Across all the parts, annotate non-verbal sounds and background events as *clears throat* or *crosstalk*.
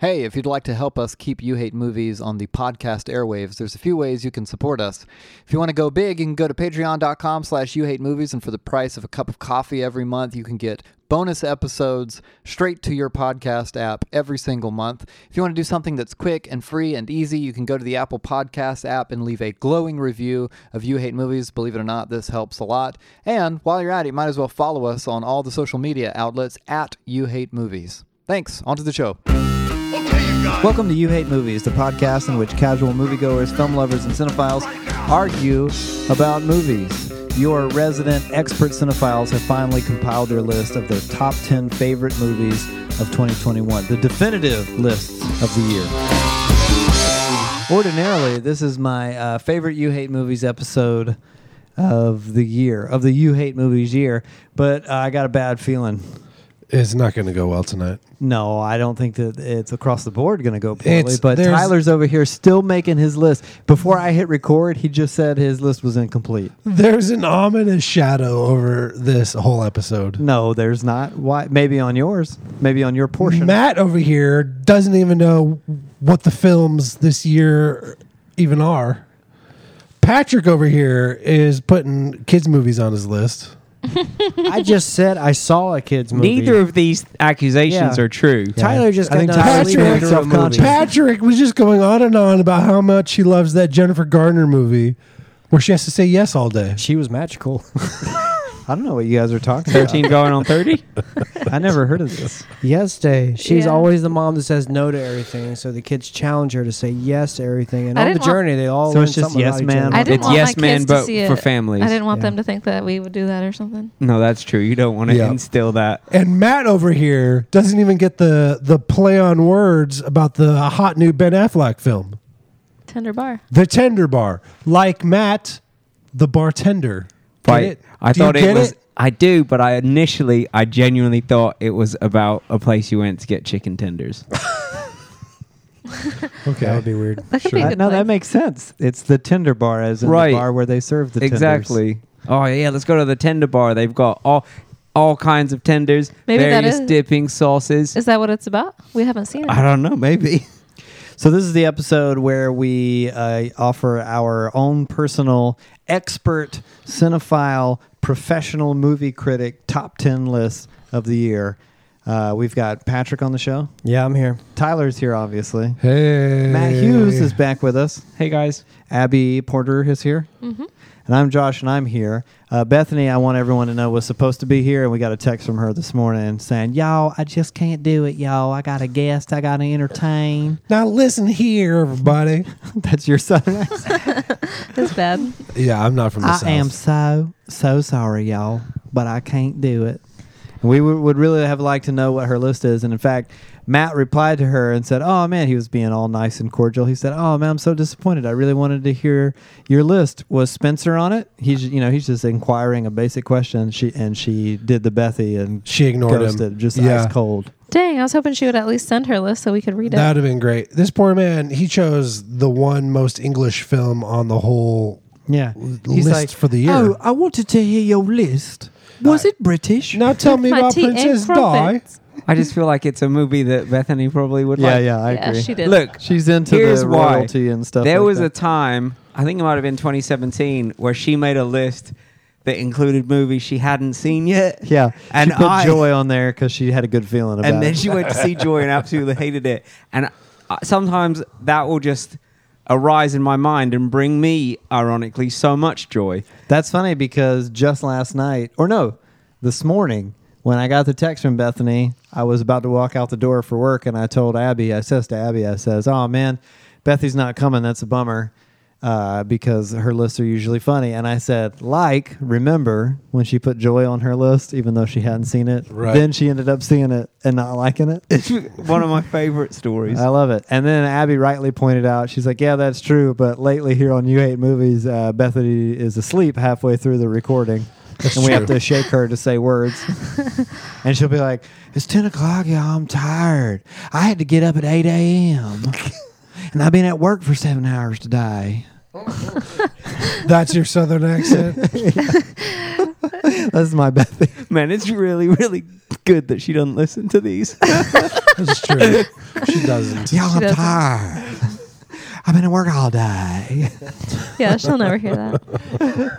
Hey, if you'd like to help us keep You Hate Movies on the podcast airwaves, there's a few ways you can support us. If you want to go big, you can go to patreon.com slash you hate movies, and for the price of a cup of coffee every month, you can get bonus episodes straight to your podcast app every single month. If you want to do something that's quick and free and easy, you can go to the Apple Podcast app and leave a glowing review of You Hate Movies. Believe it or not, this helps a lot. And while you're at it, you might as well follow us on all the social media outlets at You Hate Movies. Thanks. On to the show. Welcome to You Hate Movies, the podcast in which casual moviegoers, film lovers, and cinephiles argue about movies. Your resident expert cinephiles have finally compiled their list of their top 10 favorite movies of 2021, the definitive lists of the year. Ordinarily, this is my uh, favorite You Hate Movies episode of the year, of the You Hate Movies year, *clears throat* but uh, I got a bad feeling. It's not going to go well tonight. No, I don't think that it's across the board going to go poorly. It's- but there's- Tyler's over here still making his list. Before I hit record, he just said his list was incomplete. There's an ominous shadow over this whole episode. No, there's not. Why? Maybe on yours. Maybe on your portion. Matt over here doesn't even know what the films this year even are. Patrick over here is putting kids' movies on his list. I just said I saw a kids movie. Neither of these accusations Yeah. are true. Tyler just I got think done Tyler- sleeping Patrick, through a movie. Patrick was just going on and on about how much he loves that Jennifer Garner movie where she has to say yes all day. She was *laughs* magical. I don't know what you guys are talking about. 13 going on 30? I never heard of this. yes, day. She's Yeah. always the mom that says no to everything, so the kids challenge her to say yes to everything. And I on the didn't want- journey, they all So learn it's just something yes, about each ma'am. other. I didn't It's want yes, my man, kids but to see it. for families. I didn't want Yeah. them to think that we would do that or something. No, that's true. You don't want to Yeah. instill that. And Matt over here doesn't even get the, the play on words about the hot new Ben Affleck film. Tender bar. The tender bar, like Matt, the bartender. Get Right. it? I Do you thought it get was. I do, but I initially, I genuinely thought it was about a place you went to get chicken tenders. Okay. That would be weird. That could be a I, good no, that place. makes sense. It's the tender bar, as in Right. the bar where they serve the tenders. exactly. Oh yeah, let's go to the tender bar. They've got all all kinds of tenders, Maybe that various is- dipping sauces. Is that what it's about? We haven't seen it. I don't know. Maybe. So this is the episode where we uh, offer our own personal expert cinephile professional movie critic top 10 list of the year. Uh, we've got Patrick on the show. Yeah, I'm here. Tyler's here, obviously. Hey. Matt Hughes is back with us. *laughs* Hey guys. Abby Porter is here. And I'm Josh, and I'm here. Uh, Bethany, I want everyone to know, was supposed to be here, and we got a text from her this morning saying, Y'all, I just can't do it, y'all. I got a guest I got to entertain. *laughs* Now listen here, everybody. That's your son. It's bad. yeah, I'm not from the I South. am so, so sorry, y'all, but I can't do it. We w- would really have liked to know what her list is. And in fact, Matt replied to her and said, Oh, man, he was being all nice and cordial. He said, Oh, man, I'm so disappointed. I really wanted to hear your list. Was Spencer on it? He's, you know, he's just inquiring a basic question. She And she did the Bethy and She ignored ghosted, him. just yeah. ice cold. Dang, I was hoping she would at least send her list so we could read That it. would have been great. This poor man, he chose the one most English film on the whole. Yeah. "Oh, list for the year. I wanted to hear your list. Was it British? Now tell me My about tea and Princess Di. crumpets. I just feel like it's a movie that Bethany probably would Yeah, like. yeah, I Yeah, agree. she did. Look, She's into Here's the why. royalty and stuff. There like was that. a time, I think it might have been 2017, where she made a list that included movies she hadn't seen yet. *laughs* Yeah, And she put I- Joy on there because she had a good feeling about And then it. she went *laughs* to see Joy and absolutely hated it. And uh, sometimes that will just arise in my mind and bring me, ironically, so much joy. *laughs* That's funny because just last night, or no, this morning, when I got the text from Bethany, I was about to walk out the door for work, and I told Abby, I says to Abby, I says, "Oh man, Bethy's not coming. That's a bummer." Uh, because her lists are usually funny, and I said, like, remember when she put Joy on her list, even though she hadn't seen it. Right. Then she ended up seeing it and not liking it. It's one of my favorite stories. I love it. And then Abby rightly pointed out, she's like, "Yeah, that's true." But lately here on You Hate Movies, uh, Bethany is asleep halfway through the recording, and we have true. to shake her to say words. and she'll be like, "It's ten o'clock, y'all. I'm tired. I had to get up at eight a.m. and I've been at work for seven hours today." That's your southern accent. That's my Bethany. Man, it's really, really good that she doesn't listen *laughs* to these. That's true. *laughs* she doesn't. yeah, She doesn't. tired. I've been at work all day. Yeah, she'll never hear that.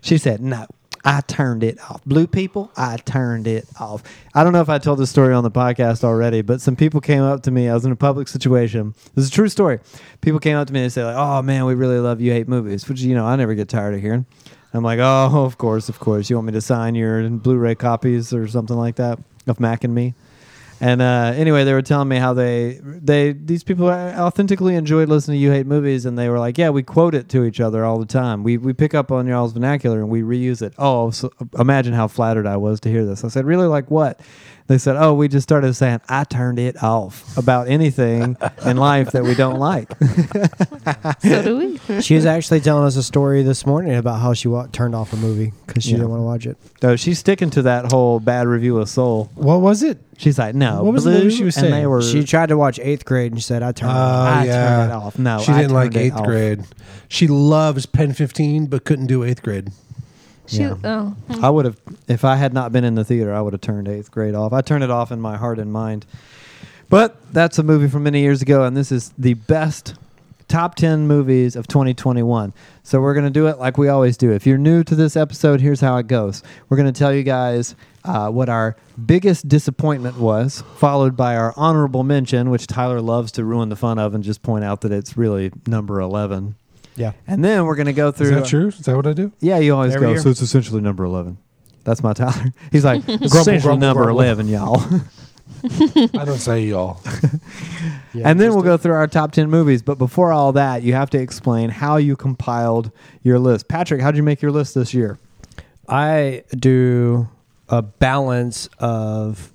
She said, No, I turned it off. Blue people, I turned it off. I don't know if I told this story on the podcast already, but some people came up to me. I was in a public situation. This is a true story. People came up to me and said, like, Oh man, we really love you hate movies, which you know, I never get tired of hearing. I'm like, Oh, of course, of course. You want me to sign your Blu-ray copies or something like that of Mac and me? And uh, anyway, they were telling me how they they these people authentically enjoyed listening to you hate movies, and they were like, "Yeah, we quote it to each other all the time. We we pick up on y'all's vernacular and we reuse it." Oh, so imagine how flattered I was to hear this. I said, "Really? Like what?" They said, "Oh, we just started saying I turned it off about *laughs* anything in life that we don't like." So do we. She was actually telling us a story this morning about how she wa- turned off a movie because she Yeah. didn't want to watch it. So she's sticking to that whole bad review of Soul. What was it? She's like, "No, What was the blue," movie she was and saying? They were, She tried to watch eighth grade and she said, "I turned." it Oh, off." I yeah. turned it off. No, she Oh, I didn't like turned it eighth off. grade. She loves Pen 15, but couldn't do eighth grade. She, Yeah. oh, I would have, if I had not been in the theater, I would have turned eighth grade off. I turned it off in my heart and mind. But that's a movie from many years ago, and this is the best top 10 movies of 2021. So we're going to do it like we always do. If you're new to this episode, here's how it goes we're going to tell you guys uh, what our biggest disappointment was, followed by our honorable mention, which Tyler loves to ruin the fun of and just point out that it's really number 11. Yeah. And then we're going to go through. uh, Is that true? Is that what I do? Yeah, you always Every go. year. So it's essentially number eleven. That's my Tyler. *laughs* He's like grumble, Essentially grumble, number grumble. eleven, y'all. I don't say y'all. Yeah, and then just we'll a- go through our top ten movies. But before all that, you have to explain how you compiled your list. Patrick, how'd you make your list this year? I do a balance of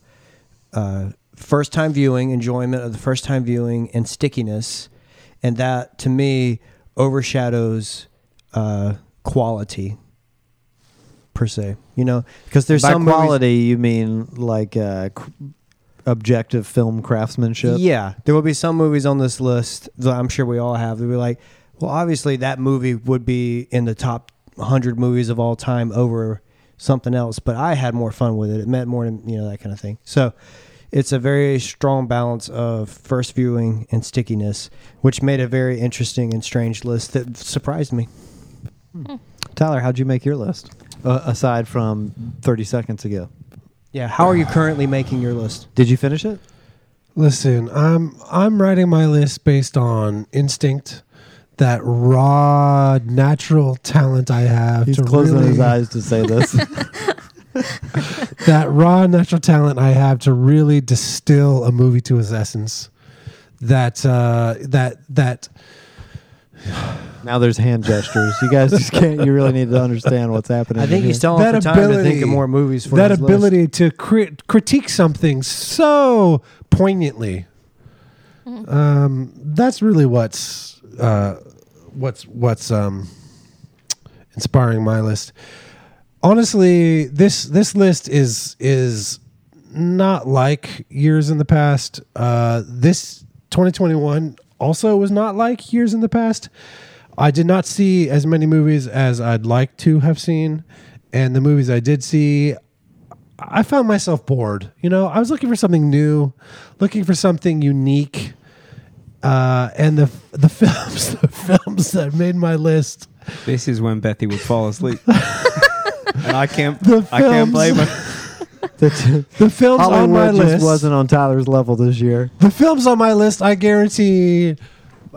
uh, first time viewing, enjoyment of the first time viewing, and stickiness. And that to me overshadows uh, quality per se. You know, because there's By some movies- quality, you mean like uh, c- objective film craftsmanship? Yeah, there will be some movies on this list that I'm sure we all have. They'll be like, well, obviously that movie would be in the top 100 movies of all time over something else, but I had more fun with it. It meant more to you know that kind of thing. So it's a very strong balance of first viewing and stickiness, which made a very interesting and strange list that surprised me. Tyler, how'd you make your list? Uh, aside from thirty seconds ago, Yeah, how *sighs* are you currently making your list? did you finish it? Listen, I'm I'm writing my list based on instinct, that raw natural talent I have He's to closing really, his eyes to say this. *laughs* that raw natural talent I have to really distill a movie to its essence. That uh, that that Now there's hand gestures. You guys just can't. You really need to understand what's happening. I think here. he's telling That for time to think ability- of more movies for that his list. ability to cri- critique something so poignantly. Um, that's really what's uh, what's what's um, inspiring my list. Honestly, this this list is is not like years in the past. Uh, this 2021 also was not like years in the past. I did not see as many movies as I'd like to have seen, and the movies I did see, I found myself bored. You know, I was looking for something new, looking for something unique, uh, and the the *laughs* films the films that made my list. This is when Bethy would fall *laughs* *laughs* asleep. and I can't The I films. can't blame her. *laughs* That- The films on my Hollywood list just wasn't on Tyler's level this year. The films on my list, I guarantee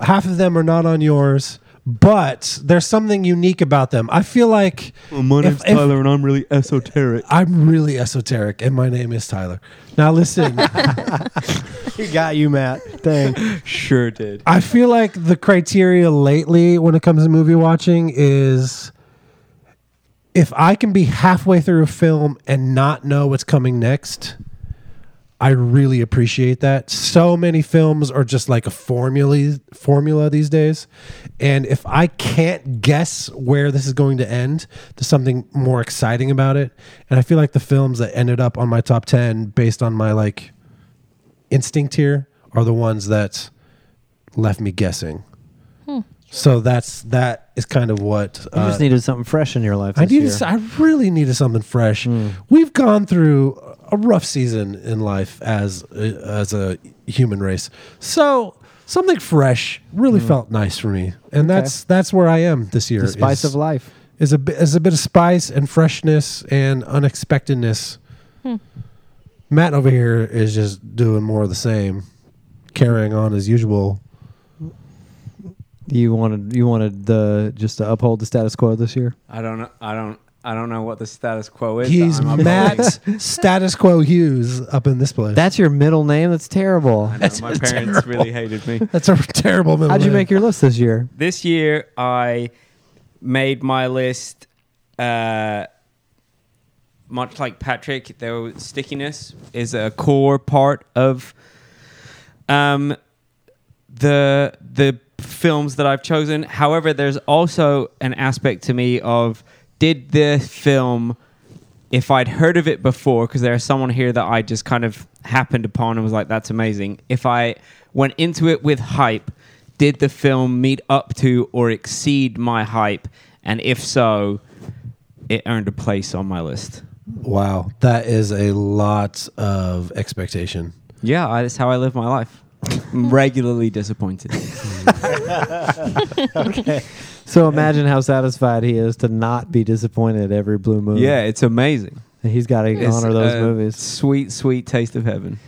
half of them are not on yours, but there's something unique about them. I feel like my name's If- if- Tyler and I'm really esoteric. I'm really esoteric, and my name is Tyler. Now, *laughs* listen, He got you, Matt. *laughs* Dang. Sure did. I feel like the criteria lately when it comes to movie watching is if I can be halfway through a film and not know what's coming next. I really appreciate that. So many films are just like a formula formula these days. And if I can't guess where this is going to end, there's something more exciting about it. And I feel like the films that ended up on my top 10 based on my like instinct here are the ones that left me guessing. So that's that is kind of what You uh, just needed something fresh in your life. I this needed. year. I really needed something fresh. We've gone through a rough season in life as a, as a human race. So something fresh really felt nice for me, and that's that's where I am this year. The spice is- of life. is a bi- is a bit of spice and freshness and unexpectedness. Matt over here is just doing more of the same, carrying on as usual. You wanted you wanted the just to uphold the status quo this year. I don't know. I don't. I don't know what the status quo is. that He's I'm *laughs* upholding. *laughs* Matt's status quo Hughes up in this place. That's your middle name. That's terrible. I know, *laughs* my parents really hated me. That's a terrible middle How'd you name. make your list this year? This year, I made my list. Uh, much like Patrick, there was stickiness is a core part of um, the the films that I've chosen. However, there's also an aspect to me of did the film if I'd heard of it before because there's someone here that I just kind of happened upon and was like that's amazing. If I went into it with hype, did the film meet up to or exceed my hype? And if so, it earned a place on my list. Wow, that is a lot of expectation. Yeah, I, that's how I live my life. I'm *laughs* regularly disappointed. So imagine how satisfied he is to not be disappointed every blue moon. *laughs* yeah, it's amazing. he's got to It's honor those uh, a movies. Sweet, sweet taste of heaven.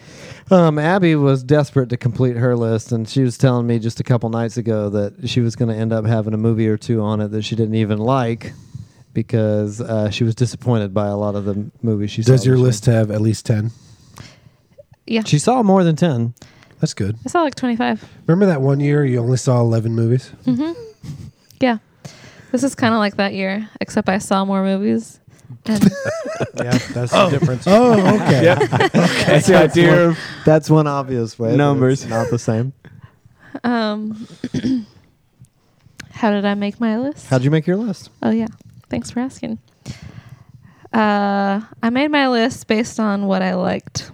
Um, Abby was desperate to complete her list, and she was telling me just a couple nights ago that she was going to end up having a movie or two on it that she didn't even like because uh, she was disappointed by a lot of the movies she saw. Does your this year. list have at least ten? Yeah. She saw more than ten. That's good. I saw like 25. Remember that one year you only saw eleven movies? Mm-hmm. Yeah. This is kind of like that year, except I saw more movies. And Yeah, that's the difference. Oh, *laughs* okay. That's the idea. that's one obvious way. but it's Numbers. not the same. um, *clears throat* how did I make my list? How'd you make your list? Oh yeah. Thanks for asking. Uh, I made my list based on what I liked.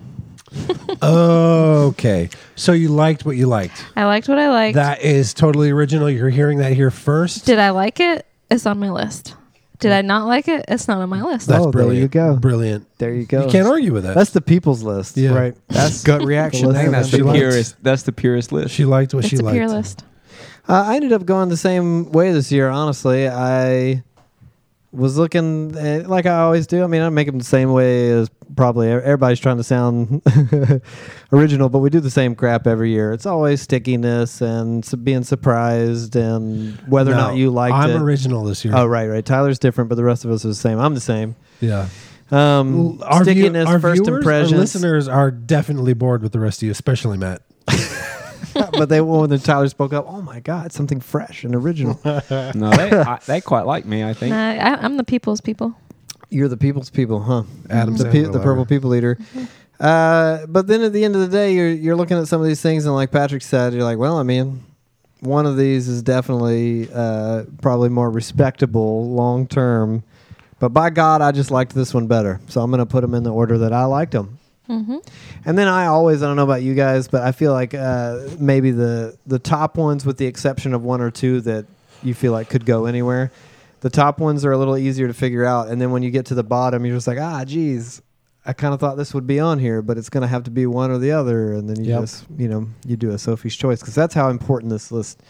okay. So you liked what you liked. I liked what I liked. That is totally original. You're hearing that here first. Did I like it? It's on my list. Did I not like it? It's not on my list. That's Oh, there brilliant. you go. Brilliant. There you go. You can't argue with that. That's the people's list, Yeah. right? That's gut reaction. Listen, I think that's The She liked- purest. That's the purest list. she liked what it's she a liked. pure list. Uh, I ended up going the same way this year. Honestly, I was looking at, like I always do. I mean, I make them the same way as probably e- everybody's trying to sound *laughs* original, but we do the same crap every year. It's always stickiness and su- being surprised and whether or No, not you liked I'm it. original this year. Oh right, right. Tyler's different, but the rest of us are the same. I'm the same. yeah. Um, Our view- stickiness, our first viewers, our impressions, listeners are definitely bored with the rest of you, especially Matt. *laughs* but they when the Tyler spoke up, oh my god, something fresh and original. No, they, I, they quite like me. *laughs* I think. Nah, I, I'm the people's people. You're the people's people, huh? Adam the, pe- Sandler. the purple people leader. Uh, but then at the end of the day, you're you're looking at some of these things, and like Patrick said, you're like, well, I mean, one of these is definitely uh, probably more respectable long term. But by God, I just liked this one better, so I'm gonna put them in the order that I liked them. Mm-hmm. And then I always I don't know about you guys, but I feel like uh, maybe the the top ones, with the exception of one or two that you feel like could go anywhere, the top ones are a little easier to figure out. And then when you get to the bottom, you're just like, ah, geez, I kind of thought this would be on here, but it's going to have to be one or the other. And then you Yep. just you know you do a Sophie's choice because that's how important this list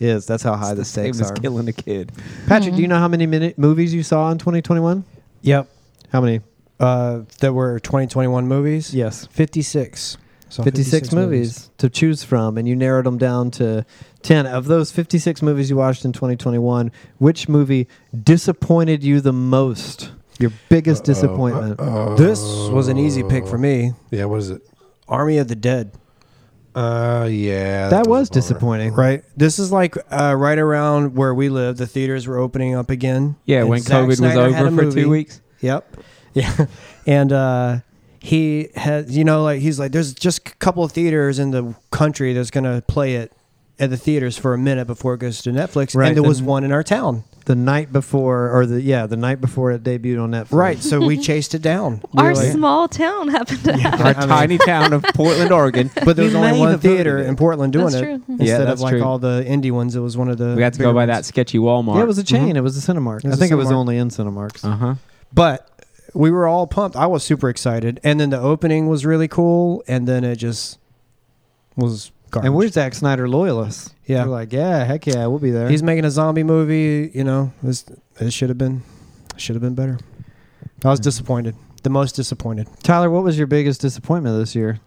is. That's how high the It stakes was are. killing a kid. Patrick, do you know how many mini- movies you saw in 2021? *laughs* Yep. How many? Uh, there were 2021 movies. Yes. 56. So 56, movies, to choose from, and you narrowed them down to 10. Of those 56 movies you watched in 2021, which movie disappointed you the most? Your biggest disappointment? Uh, This was an easy pick for me. Yeah, what is it? Army of the Dead. Uh, yeah. that was a bummer. disappointing. Right. This is like uh, right around where we live. The theaters were opening up again. Yeah, And when Zack COVID Snyder was had a over for movie. two weeks. Yep. *laughs* Yeah. And uh, he has, you know, like he's like, there's just a couple of theaters in the country that's going to play it at the theaters for a minute before it goes to Netflix. Right. And there was And- one in our town. The night before, or the yeah, the night before it debuted on Netflix. Right. So we chased it down. We Our were like- small town *laughs* happened to *laughs* have. *laughs* Our tiny town of Portland, Oregon. but *laughs* there was You only may one have voted theater it. in Portland doing That's it. true. Mhm. Yeah, Instead of that's like true. all the indie ones, it was one of the. We had to bigger go by ones. that sketchy Walmart. Mm-hmm. Uh-huh. Yeah, Mm-hmm. it was a chain. It was a Cinemark. Uh-huh. It was I a think it was Cinemark. only in Cinemarks. Uh huh. But we were all pumped. I was super excited, and then the opening was really cool, and then it just was garbage. And we're Zack Snyder loyalists. Yeah. We're like, yeah, heck yeah, we'll be there. He's making a zombie movie. You know, this it should have been should have been better. I was disappointed. The most disappointed. Tyler, what was your biggest disappointment this year?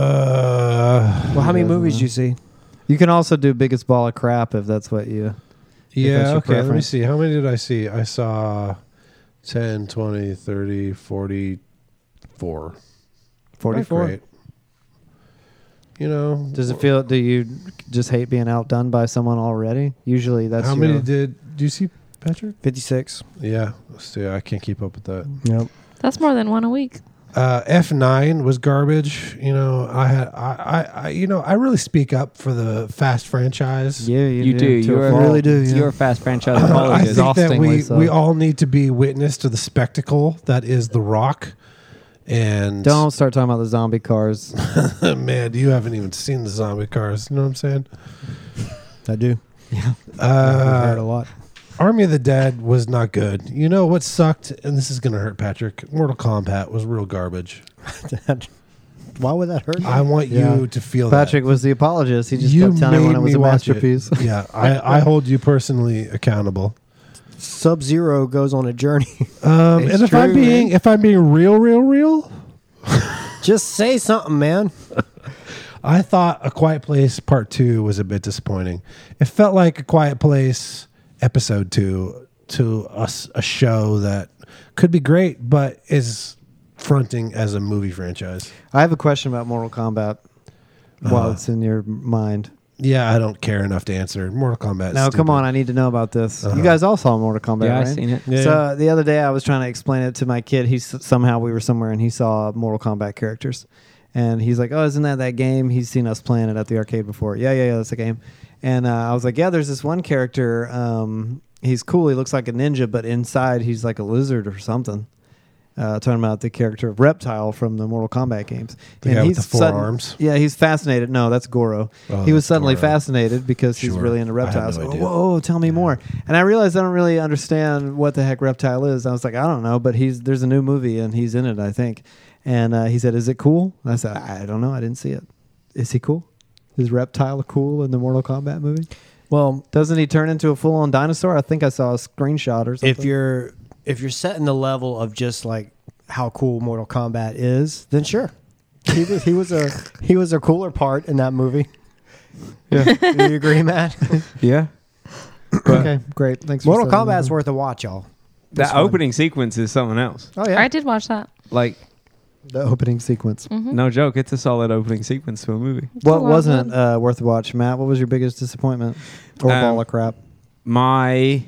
Uh, Well, how many Yeah, I don't movies know. do you see? You can also do biggest ball of crap if that's what you. that's yeah, your okay. Let me preference. see. How many did I see? I saw 10, 20, 30, 44. Not 44. great. You know, Does it feel? Do you just hate being outdone by someone already? Usually, that's how your, many did do you see Patrick? Fifty six. Yeah, so I can't keep up with that. Yep. That's more than one a week. Uh, F nine was garbage. You know, I had I, I I you know I really speak up for the fast franchise. Yeah, you, You do. do. to a You're fault. I really do, yeah. You're a fast *clears throat* franchise. I apologist. think that we, exhaustingly so. we all need to be witness to the spectacle that is The Rock. And Don't start talking about the zombie cars. *laughs* man, you haven't even seen the zombie cars. You know what I'm saying? I do. I heard a Uh, lot. Army of the Dead was not good. You know what sucked? And this is gonna hurt Patrick. Mortal Kombat was real garbage. Why would that hurt? I want Yeah. you to feel that. Patrick was the apologist. He just You kept telling everyone made it was me a watch it. masterpiece. *laughs* yeah, I, I hold you personally accountable. Sub Zero goes on a journey. *laughs* Um, It's and if I'm true, being if I'm being real, real, real, Just say something, man. I thought A Quiet Place Part Two was a bit disappointing. It felt like A Quiet Place Episode Two to us a show that could be great, but is fronting as a movie franchise. I have a question about Mortal Kombat. While Uh-huh. it's in your mind. Yeah, I don't care enough to answer. Mortal Kombat. Now, come on, I need to know about this. Uh-huh. You guys all saw Mortal Kombat, Yeah, I right? seen it. so the other day, I was trying to explain it to my kid. He s- somehow we were somewhere and he saw Mortal Kombat characters, and he's like, "Oh, isn't that that game?" He's seen us playing it at the arcade before. Yeah, yeah, yeah, that's a game. And uh, I was like, "Yeah, there's this one character. Um, he's cool. He looks like a ninja, but inside he's like a lizard or something." Uh, talking about the character of Reptile from the Mortal Kombat games. The guy with the four arms? Yeah, he's fascinated. No, that's Goro. Oh, he was that's suddenly Goro. fascinated because he's Sure. really into I had reptiles. no Oh, idea. whoa, oh, tell me more. And I realized I don't really understand what the heck reptile is. I was like, I don't know, but he's there's a new movie and he's in it, I think. And uh, he said, Is it cool? And I said, I don't know, I didn't see it. Is he cool? Is reptile cool in the Mortal Kombat movie? Well, Doesn't he turn into a full on dinosaur? I think I saw a screenshot or something. if *laughs* you're if you're setting the level of just like how cool Mortal Kombat is, then sure. He was *coughs* he was a he was a cooler part in that movie. Yeah. *laughs* Do you agree, Matt? yeah. okay, great. Thanks. Mortal for setting Kombat's that. worth a watch, y'all. That opening sequence is something else. Oh yeah. I did watch that. Like, the opening sequence. Mm-hmm. no joke, it's a solid opening sequence to a movie. What lot of wasn't uh, worth a watch, Matt? What was your biggest disappointment or Um, ball of crap? My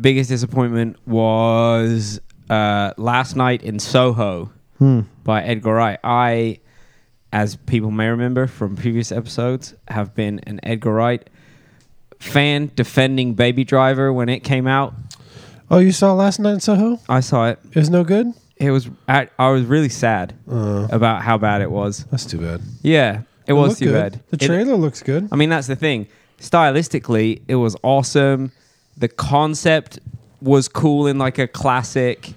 biggest disappointment was uh, last night in Soho Hmm. by Edgar Wright. I, as people may remember from previous episodes, have been an Edgar Wright fan defending Baby Driver when it came out. Oh, you saw last night in Soho? I saw it. It was no good. It was I, I was really sad Uh, about how bad it was. that's too bad. Yeah, it was looked too good. bad. The It- trailer looks good. I mean, that's the thing. Stylistically, it was awesome. The concept was cool in like a classic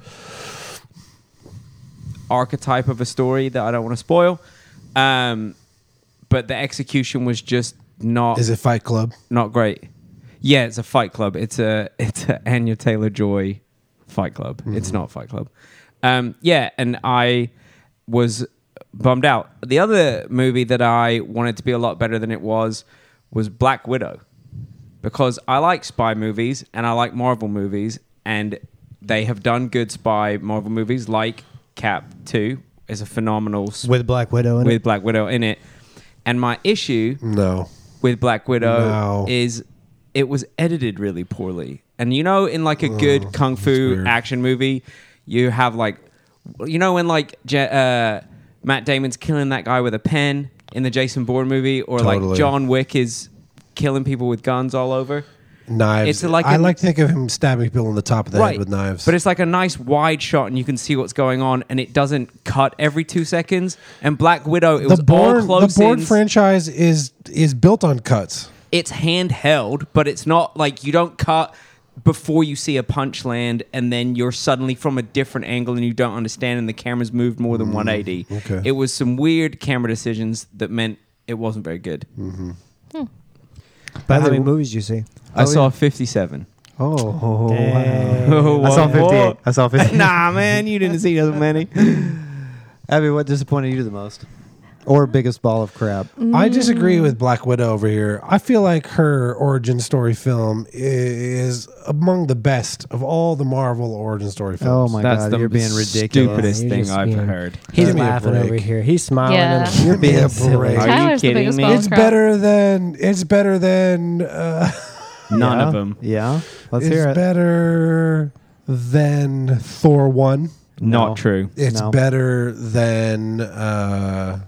archetype of a story that I don't want to spoil. Um, but the execution was just not Is it Fight Club? not great. Yeah, it's a Fight Club. It's a *laughs* it's a Anya Taylor Joy Fight Club. It's not Fight Club. Um, yeah, and I was bummed out. The other movie that I wanted to be a lot better than it was was Black Widow because I like spy movies and I like Marvel movies, and they have done good spy Marvel movies like Cap Two is a phenomenal sp- With Black Widow in with it. Black Widow in it. And my issue No. with Black Widow No. is it was edited really poorly. And you know, in like a good kung fu weird. action movie, you have like, you know, when like Ja- uh, Matt Damon's killing that guy with a pen in the Jason Bourne movie, or Totally. like John Wick is killing people with guns all over. Knives. It's like I an- like to think of him stabbing people in the top of the head with knives. But it's like a nice wide shot, and you can see what's going on, and it doesn't cut every two seconds. And Black Widow, it was the Bourne, all close the Bourne ins. franchise is is built on cuts. it's handheld, but it's not like you don't cut before you see a punch land and then you're suddenly from a different angle and you don't understand and the camera's moved more than 180 okay. it was some weird camera decisions that meant it wasn't very good But how many movies do you see? i saw 57 Oh, *laughs* Dang. Oh, I saw whoa, whoa. 58. I saw 58. *laughs* nah man you *laughs* didn't see that many *laughs* Abby, what disappointed you the most? Or biggest ball of crap? I disagree with Black Widow over here. I feel like her origin story film is among the best of all the Marvel origin story Oh films. my that's god, the you're being ridiculous. stupidest You're thing just i've being- heard He's Give me a laughing break. over here. He's smiling. Yeah. And you're Give me a being silly. break. Are you Tyler's the kidding biggest me? ball of It's crap. better than it's better than uh, none yeah. of them Yeah, let's *laughs* it's hear it. better than Thor one. not true It's No. better than uh,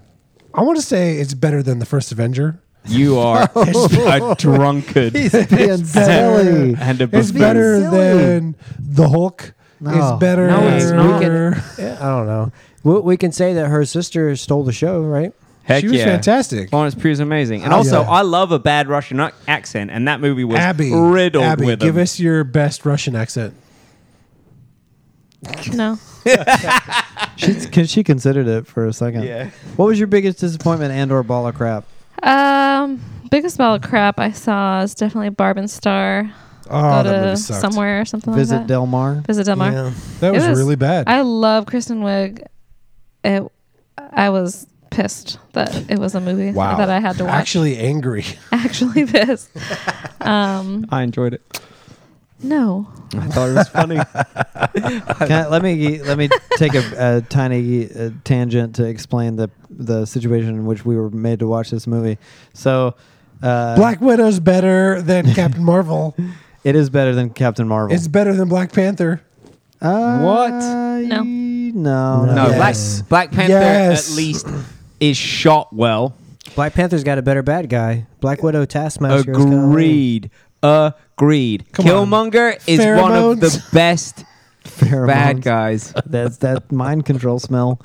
I want to say it's better than the first Avenger. you *laughs* are a drunkard being silly. *laughs* and a It's buffoon. better silly. than the Hulk. No. It's better. No, it's not. Yeah, I don't know. We, we can say that her sister stole the show, right? Heck she was yeah. fantastic. Florence Pugh is amazing, and Oh, also yeah. I love a bad Russian ac- accent, and that movie was Abby, riddled Abby, with give them. us your best Russian accent. No. She's, can, she considered it for a second. Yeah. What was your biggest disappointment and/or ball of crap? Um, biggest ball of crap I saw is definitely Barb and Star. Oh, that Go to movie sucked. somewhere or something Visit like that. Del Mar. Visit Delmar. Yeah. That was, It was- really bad. I love Kristen Wiig. It, I was pissed that it was a movie wow, that I had to watch. Actually, angry. *laughs* *laughs* actually pissed. um, I enjoyed it. no. I thought it was *laughs* funny. Can I- let me let me take a, a tiny uh, tangent to explain the the situation in which we were made to watch this movie. So, uh, Black Widow's better than Captain Marvel. It is better than Captain Marvel. It's better than Black Panther. Uh, What? No. No. No. no, Yes. Black Black Panther Yes. at least is shot well. Black Panther's got a better bad guy. Black Widow Taskmaster. is kinda lame. Agreed. Agreed. Come on. Killmonger is one of the Pheromones. best Pheromones. bad guys. That's that mind control smell.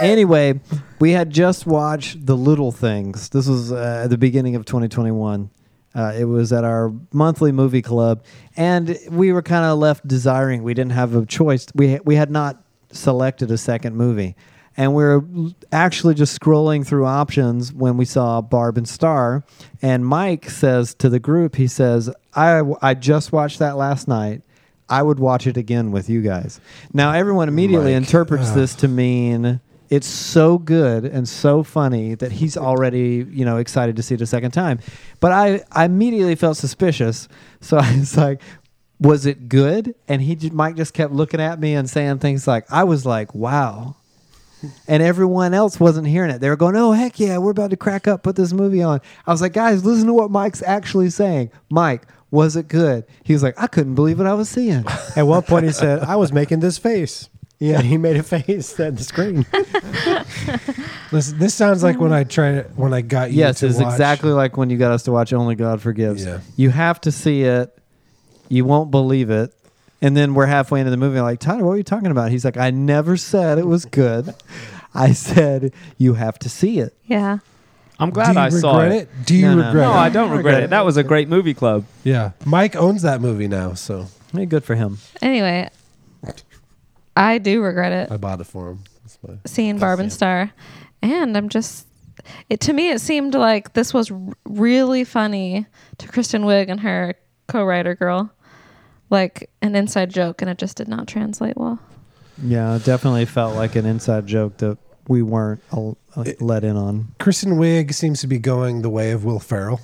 Anyway, we had just watched The Little Things. This was uh, at the beginning of 2021. Uh, it was at our monthly movie club, and we were kind of left desiring. We didn't have a choice. We we had not selected a second movie, and we were actually just scrolling through options when we saw Barb and Star. And Mike says to the group, he says, "I I just watched that last night." I would watch it again with you guys. Now, everyone immediately Mike, interprets ah. this to mean it's so good and so funny that he's already, you know, excited to see it a second time. But I, I immediately felt suspicious. So *laughs* I was like, was it good? And he, ju- Mike just kept looking at me and saying things like, I was like, wow, and everyone else wasn't hearing it. They were going, "Oh heck yeah, we're about to crack up, put this movie on." I was like, "Guys, listen to what Mike's actually saying." Mike, was it good? He was like, "I couldn't believe what I was seeing." *laughs* At one point, he said, "I was making this face." Yeah. And he made a face at the screen. Listen, this sounds like when I try to, when I got you. yes, to it's watch- exactly like when you got us to watch "Only God Forgives." Yeah. You have to see it. You won't believe it. And then we're halfway into the movie, like Tyler, what are you talking about? He's like, "I never said it was good. I said you have to see it." Yeah. I'm Do glad you I saw regret it. it? Do you No, no. regret No, it? I don't regret it. That was a great movie club. Yeah, Mike owns that movie now, so Hey, good for him. Anyway, I do regret it. I bought it for him. That's my- seeing Barb and Star, and I'm just. It to me, it seemed like this was r- really funny to Kristen Wiig and her co-writer girl, like an inside joke, and it just did not translate well. Yeah, it definitely felt like an inside joke that we weren't al- uh, let in on. Kristen Wiig seems to be going the way of Will Ferrell,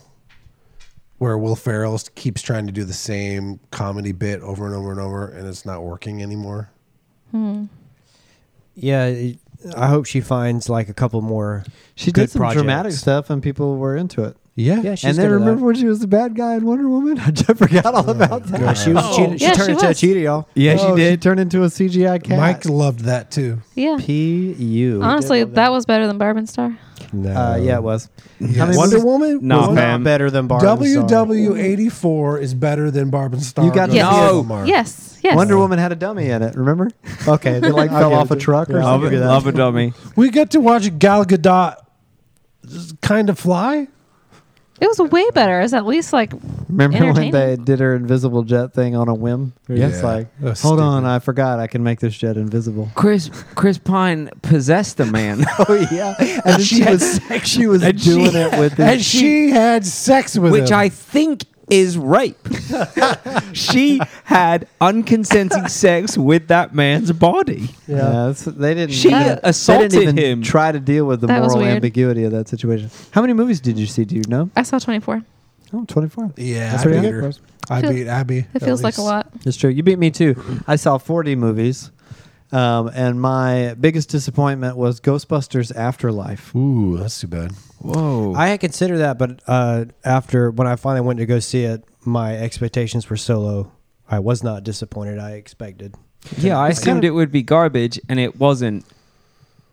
where Will Ferrell s- keeps trying to do the same comedy bit over and over and over, and it's not working anymore. *laughs* yeah, it- I hope she finds like a couple more. She good did some projects. dramatic stuff, and people were into it. Yeah, Yeah, she's and then good at remember that. when she was the bad guy in Wonder Woman? *laughs* I just forgot Oh, all about that. Yeah, *laughs* she was a cheater. She Yeah, turned she into a was. cheater, y'all. Yeah, Oh, turned into a CGI cat. Mike loved that too. Yeah, P.U. honestly, that was better than Barb and Star. No, Uh, yeah, it was. Yes. Wonder Woman Nah, was fam. not better than Barbara. WW eighty four is better than Barb and Star. You got goes to the- Yes. No. Walmart. Yes, yes. Wonder Woman had a dummy in it, remember? *laughs* Okay, they like fell Okay, off a dude. truck or Yeah. Love, something. it, love a dummy. we got to watch Gal Gadot kind of fly. It was way better. It's at least like Remember when Entertaining. they did her invisible jet thing on a whim? They're Yeah. just like, That hold was on, stupid. I forgot I can make this jet invisible. Chris Chris Pine possessed a man. Oh yeah, *laughs* and she was she was and she- doing it with *laughs* and it. she had sex with which him. I think is rape. *laughs* she had unconsenting sex with that man's body. Yeah, that's- they didn't. She even- assaulted they didn't even him. Try to deal with the That was moral weird. ambiguity of that situation. How many movies did you see? Do you know? I saw 24. Oh, 24. yeah, That's I pretty beat good for her. us. I Feel- beat Abby. It at feels like a least. lot. That's true. You beat me too. I saw 4D movies, um, and my biggest disappointment was Ghostbusters Afterlife. Ooh, that's too bad. Whoa. I had considered that, but uh, after when I finally went to go see it, my expectations were so low. I was not disappointed. I expected. yeah, I It's kind assumed it would be garbage and it wasn't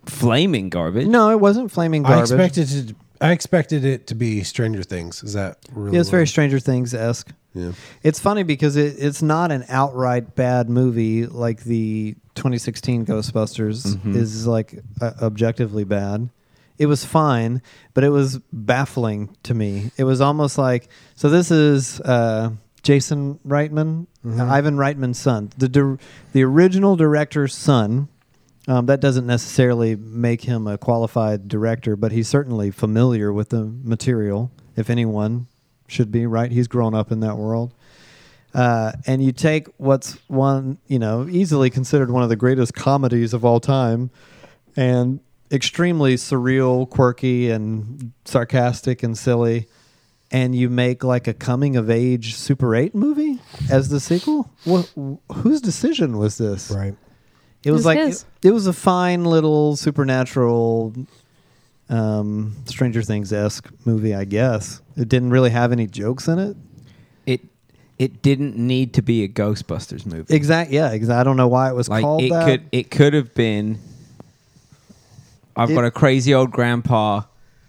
flaming garbage. No, it wasn't flaming I garbage. expected it. To, I expected it to be Stranger Things. Is that really? Yeah, it's what- very Stranger Things esque. Yeah. It's funny because it, it's not an outright bad movie like the 2016 Ghostbusters is like uh, objectively bad. It was fine, but it was baffling to me. It was almost like so. This is uh, Jason Reitman, Ivan Reitman's son, the dir- the original director's son. Um, that doesn't necessarily make him a qualified director, but he's certainly familiar with the material. If anyone should be right, he's grown up in that world. Uh, and you take what's one, you know, easily considered one of the greatest comedies of all time, and extremely surreal, quirky, and sarcastic and silly, and you make like a coming of age Super Eight movie as the sequel. What, whose decision was this? Right. It was It was like his. it, it was a fine little supernatural, um, Stranger Things esque movie, I guess. It didn't really have any jokes in it. It it didn't need to be a Ghostbusters movie. Exact, yeah, exa- I don't know why it was like called it that. could it could have been I've It- got a crazy old grandpa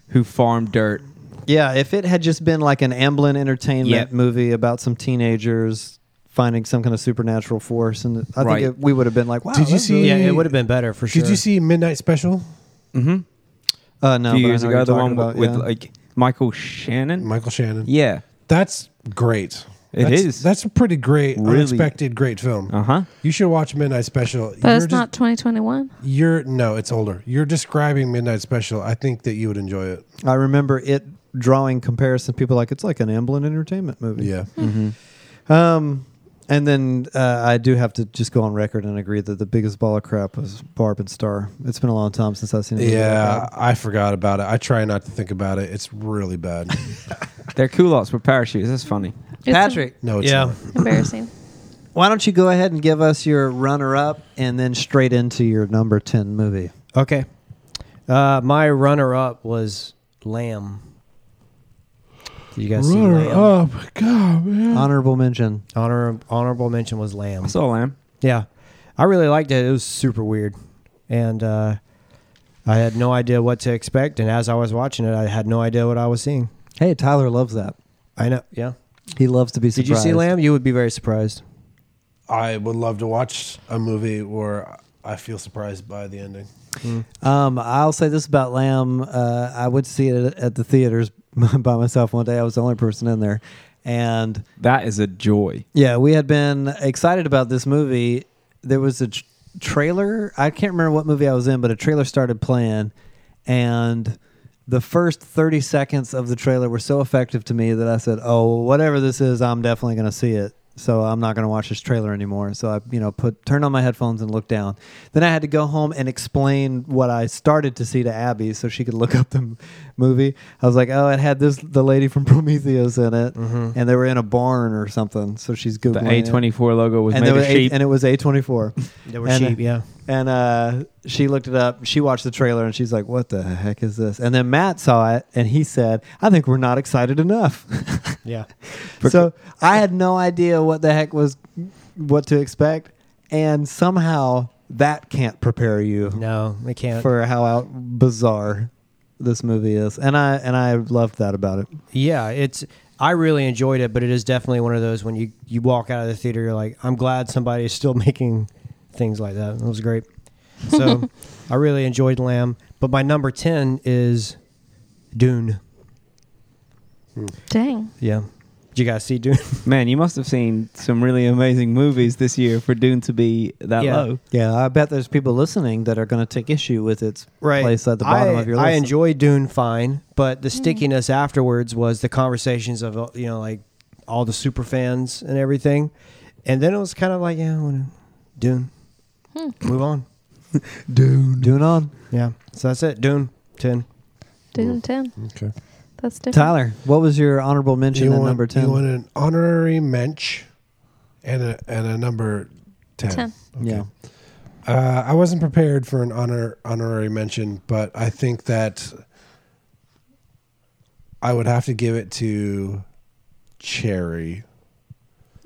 who farmed dirt. yeah, if it had just been like an Amblin Entertainment Yep. movie about some teenagers finding some kind of supernatural force, and I Right. think it, we would have been like, "Wow, Did you that's see- really- Yeah, it would have been better for sure. Did you see Midnight Special? Mm-hmm. Uh, no, a few but I years know what you're ago, the talking one about, with yeah. like Michael Shannon. Michael Shannon. Yeah. That's great. It that's, is. That's a pretty great, Really. unexpected, great film. Uh huh. You should watch Midnight Special. But you're it's just- not 2021. You're no, it's older. You're describing Midnight Special. I think that you would enjoy it. I remember it drawing comparison. People like it's like an Amblin Entertainment movie. Yeah. Mm-hmm. Um, and then uh, I do have to just go on record and agree that the biggest ball of crap was Barb and Star. It's been a long time since I've seen. a movie that Yeah, bad. I forgot about it. I try not to think about it. It's really bad. Their culottes were parachutes. That's funny. It's Patrick, No, it's Yeah. not. *laughs* Embarrassing. why don't you go ahead and give us your runner-up and then straight into your number ten movie? Okay. Uh, my runner-up was Lamb. Did you guys see Lamb? up, Oh, God, man. Honorable mention. Honor, honorable mention was Lamb. I saw Lamb. Yeah, I really liked it. It was super weird, and uh, I had no idea what to expect. And as I was watching it, I had no idea what I was seeing. Hey, Tyler loves that. I know. Yeah. He loves to be Did surprised. you see Lamb? You would be very surprised. I would love to watch a movie where I feel surprised by the ending. Um, I'll say this about Lamb. Uh, I would see it at the theaters *laughs* by myself one day. I was the only person in there, and That is a joy. Yeah, we had been excited about this movie. There was a tr- trailer. I can't remember what movie I was in, but a trailer started playing, and the first 30 seconds of the trailer were so effective to me that I said, "Oh, whatever this is, I'm definitely going to see it." So I'm not going to watch this trailer anymore. So I, you know, put turned on my headphones and looked down. Then I had to go home and explain what I started to see to Abby so she could look up the m- movie. I was like, "Oh, it had this the lady from *laughs* Prometheus in it." and they were in a barn or something. So she's googling The it. A twenty four logo was and made there of was A, sheep. and it was A twenty four. There were And, uh, sheep. Yeah. And uh, she looked it up. She watched the trailer and she's like, "What the heck is this?" And then Matt saw it and he said, "I think we're not excited enough." Yeah. so I had no idea what the heck was what to expect, and somehow that can't prepare you *laughs* No, they can't. for how out bizarre this movie is. And I and I loved that about it. Yeah, it's. I really enjoyed it, but it is definitely one of those when you you walk out of the theater, you're like, I'm glad somebody is still *laughs* making things like that. It was great. *laughs* So I really enjoyed Lamb, but my number ten is Dune. Dang. Yeah. Did you guys see Dune? *laughs* Man, you must have seen some really amazing movies this year for Dune to be that Yeah. low. Yeah, I bet there's people listening that are going to take issue with its place at the bottom I, of your list. I enjoyed Dune fine, but the stickiness afterwards was the conversations of uh, you know like all the super fans and everything, and then it was kind of like yeah, I wanna- Dune, move on. Dune. Dune on. Yeah, so that's it. Dune ten. Mm. Dune 10. Okay. That's different. Tyler, what was your honorable mention you at want, number You 10? want an honorary mensch and a and a number ten. 10. Yeah. Uh, I wasn't prepared for an honor honorary mention, but I think that I would have to give it to Cherry.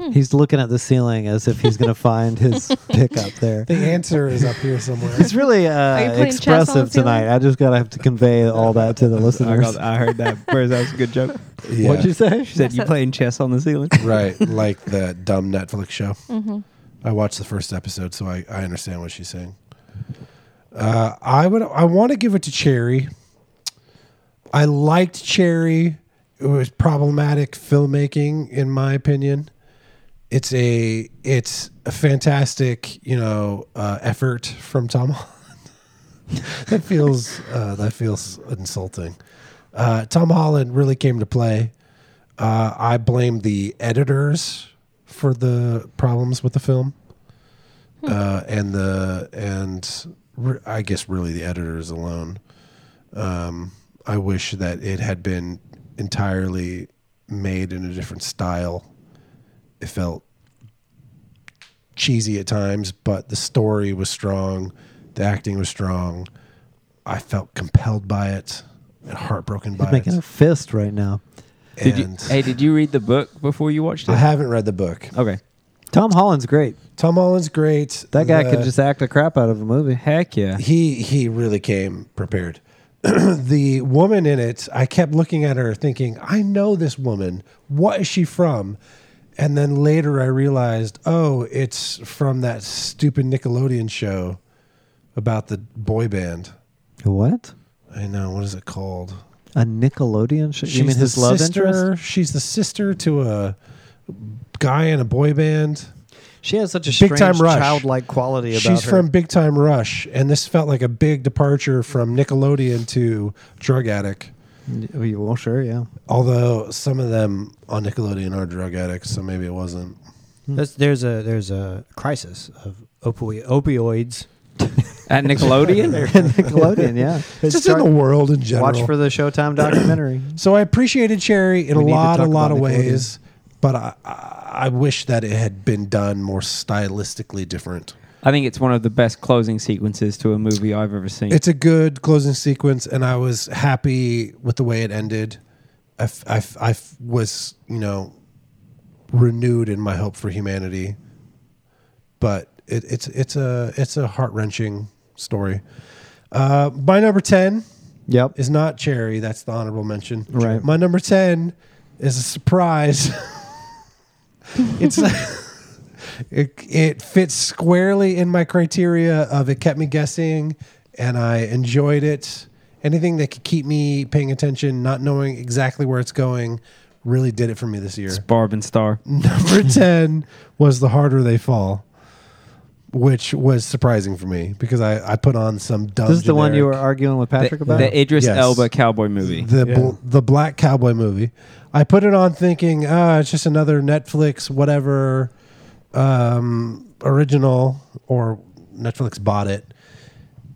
Hmm. He's looking at the ceiling as if he's going to find *laughs* his pick up there. The answer is up here *laughs* somewhere. It's really you uh, playing chess on the expressive ceiling? tonight. I just got to have to convey all that to the I, listeners. got, I heard *laughs* that first. That was a good joke. Yeah. What'd you say? She said, That's "You it. playing chess on the ceiling?" *laughs* right, like the dumb Netflix show. Mm-hmm. I watched the first episode, so I, I understand what she's saying. Uh, I would I want to give it to Cherry. I liked Cherry. It was problematic filmmaking, in my opinion. It's a it's a fantastic you know uh, effort from Tom. Holland. *laughs* that feels uh, that feels insulting. Uh, Tom Holland really came to play. Uh, I blame the editors for the problems with the film, uh, and the and re- I guess really the editors alone. Um, I wish that it had been entirely made in a different style. It felt cheesy at times, but the story was strong, the acting was strong. I felt compelled by it and heartbroken by Making a it. fist right now. Did you, and- hey, did you read the book before you watched it? I haven't read the book. Okay. Tom Holland's great. Tom Holland's great. That guy The- could just act the crap out of a movie. Heck yeah. he he really came prepared. *clears throat* the woman in it, I kept looking at her thinking, I know this woman. What is she from? And then later I realized, oh, it's from that stupid Nickelodeon show about the boy band. What? I know, what is it called? A Nickelodeon show? You mean his the love sister, interest? She's the sister to a guy in a boy band. She has such a Big Time Rush. childlike quality about She's her. from Big Time Rush, and this felt like a big departure from Nickelodeon to Drug Addict. oh, Well, sure, yeah. Although some of them on Nickelodeon are drug addicts, so maybe it wasn't. That's, Hmm. there's a there's a crisis of opio- opioids. *laughs* At Nickelodeon? Nickelodeon, yeah. It's just in the world in general. Watch for the Showtime documentary. so I appreciated Cherry in We a need to lot, a talk lot about of Nickelodeon. ways, but I, I, I wish that it had been done more stylistically different. I think it's one of the best closing sequences to a movie I've ever seen. It's a good closing sequence, and I was happy with the way it ended. I, f- I f- I f- was, you know, renewed in my hope for humanity. But it, it's it's a it's a heart wrenching story. Uh, my number ten Yep. is not Cherry. That's the honorable mention. Right. My number ten is a surprise. *laughs* it's *laughs* it it fits squarely in my criteria of it kept me guessing, and I enjoyed it. Anything that could keep me paying attention, not knowing exactly where it's going, really did it for me this year. It's Barb and Star. *laughs* Number 10 was The Harder They Fall, which was surprising for me because I, I put on some dumb. This is the one you were generic- arguing with The, Patrick about? the Idris Yes. Elba cowboy movie. the Yeah. bl- the black cowboy movie. I put it on thinking, ah, it's just another Netflix whatever um, original, or Netflix bought it,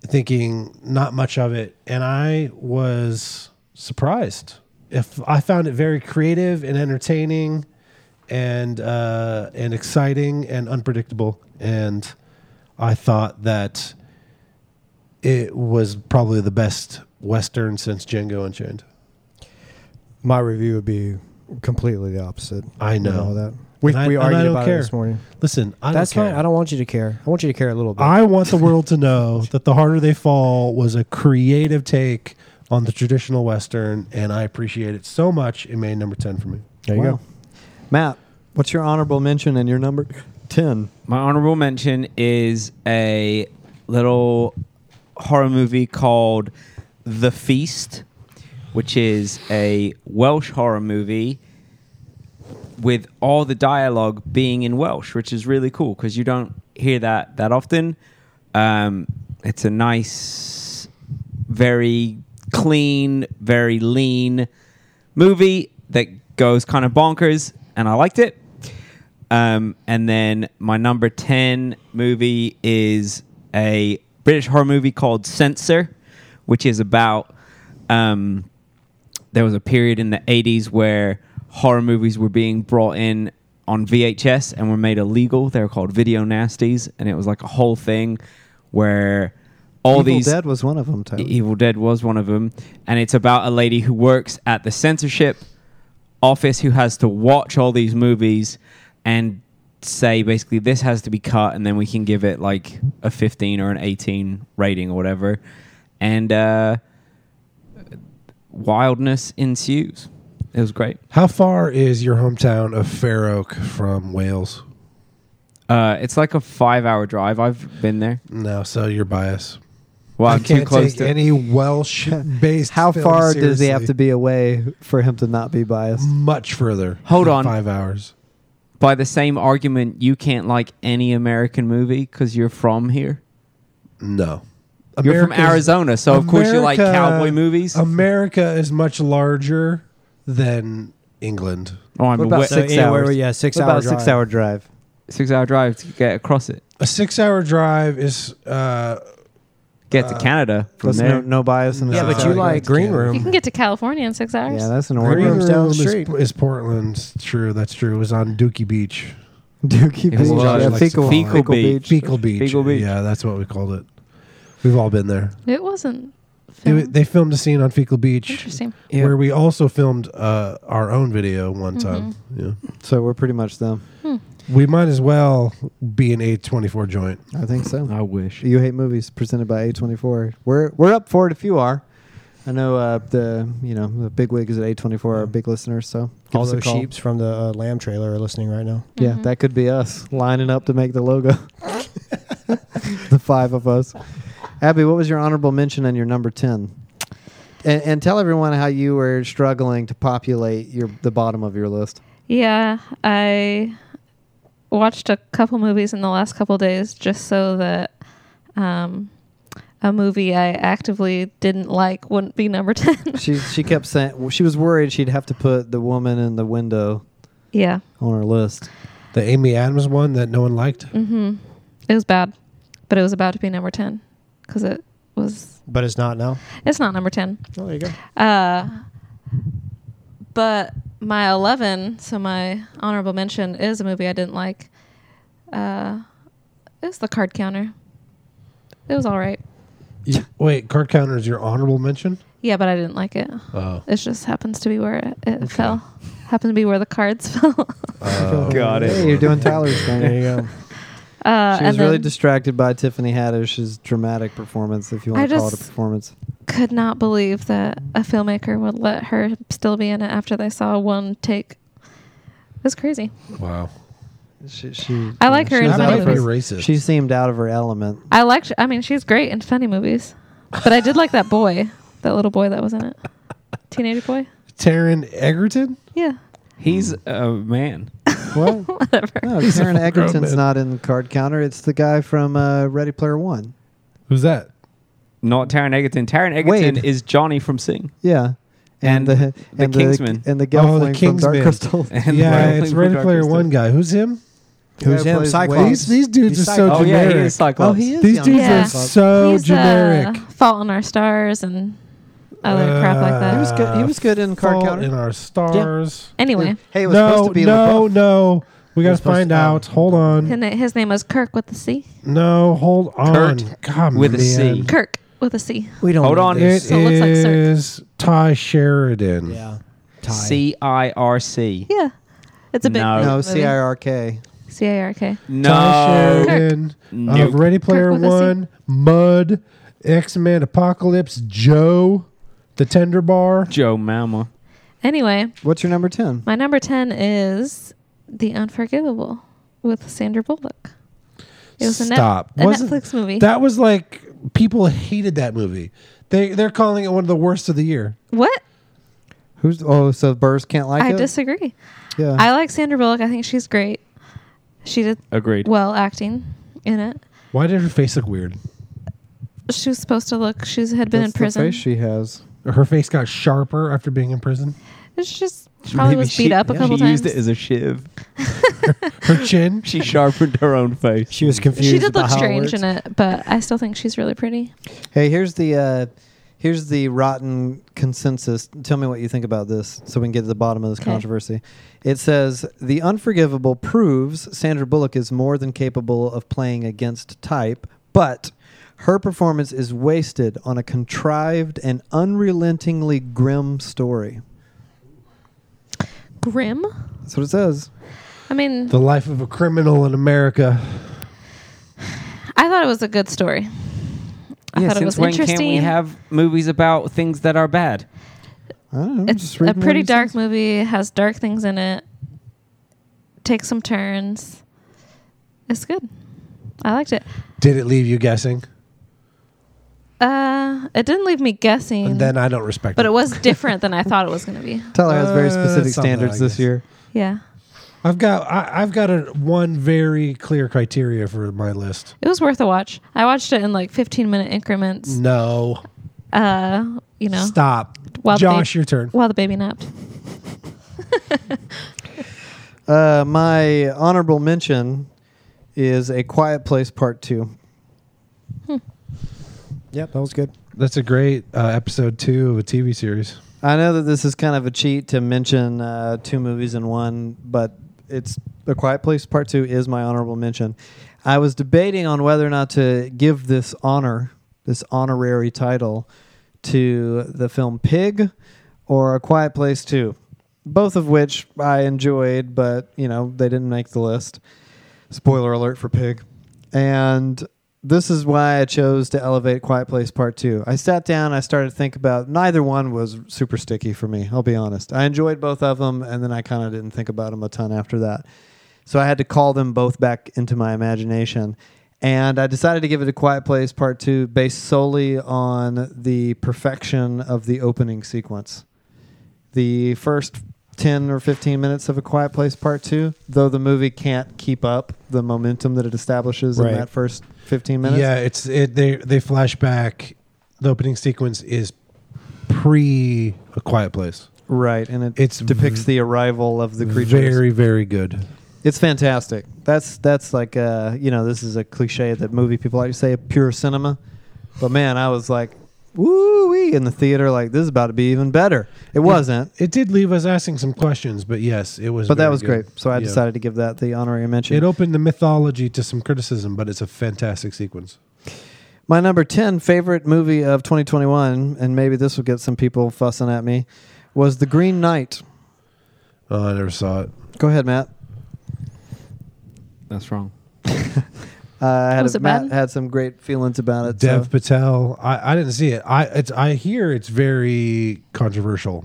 thinking not much of it, and I was surprised. If I found it very creative and entertaining, and uh, and exciting and unpredictable, and I thought that it was probably the best western since Django Unchained. My review would be completely the opposite. I You know. that we, And I- we and I argued don't about care. it this morning. Listen, I That's don't care. fine. I don't want you to care. I want you to care a little bit. I want the world to know that the harder they fall was a creative take on the traditional western, and I appreciate it so much. It made number ten for me. there you Wow. Matt, what's your honorable mention and your number 10? My honorable mention is a little horror movie called The Feast, which is a Welsh horror movie with all the dialogue being in Welsh, which is really cool because you don't hear that that often. Um, it's a nice, very clean, very lean movie that goes kind of bonkers, and I liked it. Um, and then my number 10 movie is a British horror movie called Censor, which is about um, there was a period in the 80s where horror movies were being brought in on VHS and were made illegal. They were called video nasties, and it was like a whole thing where all Evil these Dead was one of them. Totally. Evil Dead was one of them, and it's about a lady who works at the censorship office who has to watch all these movies and say basically this has to be cut, and then we can give it like a 15 or an 18 rating or whatever, and uh, wildness ensues. It was great. How far is your hometown of Fair Oak from Wales? Uh, it's like a five-hour drive. I've been there. No, so you're biased. Well, I I'm too can't close take to. any Welsh based. How far does he have to be away for him to not be biased? Much further. Hold than on. Five hours. by the same argument, you can't like any American movie because you're from here. No. you're from America's- Arizona, so of course you like America- um, cowboy movies. America is much larger than England. oh, I'm What about aware- six anywhere, hours? yeah, six What hour about drive. six hour drive. six hour drive to get across it, A six-hour drive is. Uh, get to Canada from That's there. no, no bias in the Yeah, six but hour you drive. like Green You Room. can get to California in six hours. Yeah, that's an Green orange Room down the is, street. is Portland. It's true. That's true. It was on Dookie Beach. *laughs* Dookie It was Beach. just Yeah, like fecal, fecal fecal beach. beach. Beagle Beach. Beagle Beach. Yeah, that's what we called it. We've all been there. It wasn't. They, filmed. they filmed a scene on Fecal Beach Interesting. Yeah. where we also filmed uh, our own video one time. Yeah. So we're pretty much them. We might as well be an A24 joint. I think so. I wish. You hate movies presented by A24. We're we're up for it if you are. I know uh, the you know the big wigs at A24 are big listeners, so give All us a those call. sheeps from the uh, lamb trailer are listening right now. Yeah, Mhm. that could be us lining up to make the logo. *laughs* the five of us. Abby, what was your honorable mention and your number ten? And, and tell everyone how you were struggling to populate your the bottom of your list. Yeah, I watched a couple movies in the last couple days just so that um, a movie I actively didn't like wouldn't be number *laughs* 10. She she kept saying she was worried she'd have to put the woman in the window yeah. on her list. The Amy Adams one that no one liked. Mhm. It was bad, but it was about to be number 10 cuz it was But it's not now. it's not number 10. Oh, there you go. Uh but my 11, so my honorable mention is a movie I didn't like. Uh it was The Card Counter. It was all right. Wait, card counter is your honorable mention? Yeah, but I didn't like it. Oh. It just happens to be where it, it fell. Happened to be where the cards *laughs* fell. Oh. Got it. Hey, you're doing Tyler's thing. Oh, There you go. *laughs* uh, She was and really then distracted by Tiffany Haddish's dramatic performance, if you I want to call it a just- performance. could not believe that a filmmaker would let her still be in it after they saw one take. It's crazy. Wow. She, she, I like her she in was That out of might be her- racist. She seemed out of her element. I liked. I mean, she's great in funny movies, but I did like that boy, that little boy that was in it, teenage boy. Taryn Egerton? Yeah, He's a man. What? whatever. No, Karen Egerton's man. not in Card Counter. It's the guy from uh, Ready Player One. *laughs* Who's that? Not Taron Egerton. Taron Egerton Wade. is Johnny from Sing. Yeah. And the the and Kingsman. the, and the Oh, the Gelfling from Dark *laughs* Kingsman. Crystal. *laughs* And yeah, Dark it's Crystal. Ready Dark Player Crystal. One guy. Who's him? Who's Guy him? plays Cyclops. Wade. These, these dudes He's are so psycho. Oh yeah, he generic. is Cyclops. Oh, he is. these young. dudes Yeah. are so He's, Oh, uh, generic. Uh, Fault in Our Stars and other crap like that. He was good- he was good in Card Fault Counter. in our stars. Anyway, Hey, it was No, supposed to be no, LaBeouf. no. We It gotta was supposed find to- out. Hold on. and it- his name was Kirk with the C. No, hold on. Kurt God, with a man. C. Kirk with a C. We don't. Hold need on. It this. So it looks like Cirque. is Ty Sheridan. Yeah. Ty. C I R C. Yeah, it's a big No. No, movie. C I R K. C I R K. Ty No. Sheridan Nope. of Ready Player with a C. One, Mud, X Men Apocalypse, Joe, The Tender Bar. Joe Mama. Anyway, What's your number ten? my number ten is The Unforgivable with Sandra Bullock. It was a, net- Stop. a Wasn't- Netflix movie. That was like people hated that movie. They they're calling it one of the worst of the year. what? Who's oh so Burrs can't like I it? disagree. yeah. I like Sandra Bullock. I think she's great. She did Agreed. well acting in it. Why did her face look weird? She was supposed to look. She had been That's in prison. The face she has. Her face got sharper after being in prison. it's just probably was beat up a couple She times. used it as a shiv. Her *laughs* chin. She sharpened her own face. She was confused. she did about look how it strange works. in it, but I still think she's really pretty. Hey, here's the uh, here's the rotten consensus. Tell me what you think about this, so we can get to the bottom of this 'Kay. controversy. It says the unforgivable proves Sandra Bullock is more than capable of playing against type, but her performance is wasted on a contrived and unrelentingly grim story. Grim. That's what it says. I mean, The life of a criminal in America. I thought it was a good story. I yeah, thought it since was when interesting. can we have movies about things that are bad? I don't know. I'm it's just Mm. a reading what pretty it dark says. movie. Has dark things in it. Takes some turns. It's good. I liked it. Did it leave you guessing? Uh, it didn't leave me guessing. And then I don't respect. but it was different than I thought it was going to be. Tyler has very Uh, specific something, I standards this guess. year. Yeah, I've got. I, I've got a one very clear criteria for my list. it was worth a watch. I watched it in like 15 minute increments. No. Uh, you know, Mm. Stop. Well, Josh, they- your turn. while the baby napped. Uh, my honorable mention is A Quiet Place Part Two. Yep, that was good. That's a great uh, episode two of a TV series. I know that this is kind of a cheat to mention uh, two movies in one, but it's A Quiet Place Part Two is my honorable mention. I was debating on whether or not to give this honor, this honorary title, to the film Pig or A Quiet Place Two, both of which I enjoyed, but you know they didn't make the list. Spoiler alert for Pig, and this is why I chose to elevate Quiet Place Part 2. I sat down, I started to think about neither one was super sticky for me, I'll be honest. I enjoyed both of them and then I kind of didn't think about them a ton after that. So I had to call them both back into my imagination. And I decided to give it a Quiet Place Part 2 based solely on the perfection of the opening sequence. The first 10 or 15 minutes of A Quiet Place Part 2, though the movie can't keep up the momentum that it establishes Right. in that first 15 minutes. Yeah, it's it. They they flash back. The opening sequence is pre A Quiet Place. Right, and it It's depicts the arrival of the creatures. Very very good. it's fantastic. That's that's like uh, you know this is a cliche that movie people like to say pure cinema, but man, I was like, woo wee in the theater like this is about to be even better. It wasn't, It did leave us asking some questions, but yes, it was. but that very was good. great. So I Yeah. decided to give that the honorary mention. It opened the mythology to some criticism, but it's a fantastic sequence. My number 10 favorite movie of 2021, and maybe this will get some people fussing at me, was The Green Knight. Oh, I never saw it. Go ahead, Matt. That's wrong. Uh, I had, Oh, Was a- it Matt bad? had some great feelings about it. Dev so- Patel. I, I didn't see it. I it's I hear it's very controversial.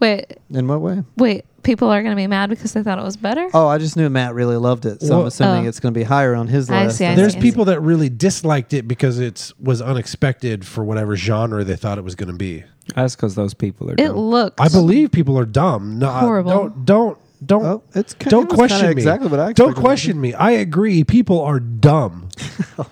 Wait, in what way? wait. People are going to be mad because they thought it was better. Oh, I just knew Matt really loved it, so I'm Well- assuming Oh. it's going to be higher on his I list. see, I than- There's see. people that really disliked it because it was unexpected for whatever genre they thought it was going to be. That's because those people are. it looked. I believe people are dumb. No, I- Horrible. Don't don't don't Oh, it's kind don't it was question kinda me. Exactly what I don't expected. *laughs* question me. I agree. People are dumb.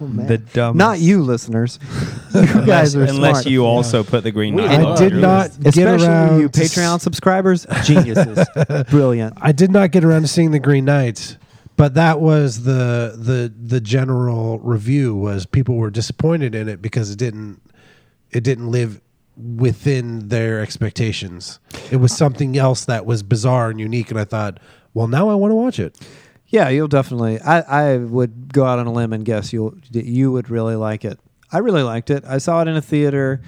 the dumb. Oh, Not you, listeners. *laughs* You guys are unless smart. you also put the green We knight. I I on did your not list. get Especially around. you to s- Patreon subscribers, *laughs* geniuses, brilliant. I did not get around to seeing the Green Knights, but that was the the the general review was people were disappointed in it because it didn't it didn't live within their expectations. It was something else that was bizarre and unique, and I thought, well, now I want to watch it. Yeah, you'll definitely. I, I would go out on a limb and guess you'll that you would really like it. I really liked it. I saw it in a theater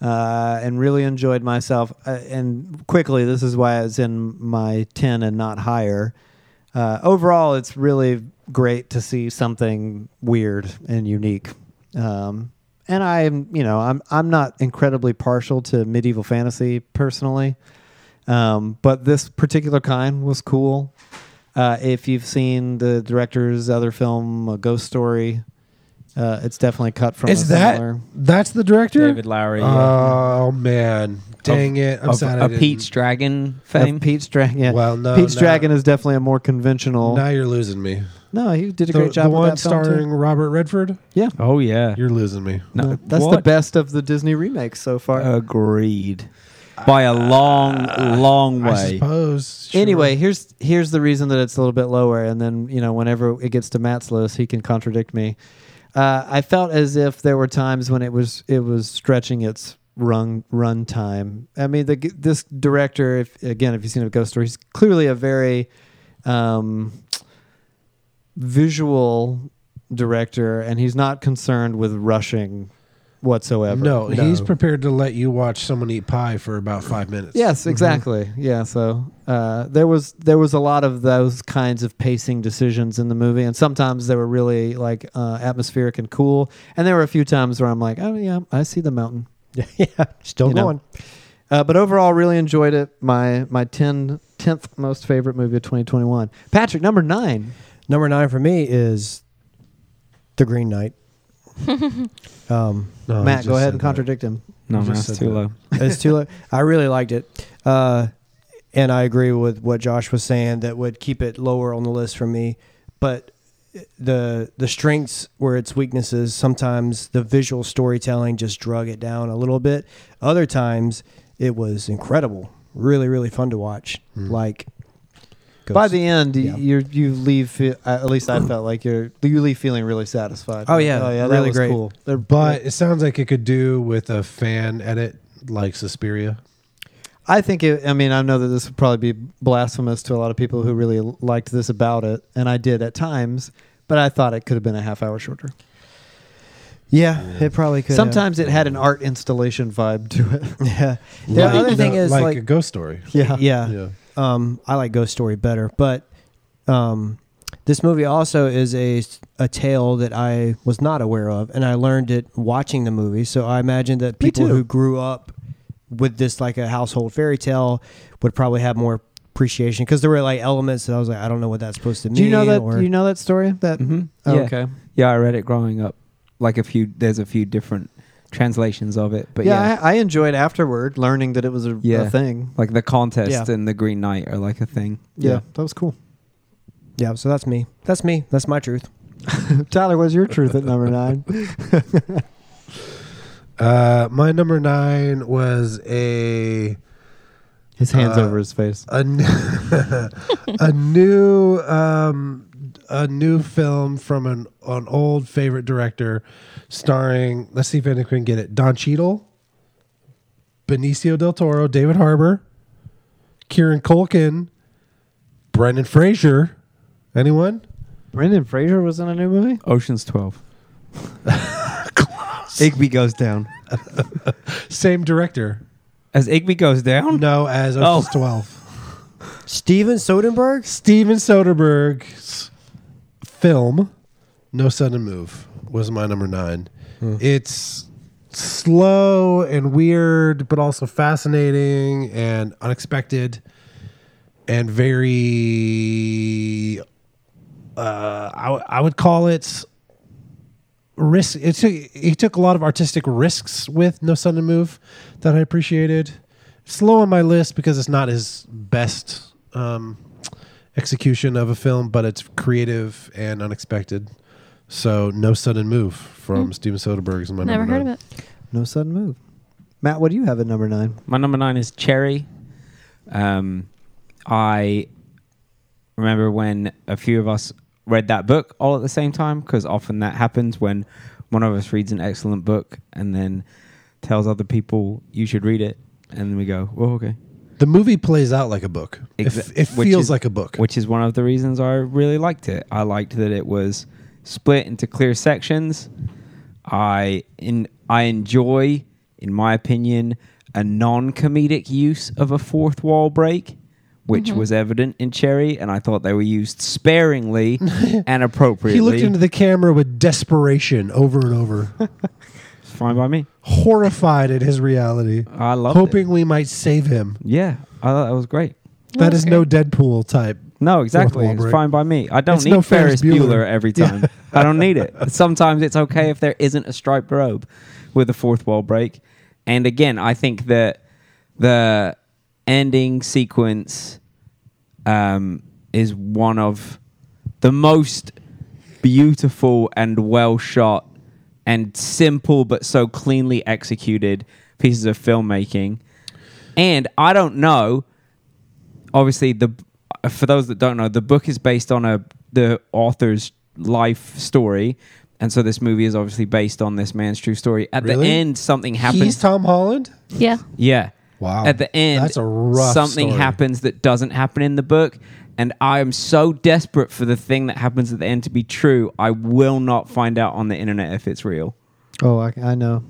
uh, and really enjoyed myself. Uh, and quickly, this is why it's in my ten and not higher. Uh, overall, it's really great to see something weird and unique. Um, and I'm, you know, I'm I'm not incredibly partial to medieval fantasy personally, um, but this particular kind was cool. Uh, if you've seen the director's other film, A Ghost Story, Uh, it's definitely cut from. Is a that similar- that's the director? David Lowry. uh, Oh man, dang it! I'm of, sad. I of didn't- Pete's Dragon fame. of Pete's Dragon? Yeah. Well, no, Pete's no. Dragon is definitely a more conventional. Now you're losing me. no, he did a The, great job. the with one that film, too. starring Robert Redford. oh yeah, You're losing me. No, No, that's the what? best of the Disney remakes so far. Agreed. By a long, long I way. suppose. sure. Anyway, here's here's the reason that it's a little bit lower, and then you know whenever it gets to Matt's list, he can contradict me. Uh, I felt as if there were times when it was it was stretching its run run time. I mean, the, this director, if again, if you've seen a ghost story, he's clearly a very um, visual director, and he's not concerned with rushing whatsoever. no, he's prepared to let you watch someone eat pie for about five minutes. Mm-hmm. Yes, exactly. Yeah, so uh, there was there was a lot of those kinds of pacing decisions in the movie, and sometimes they were really like uh, atmospheric and cool. And there were a few times where I'm like, oh yeah, I see the mountain. *laughs* yeah, still You know. going. Uh, but overall, really enjoyed it. My my 10, 10th most favorite movie of 2021. Patrick, number nine. Number nine for me is The Green Knight. um, No, I Matt, just go ahead said and that. contradict him. no, You man, just that's said too that. low. it's too low. I really liked it. Uh, and I agree with what Josh was saying that would keep it lower on the list for me. But the the strengths were its weaknesses. Sometimes the visual storytelling just drug it down a little bit. Other times it was incredible. Really, really fun to watch. Like By the end, Yeah. you you leave. fe- uh, At least I felt like you're you leave feeling really satisfied. Oh, yeah. oh yeah, that Really was great. cool. They're- But it sounds like it could do with a fan edit like Suspiria. I think it, I mean, I know that this would probably be blasphemous to a lot of people who really liked this about it, and I did at times, but I thought it could have been a half hour shorter. yeah, it probably could. have. Sometimes it had an art installation vibe to *laughs* it. yeah. The Like- other thing no, is like, like a ghost story. Yeah. yeah. yeah. um, I like Ghost Story better, but um, this movie also is a a tale that I was not aware of, and I learned it watching the movie. So I imagine that Me people too. who grew up with this like a household fairy tale would probably have more appreciation because there were like elements that I was like, I don't know what that's supposed to mean. Do you know that? or- you know that story? That Mhm. oh, yeah. okay. yeah, I read it growing up. Like a few, there's a few different translations of it, but yeah, yeah, I, I enjoyed afterward learning that it was a, a Yeah. thing. like the contest Yeah. and the Green Knight are like a thing. Yeah, Yeah. that was cool. *laughs* yeah, so that's me. That's me. That's my truth. Tyler, was your truth at number nine? Uh, my number nine was a *laughs* His hands Uh, over his face. a, n- *laughs* a new um, a new film from an an old favorite director, starring. Let's see if anyone can get it. Don Cheadle, Benicio del Toro, David Harbour, Kieran Culkin, Brendan Fraser. Anyone? Brendan Fraser was in a new movie. Ocean's Twelve. Igby goes down. Same director. As Igby goes down, No, as Ocean's Twelve. Steven Soderbergh. Steven Soderbergh's film, No Sudden Move, was my number nine. It's slow and weird, but also fascinating and unexpected, and very. Uh, I w- I would call it risk. It took, he took a lot of artistic risks with No Sudden Move that I appreciated. It's low on my list because it's not his best um, execution of a film, but it's creative and unexpected. So No Sudden Move from Steven Soderbergh is my Hmm. Never number heard of nine. it. No sudden move. Matt, what do you have at number nine? My number nine is Cherry. Um, I remember when a few of us read that book all at the same time because often that happens when one of us reads an excellent book and then tells other people you should read it, and then we go, "Well, okay." The movie plays out like a book. It Exa- f- it which feels is- like a book. Which is one of the reasons I really liked it. I liked that it was split into clear sections. I in I enjoy, in my opinion, a non-comedic use of a fourth wall break, which was evident in Cherry, and I thought they were *laughs* used sparingly and appropriately. he looked into the camera with desperation over and over, *laughs* It's fine by me. horrified at his reality, I loved it. hoping we might save him. Yeah, I thought that was great. That That was is no Deadpool type No, exactly. wall It's break. fine by me. I don't It's need no Ferris Ferris Bueller, Bueller. every time. I don't *laughs* need it. Sometimes it's okay if there isn't a striped robe with a fourth wall break. And again, I think that the ending sequence um, is one of the most beautiful and well shot and simple but so cleanly executed pieces of filmmaking. And I don't know obviously the for those that don't know, the book is based on a the author's life story, and so this movie is obviously based on this man's true story. At the Really? end, something happens. He's Tom Holland. Yeah. yeah. Wow. At the end, That's a rough something story. happens that doesn't happen in the book, and I am so desperate for the thing that happens at the end to be true. I will not find out on the internet if it's real. Oh, I, I know.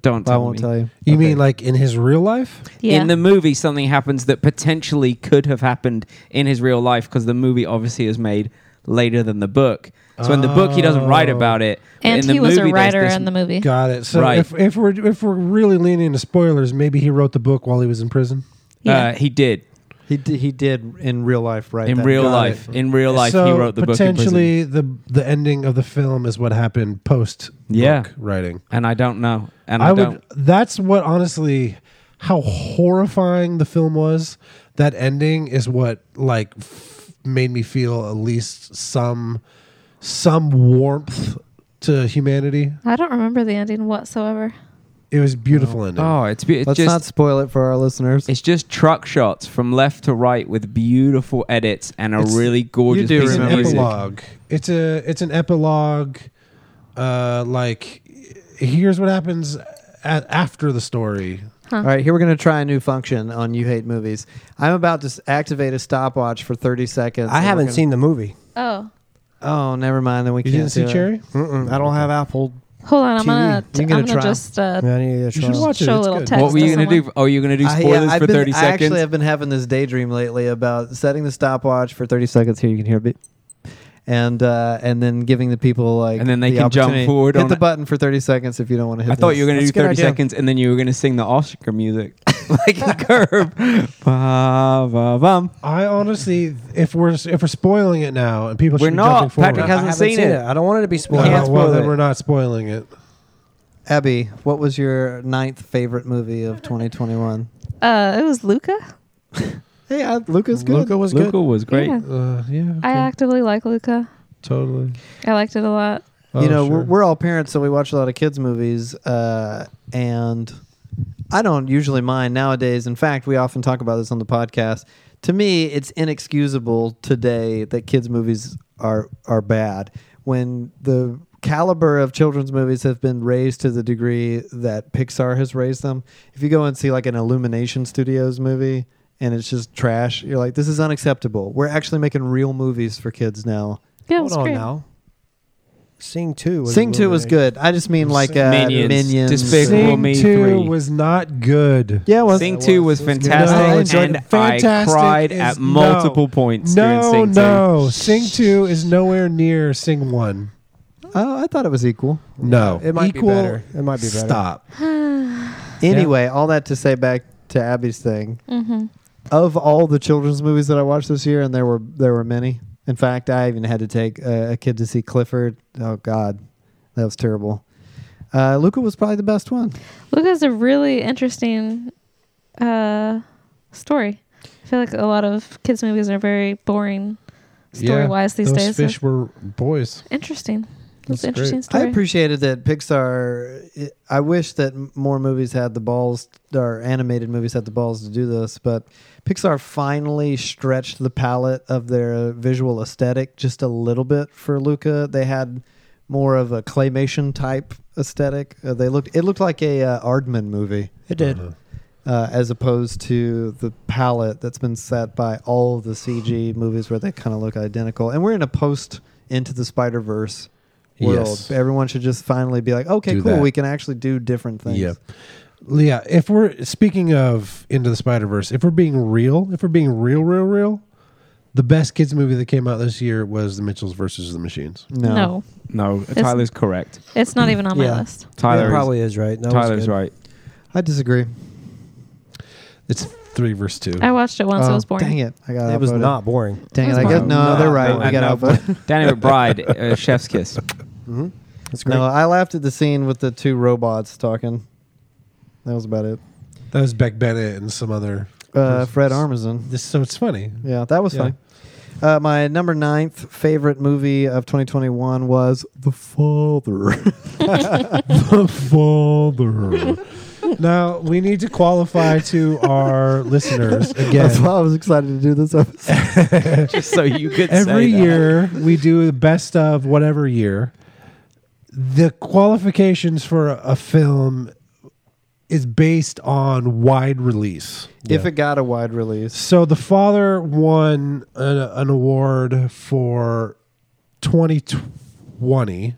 Don't But tell I won't me. tell you. You mean like in his real life? Yeah. In the movie, something happens that potentially could have happened in his real life because the movie obviously is made later than the book. So in the book, he doesn't write Oh. about it. but and in the he was a movie, there's writer this- in the movie. Got it. So Right. if, if we're if we're really leaning into spoilers, maybe he wrote the book while he was in prison. Yeah. Uh, he did He did, he did in real life, right? in real got life. In real life, so he wrote the book. in prison. potentially the the ending of the film is what happened post Yeah. book writing. and I don't know. And I, I would. don't. That's what honestly, how horrifying the film was. That ending is what like f- made me feel at least some some warmth to humanity. I don't remember the ending whatsoever. It was beautiful ending. Oh, it's, be- it's Let's just not spoil it for our listeners. it's just truck shots from left to right with beautiful edits and a It's- really gorgeous do piece it's an of remember music. epilogue. It's a it's an epilogue. Uh, like here's what happens a after the story. All right, here we're going to try a new function on You Hate Movies. I'm about to s- activate a stopwatch for 30 seconds. I and we're haven't gonna- seen the movie. Oh, Oh, never mind. Then we You can't didn't see do it. Cherry? Mm-mm, I don't have Apple. hold on. I'm TV. gonna. You I'm gonna gonna, try? just uh, I need to should try. watch- it, show a it's little good. text. What were you going gonna to do? Oh, you're gonna do I- yeah, spoilers I've for been- thirty I actually seconds. have been having this daydream lately about setting the stopwatch for 30 seconds. Here, you can hear a bit. And uh, and then giving the people like And then they the can jump opportunity- forward hit on the it. button for 30 seconds if you don't want to hit. I thought this. you were going to do That's a good 30 idea. seconds and then you were going to sing the Oscar music like a curve. Ba, ba, bum. I honestly, if we're if we're spoiling it now, and people We're should be not. jumping forward. Patrick I has- hasn't haven't seen it. I don't want it to be Oh, spoiled. Can't well, spoil then it. we're not spoiling it. Abby, what was your ninth favorite movie of 2021? Uh, it was Luca. Hey, I, Luca's good. Luca was Luca good. was great. Yeah. Uh, yeah, I okay, actively like Luca. totally. I liked it a lot. Oh, you know, sure. we're, we're all parents, so we watch a lot of kids' movies, uh, and I don't usually mind nowadays. In fact, we often talk about this on the podcast. To me, it's inexcusable today that kids' movies are are bad when the caliber of children's movies have been raised to the degree that Pixar has raised them. If you go and see like an Illumination Studios movie and it's just trash, you're like, this is unacceptable. We're actually making real movies for kids now. Yeah, it Hold was on great. now. Sing two. was Sing a two was movie. good. I just mean like uh, Minions. minions. Despicable Sing Me two three. was not good. Yeah, it was. Sing 2 was, It good. No, I fantastic enjoyed and it. Fantastic I cried is- at no. multiple points No, during Sing 2. no, Sing two is nowhere near Sing one. Oh, I thought it was equal. No, It might Equal- be better. It might be better. Stop. Anyway, all that to say back to Abby's thing. *sighs* Mm-hmm. Of all the children's movies that I watched this year, and there were there were many. In fact, I even had to take a, a kid to see Clifford. Oh God, that was terrible. Uh, Luca was probably the best one. Luca's a really interesting uh, story. I feel like a lot of kids' movies are very boring story wise these Those days. fish were boys. Interesting. It's That's an interesting I story. appreciated that Pixar. it- I wish that m- more movies had the balls, or animated movies had the balls to do this, but Pixar finally stretched the palette of their visual aesthetic just a little bit for Luca. They had more of a claymation type aesthetic. Uh, they looked. It looked like a uh, Aardman movie It did. Uh-huh. uh, as opposed to the palette that's been set by all the CG movies where they kind of look identical. And we're in a post Into the Spider Verse world. Yes. Everyone should just finally be like, okay, Do cool, that. we can actually do different things. Yep. Yeah, if we're speaking of Into the Spider Verse, if we're being real, if we're being real, real, real, the best kids movie that came out this year was The Mitchells versus the Machines. No. no, No, Tyler's correct. it's not even on my Yeah. list. Tyler it is- probably is right. That was Tyler's good. right. I disagree. It's three verse two. I watched it once. it was boring. Oh, Dang it! I got It was outvoted. not boring. Dang it! It I was guess boring. no. Not They're right. boring. We got No. outvoted. Danny McBride, uh, Chef's Kiss. That's great. No, I laughed at the scene with the two robots talking. That was about it. That was Beck Bennett and some other. Uh, Fred Armisen. This so it's funny. Yeah, that was Yeah. funny. Uh, my number ninth favorite movie of 2021 was The *laughs* Father. the father. now we need to qualify *laughs* to our listeners That's again. why I was excited to do this episode. Just so you *laughs* could Every say that. year we do the best of whatever year. The qualifications for a, a film is based on wide release. If it got a wide release, So the father won an, an award for 2020,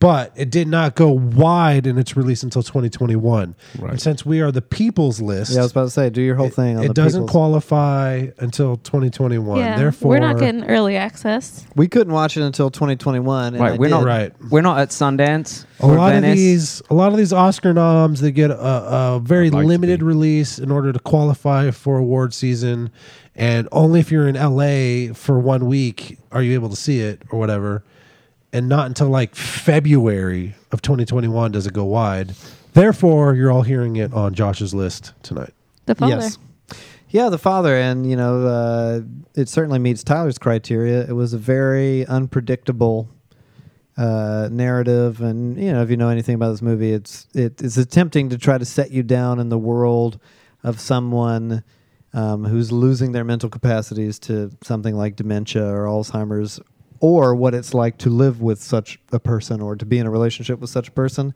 but it did not go wide in its release until 2021. And since we are the people's list, yeah, I was about to say, do your whole thing. On it the doesn't people's- qualify until 2021. Yeah, Therefore, we're not getting early access. We couldn't watch it until 2021. and Right, I we're not did. right. We're not at Sundance A or lot of Venice. these, a lot of these Oscar noms, they get a, a very like to limited be. release in order to qualify for award season, and only if you're in LA for one week are you able to see it or whatever, and not until like February of 2021 does it go wide. Therefore, you're all hearing it on Josh's list tonight. The father. Yes. Yeah, the father, and you know, uh, it certainly meets Tyler's criteria. It was a very unpredictable uh, narrative, and you know, if you know anything about this movie, it's it, it's attempting to try to set you down in the world of someone um, who's losing their mental capacities to something like dementia or Alzheimer's, or what it's like to live with such a person or to be in a relationship with such a person.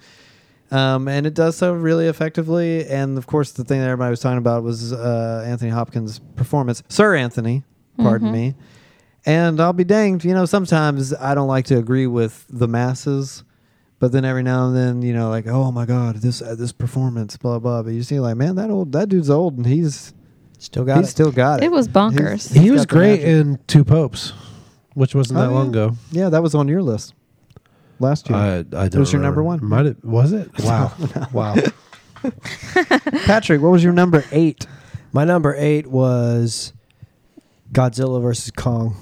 Um, and it does so really effectively. And of course, the thing that everybody was talking about was uh, Anthony Hopkins' performance. Sir Anthony, pardon me. And I'll be danged, you know, sometimes I don't like to agree with the masses. But then every now and then, you know, like, oh my God, this uh, this performance, blah blah. But you see, like, man, that old that dude's old, and he's Still got he's it. still got it. It was bonkers. He's he was got the great magic. in Two Popes, which wasn't Oh, that long yeah. ago. yeah, that was on your list last year. I, I don't was your number one? remember. Might it, was it? *laughs* Wow, wow. Patrick, what was your number eight? My number eight was Godzilla versus Kong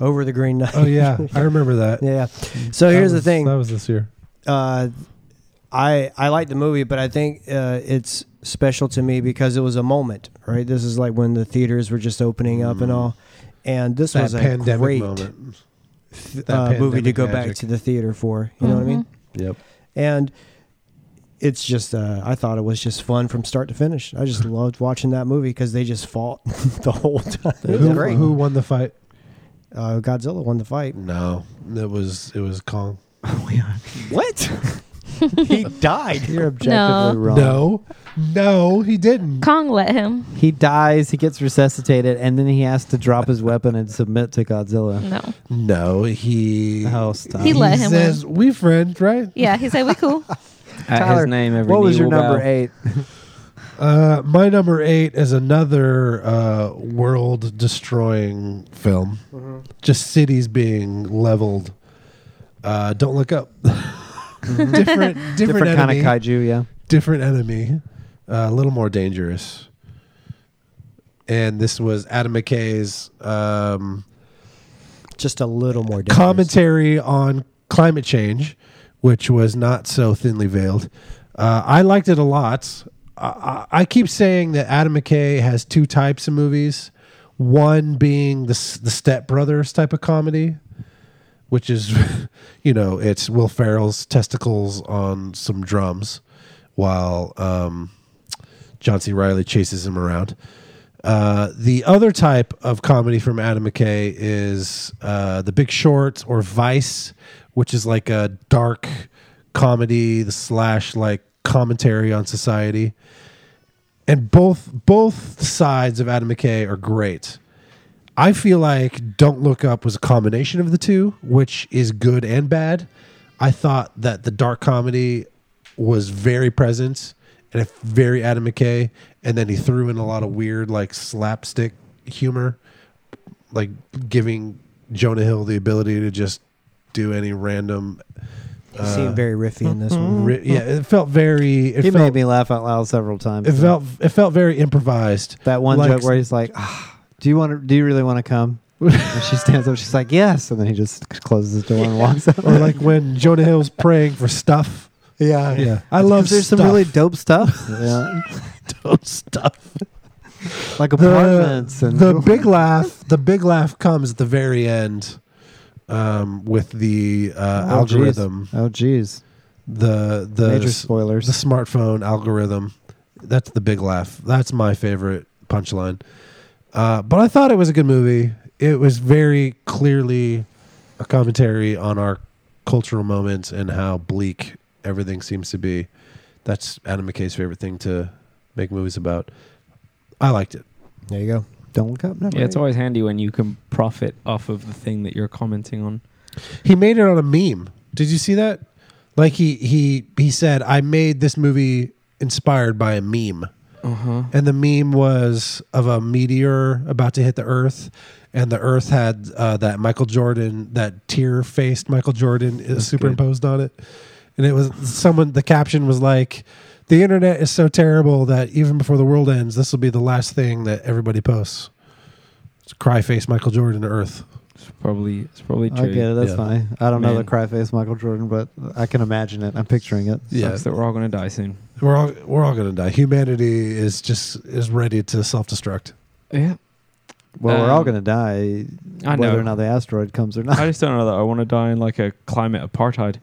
over the Green Knight. Oh yeah, I remember that. *laughs* yeah. So That here's was- the thing. That was this year. uh, I I like the movie, but I think uh, it's special to me because it was a moment, right? This is like when the theaters were just opening up and all, and this that was a pandemic great moment. f- That uh, movie to pandemic go magic. back to the theater for. You know what I mean? Yep. And it's just uh, I thought it was just fun from start to finish. *laughs* I just loved watching that movie because they just fought *laughs* the whole time. Who, who won the fight? Uh, Godzilla won the fight. No, it was it was Kong. What? *laughs* he died. You're objectively No. wrong. No, no, he didn't. Kong let him. He dies, he gets resuscitated, and then he has to drop his weapon and submit to Godzilla. No. No, he Oh, stop. He let him says we friends, right? Yeah, he said *laughs* we cool. At Tyler, his name every what was knee your will number bow. eight? Uh, my number eight is another uh, world-destroying film. Mm-hmm. Just cities being leveled. Uh, don't look up. *laughs* Mm-hmm. different, different, Different kind of enemy. kaiju, yeah. different enemy, uh, a little more dangerous. And this was Adam McKay's um, Just a little more. dangerous. commentary on climate change, which was not so thinly veiled. Uh, I liked it a lot. I, I I keep saying that Adam McKay has two types of movies. One being the s- the Step Brothers type of comedy, which is, *laughs* you know, it's Will Ferrell's testicles on some drums, while um, John C. Riley chases him around. Uh, the other type of comedy from Adam McKay is uh, The Big Short or Vice, which is like a dark comedy slash like commentary on society. And both both sides of Adam McKay are great. I feel like Don't Look Up was a combination of the two, which is good and bad. I thought that the dark comedy was very present and it- very Adam McKay, and then he threw in a lot of weird, like slapstick humor, like giving Jonah Hill the ability to just do any random uh, He Uh, seemed very riffy in this mm-hmm. one. Ri- yeah, it felt very. It He felt, made me laugh out loud several times. It felt. It felt very improvised. that one like- joke where he's like, "Ah, "Do you want to? Do you really want to *laughs* come?" and she stands up. She's like, "Yes," and then he just closes the door and walks out. or like when Jonah Hill's praying for stuff. Yeah, *laughs* Yeah, I love. There's stuff. some really dope *laughs* stuff. yeah, dope stuff. like The, apartments and the big laugh. The big laugh comes at the very end, um, with the uh, Oh, geez. algorithm. *laughs* Oh, geez, The the major s- spoilers. the smartphone algorithm. That's the big laugh. That's my favorite punchline. Uh, but I thought it was a good movie. It was very clearly a commentary on our cultural moments and how bleak everything seems to be. That's Adam McKay's favorite thing to make movies about. I liked it. there you go. Don't look up. Never Yeah, it's mind. always handy when you can profit off of the thing that you're commenting on. He made it on a meme. Did you see that? Like he he he said, "I made this movie inspired by a meme." Uh huh. and the meme was of a meteor about to hit the earth and the earth had uh, that michael jordan that tear faced michael jordan is superimposed on it and it was someone the caption was like the internet is so terrible that even before the world ends this will be the last thing that everybody posts it's cry face michael jordan to earth It's probably it's probably I true. get it. That's Yeah. fine. I don't know the Man. cry face Michael Jordan, but I can imagine it. I'm picturing it. yeah Sucks that we're all gonna die soon. we're all we're all gonna die humanity is just is ready to self-destruct Yeah. Well, we're all Um, gonna die, I know. whether or not the asteroid comes or not. I just don't know that I want to die in like a climate *laughs* apartheid.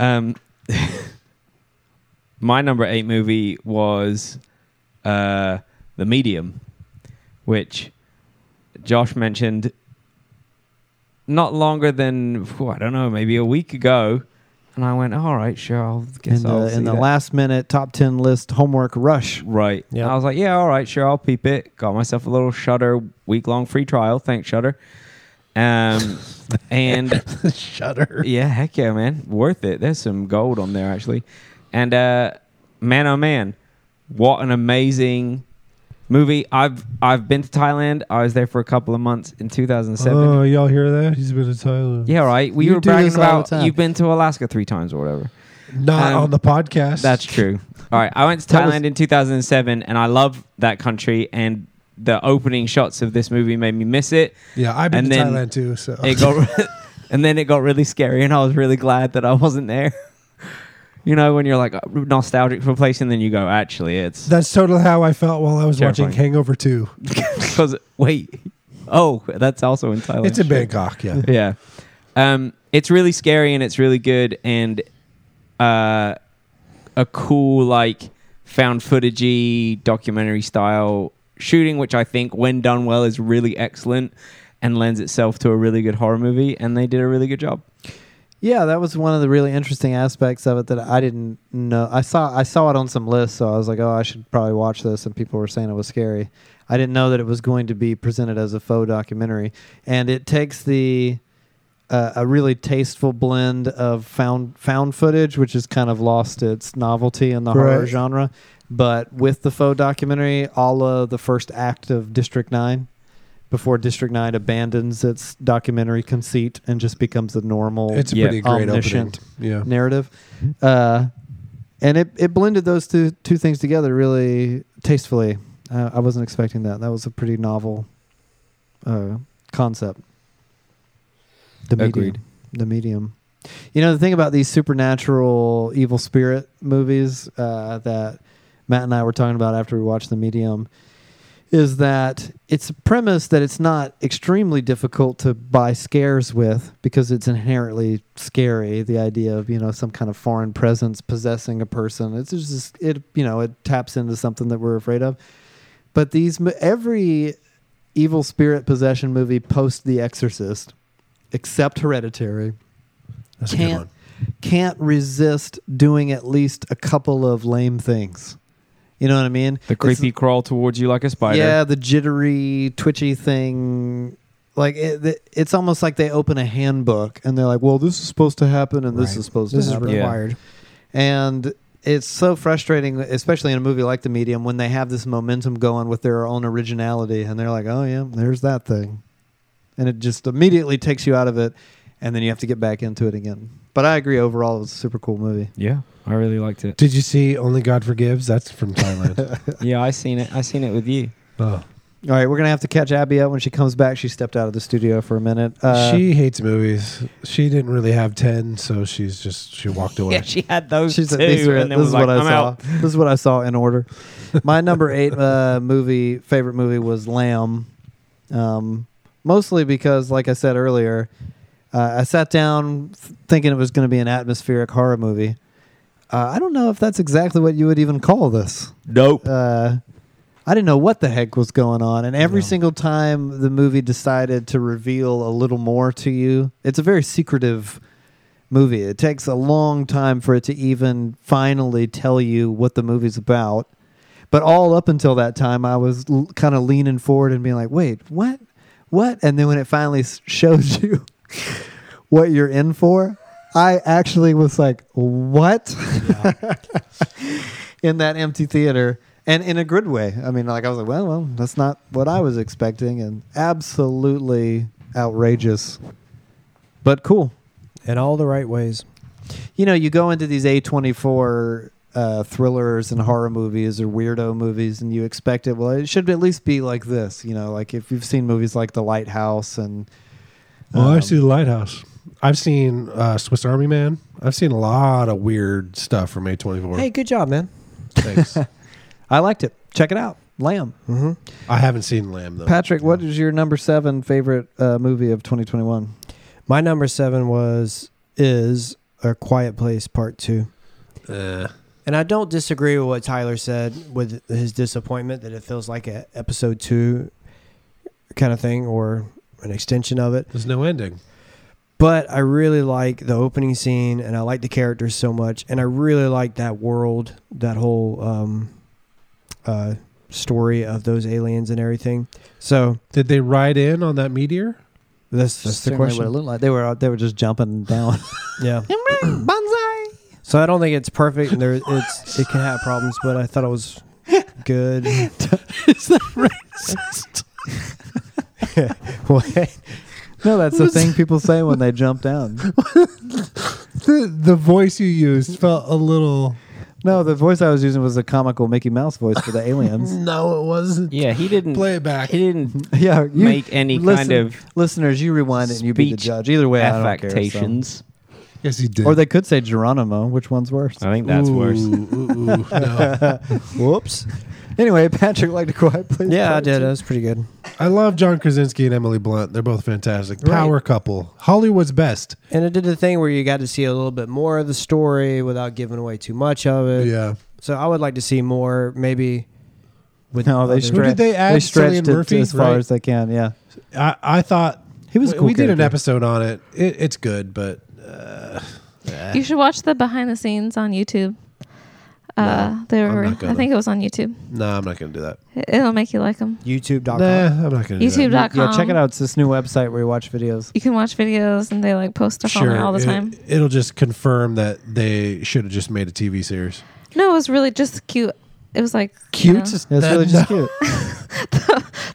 um, my number eight movie was uh, The Medium, which Josh mentioned not longer than phew, I don't know, maybe a week ago, and I went, "All right, sure, I'll guess uh, in I'll the, see in the that." last minute top 10 list homework rush. Right. Yeah. I was like, yeah, all right, sure, I'll peep it. Got myself a little Shutter week long free trial. Thanks, Shutter. *laughs* Um, and shudder yeah, heck yeah, man, worth it. There's some gold on there actually. And uh, man, oh man, what an amazing movie! I've I've been to Thailand. I was there for a couple of months in 2007. oh y'all hear that he's been in thailand yeah, right. We You were do bragging this all about the time. you've been to Alaska three times or whatever. not Um, on the podcast That's true. All right, I went to That was- Thailand in 2007, and I love that country. And the opening shots of this movie made me miss *laughs* it. Yeah, I've been And to then Thailand too. So It got, *laughs* and then it got really scary, and I was really glad that I wasn't there. *laughs* You know, when you're like nostalgic for a place, and then you go, actually, it's *laughs* that's totally how I felt while I was watching Terrifying. Hangover Two. *laughs* because wait, oh, that's also in Thailand. It's in Shit. Bangkok. Yeah, *laughs* yeah. Um, it's really scary and it's really good and uh, a cool like found footagey documentary style shooting, which I think when done well is really excellent and lends itself to a really good horror movie. And they did a really good job. Yeah, that was one of the really interesting aspects of it that I didn't know. I saw I saw it on some lists, so I was like, "Oh, I should probably watch this." And people were saying it was scary. I didn't know that it was going to be presented as a faux documentary, and it takes the uh, a really tasteful blend of found found footage, which has kind of lost its novelty in the horror Right. genre, but with the faux documentary, all of the first act of District Nine before District Nine abandons its documentary conceit and just becomes a normal it's a Yeah. pretty great Omniscient. opening. Yeah, narrative. Uh, and it, it blended those two two things together really tastefully. Uh, I wasn't expecting that. That was a pretty novel uh, concept. The medium. Agreed. The medium. You know the thing about these supernatural evil spirit movies uh, that Matt and I were talking about after we watched The Medium is that it's a premise that it's not extremely difficult to buy scares with because it's inherently scary the idea of you know some kind of foreign presence possessing a person it's just it you know it taps into something that we're afraid of but these mo- every evil spirit possession movie post the exorcist except hereditary that's a good one. can't can't resist doing at least a couple of lame things you know what i mean The It's- creepy crawl towards you like a spider. yeah, the jittery, twitchy thing. Like it, it- it's almost like they open a handbook and they're like, "Well, this is supposed to happen, and this Right. is supposed This to is happen." Yeah. required. And it's so frustrating, especially in a movie like The Medium, when they have this momentum going with their own originality, and they're like, "Oh yeah, there's that thing," and it just immediately takes you out of it. and then you have to get back into it again. But I agree overall, it was a super cool movie. Yeah, I really liked it. Did you see Only God Forgives? That's from *laughs* Thailand. Yeah, I seen it. I seen it with you. oh. All right, we're gonna have to catch Abby up when she comes back. She stepped out of the studio for a minute. Uh, she hates movies. She didn't really have 10, so she's just, she walked away. *laughs* Yeah, she had those She's two, like, these are, and this then was is like, what I I'm saw. out. *laughs* This is what I saw in order. My number eight uh, movie favorite movie was Lamb, um, mostly because, like I said earlier, uh, I sat down th- thinking it was going to be an atmospheric horror movie. Uh, I don't know if that's exactly what you would even call this. Nope. Uh, I didn't know what the heck was going on, and every No. single time the movie decided to reveal a little more to you, it's a very secretive movie. It takes a long time for it to even finally tell you what the movie's about. But all up until that time, I was l- kind of leaning forward and being like, wait, what? What? And then when it finally s- *laughs* shows you what you're in for, I actually was like, what? *laughs* in that empty theater. And in a good way. I mean, like, I was like, well, well, that's not what I was expecting. And absolutely outrageous, but cool in all the right ways. you know, you go into these A24 uh, thrillers and horror movies or weirdo movies and you expect it, well, it should at least be like this, you know, like if you've seen movies like The Lighthouse and. Well, um, I've seen Oh, The Lighthouse. I've seen uh, Swiss Army Man. I've seen a lot of weird stuff from A24. Hey, good job, man. Thanks. I liked it. Check it out. Lamb. Mm-hmm. I haven't seen Lamb, though. Patrick, what is your number seven favorite uh, movie of 2021? My number seven was is a Quiet Place Part Two, Uh, and I don't disagree with what Tyler said with his disappointment that it feels like a episode two kind of thing or an extension of it. there's no ending. But I really like the opening scene, and I like the characters so much, and I really like that world, that whole um, uh, story of those aliens and everything. So Did they ride in on that meteor? that's that's the Certainly What it question. looked like. They were out- they were just jumping down. Yeah. So I don't think it's perfect. And there, it's it can have problems, but I thought it was good. *laughs* What? No, that's the thing people say when they jump down. The, the voice you used felt a little. *laughs* No, the voice I was using was a comical Mickey Mouse voice *laughs* for the aliens. No, it wasn't. Yeah, he didn't. Play it back. He didn't yeah, you, make any listen, kind of listeners, you rewind it and you be the speech judge. Either way, I don't care. so. affectations. Yes, he did. Or they could say Geronimo. Which one's worse? I think that's Ooh, worse. ooh, ooh, Uh. no. Whoops. *laughs* Anyway, Patrick liked a quiet place. Yeah, I Part did. Two. That was pretty good. *laughs* I love John Krasinski and Emily Blunt. They're both fantastic. Right. Power couple. Hollywood's best. And it did the thing where you got to see a little bit more of the story without giving away too much of it. yeah. So I would like to see more, maybe. With No, they other- Who stretched. did they add? They stretched Cillian it Murphy, as far right? as they can. Yeah, I, I thought he was. A we, cool we did an character. episode on it. it it's good, but uh, You should watch the behind the scenes on YouTube. Uh, they I'm were, not gonna. I think it was on YouTube. no, nah, I'm not gonna do that. It- It'll make you like them. YouTube.com. Nah, I'm not gonna. Do that. YouTube.com. Yeah, check it out. It's this new website where you watch videos. You can watch videos and they like post stuff on there all the it, time. It'll just confirm that they should have just made a TV series. No, it was really just cute. It was like you know, is Yeah, it's really *laughs* just cute.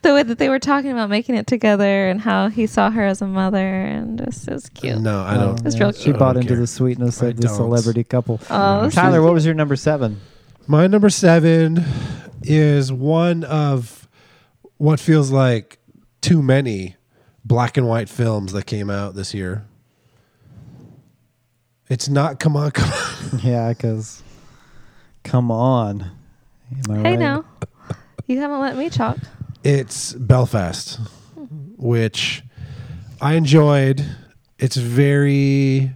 the way that they were talking about making it together and how he saw her as a mother and just it was cute. No, I don't. It's real She cute. bought I don't into care. the sweetness I of the don't. celebrity couple. Oh, that's Tyler, what was your number seven? *laughs* My number seven is one of what feels like too many black and white films that came out this year. It's not come on, come on. Yeah, because come on. Am I hey right? now, you haven't let me talk. It's Belfast, which I enjoyed. It's very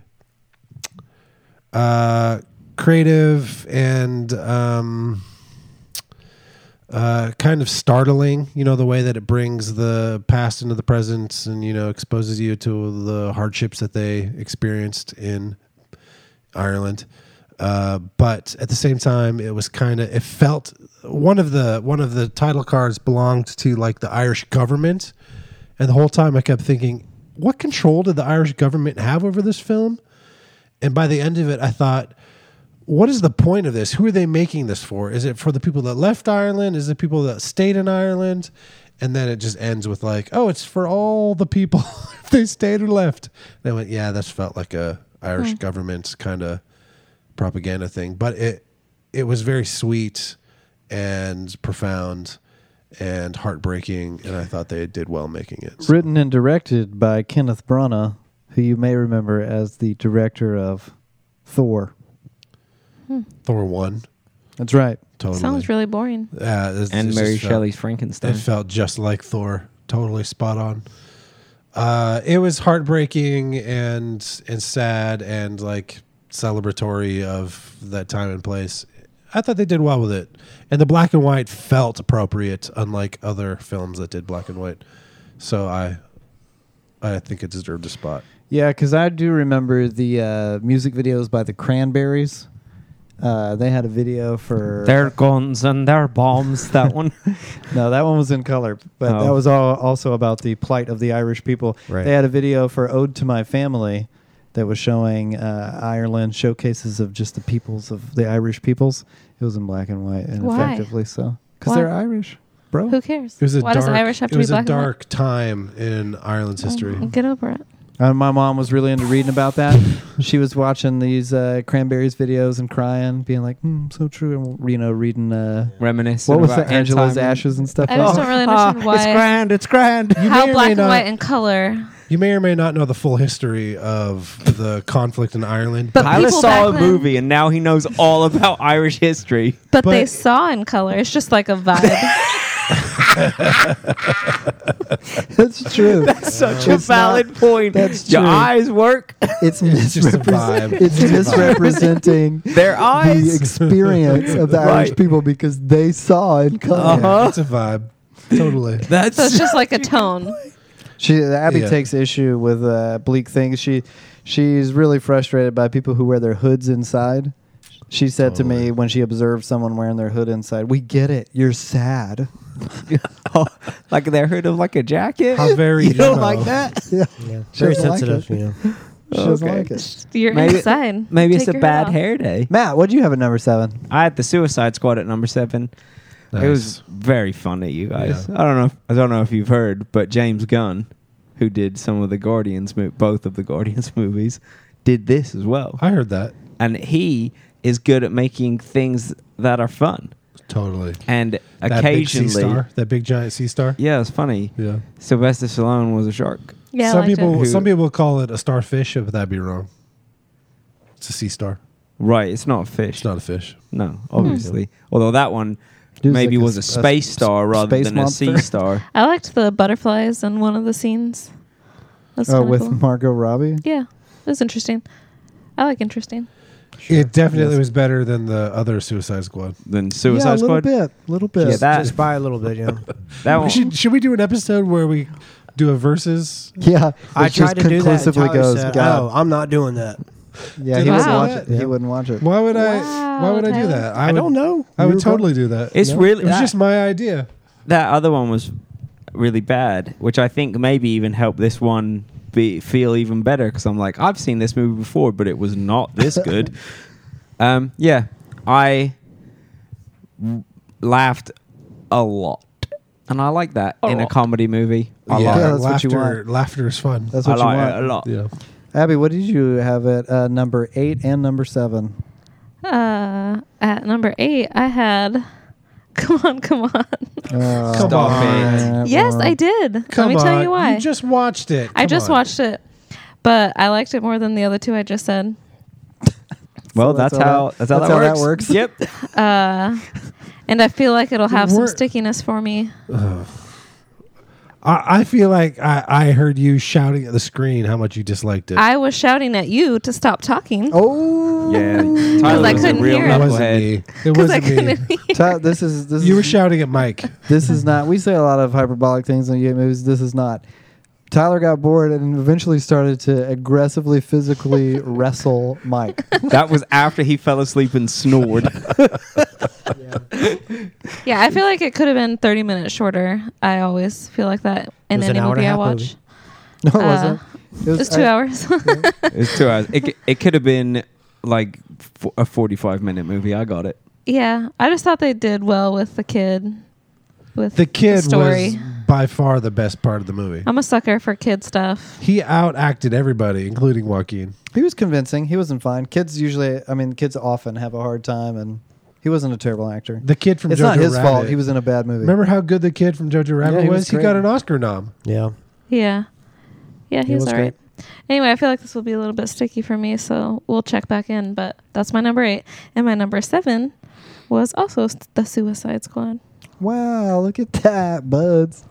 uh, creative and um, uh, kind of startling. You know the way that it brings the past into the present, and you know exposes you to the hardships that they experienced in Ireland. Uh, but at the same time, it was kind of it felt one of the one of the title cards belonged to like the Irish government, and the whole time I kept thinking, what control did the Irish government have over this film? And by the end of it, I thought, what is the point of this? Who are they making this for? Is it for the people that left Ireland? Is it people that stayed in Ireland? And then it just ends with like, oh, it's for all the people *laughs* if they stayed or left. And I went, yeah, that's felt like a Irish government's kind of propaganda thing, but it it was very sweet and profound and heartbreaking, and I thought they did well making it. So- Written and directed by Kenneth Branagh, who you may remember as the director of Thor. Thor one, That's right. totally. Sounds really boring. Yeah, this- and this Mary just felt- Shelley's Frankenstein. It felt just like Thor. Totally spot on. Uh, it was heartbreaking and and sad and like celebratory of that time and place. I thought they did well with it, and the black and white felt appropriate, unlike other films that did black and white. So I, I think it deserved a spot. Yeah, because I do remember the uh, music videos by the Cranberries. Uh, they had a video for Their guns and their bombs. *laughs* That one. no, that one was in color, but Oh. that was all also about the plight of the Irish people. Right. They had a video for "Ode to My Family" that was showing uh, Ireland showcases of just the peoples of the Irish peoples. It was in black and white, and Why? effectively so because Why? they're Irish, bro. Who cares? It was a Why dark. does Irish have to it was be black Oh. a dark time in Ireland's history. and white? Get over it. Uh, my mom was really into reading about *laughs* that. she was watching these uh, cranberries videos and crying, being like, hmm, so true. And, you know, reading, uh, Reminiscent. what was about that, her Angela's time in- ashes and *laughs* stuff? Oh, I just don't really understand It's why. grand. It's grand. may or How may black and not- white and color. You may or may not know the full history of the conflict in Ireland, But Tyler people saw a back then- movie and now he knows all about Irish *laughs* history. But, they But- saw in color. It's just like *laughs* a vibe. That's *laughs* true. Such a a It's valid valid point. that's Your true. *laughs* eyes work. It's, just a misrepresent- it's vibe. *laughs* It's a vibe. *laughs* misrepresenting Their the eyes. experience of the Irish Right. people because they saw in Yeah, color. Uh-huh. it's a vibe. *laughs* Totally. That's *laughs* So it's just like a tone. She Abby Yeah. takes issue with uh, bleak things. She she's really frustrated by people who wear their hoods inside. She said to me Totally. when she observed someone wearing their hood inside, "We get it. You're sad. like their hood of like a jacket. How very you don't yellow. like that." *laughs* Yeah, Yeah. She Very doesn't like sensitive, it. you know. she doesn't Okay. like it. You're Maybe- inside. Maybe it's Take a your bad off. hair day. Matt, what'd you have at number seven? I had the Suicide Squad at number seven. It was very funny, you guys. Yeah. I don't know. If, I don't know if you've heard, but James Gunn, who did some of the Guardians, mo- both of the Guardians *laughs* movies, did this as well, I heard that. and he is good at making things that are fun. Totally. And That big sea occasionally, star, that big giant sea star. yeah, it's funny. Yeah. Sylvester Stallone was a shark. Yeah, I some liked it. people Who- some people call it a starfish, but that'd be wrong. It's a sea star. Right, it's not a fish. It's not a fish. No, obviously. Although that one It was maybe like a was a, s- a space s- star rather space than a sea *laughs* monster. star. I liked the butterflies in one of the scenes. That's Oh, kinda with cool. Margot Robbie. yeah, it was interesting. I like interesting. It definitely was better than the other Suicide Squad. Then Suicide *laughs* yeah, a little Squad. bit, little bit. Yeah, that- Just by a little bit, you know. That We one. should should we do an episode where we do a versus? Yeah, I it just tried to do that. and conclusively Tyler goes. said, God. oh, I'm not doing that. yeah, Did he I wouldn't do watch that? it. He wouldn't watch it. Why would I? Wow, Why would I do Tyler. that? I would, don't know. I would You're totally do that. It's No. really It was that- just my idea. that other one was really bad, which I think maybe even helped this one be feel even better because I'm like, I've seen this movie before, but it was not this good. um, yeah, I w- laughed a lot, and I like that in a comedy movie. I Yeah. like it. that's what laughter. you want. Laughter is fun. That's I what you like want. it a lot. yeah. Abby, what did you have at uh, number eight and number seven? Uh, at number eight, I had. *laughs* Come on, come on. Uh, Stop it. yes, I did. Come Let me on. tell you why. just watched it. I Come just on. watched it, but I liked it more than the other two I just said. Well, So that's, how that's how, that, works. Yep. Uh, and I feel like it'll have some We're- stickiness for me. I, I feel like I, I heard you shouting at the screen how much you disliked it. I was shouting at you to stop talking Oh, yeah, Because I Tyler was a couldn't real hear it. it wasn't knucklehead. me. It because I wasn't me. couldn't. Ty- this is this You were is shouting at Mike. this is not. We say a lot of hyperbolic things in game movies. This is not. Tyler got bored and eventually started to aggressively, *laughs* physically wrestle Mike. *laughs* that was after he fell asleep and snored. *laughs* Yeah, I feel like it could have been 30 minutes shorter. I always feel like that It in was an any hour and movie a I half watch. movie. No, it Uh, wasn't. It was, It's two I- hours. *laughs* It's two hours. It, c- it could have been like f- a 45 minute movie. I got it. yeah, I just thought they did well with the kid. With The kid story. Um, was by far the best part of the movie. I'm a sucker for kid stuff. He outacted everybody, including Joaquin. He was convincing. He wasn't fine. Kids usually, I mean, kids often have a hard time, and he wasn't a terrible actor. The kid from it's Jojo not his Rabbit. fault. He was in a bad movie. Remember how good the kid from Jojo Rabbit he was? was He great. got an Oscar nom. Yeah. Yeah. Yeah, he, He was, was all right. Anyway, I feel like this will be a little bit sticky for me, so we'll check back in. But that's my number eight. And my number seven was also s- the Suicide Squad. Wow, look at that, buds.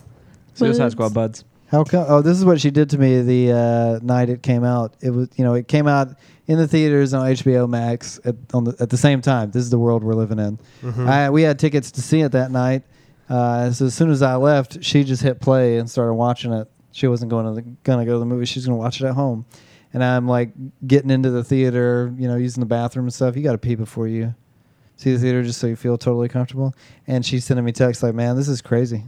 Suicide Buds. Squad buds. How come? Oh, this is what she did to me the uh, night it came out. It was, you know, it came out in the theaters and on HBO Max at, on the, at the same time. This is the world we're living in. I, we had tickets to see it that night. Uh, so as soon as I left, she just hit play and started watching it. She wasn't going to the, gonna go to the movie. She's gonna watch it at home. And I'm like getting into the theater, you know, using the bathroom and stuff. You got to pee before you see the theater just so you feel totally comfortable. And she's sending me texts like, "Man, this is crazy."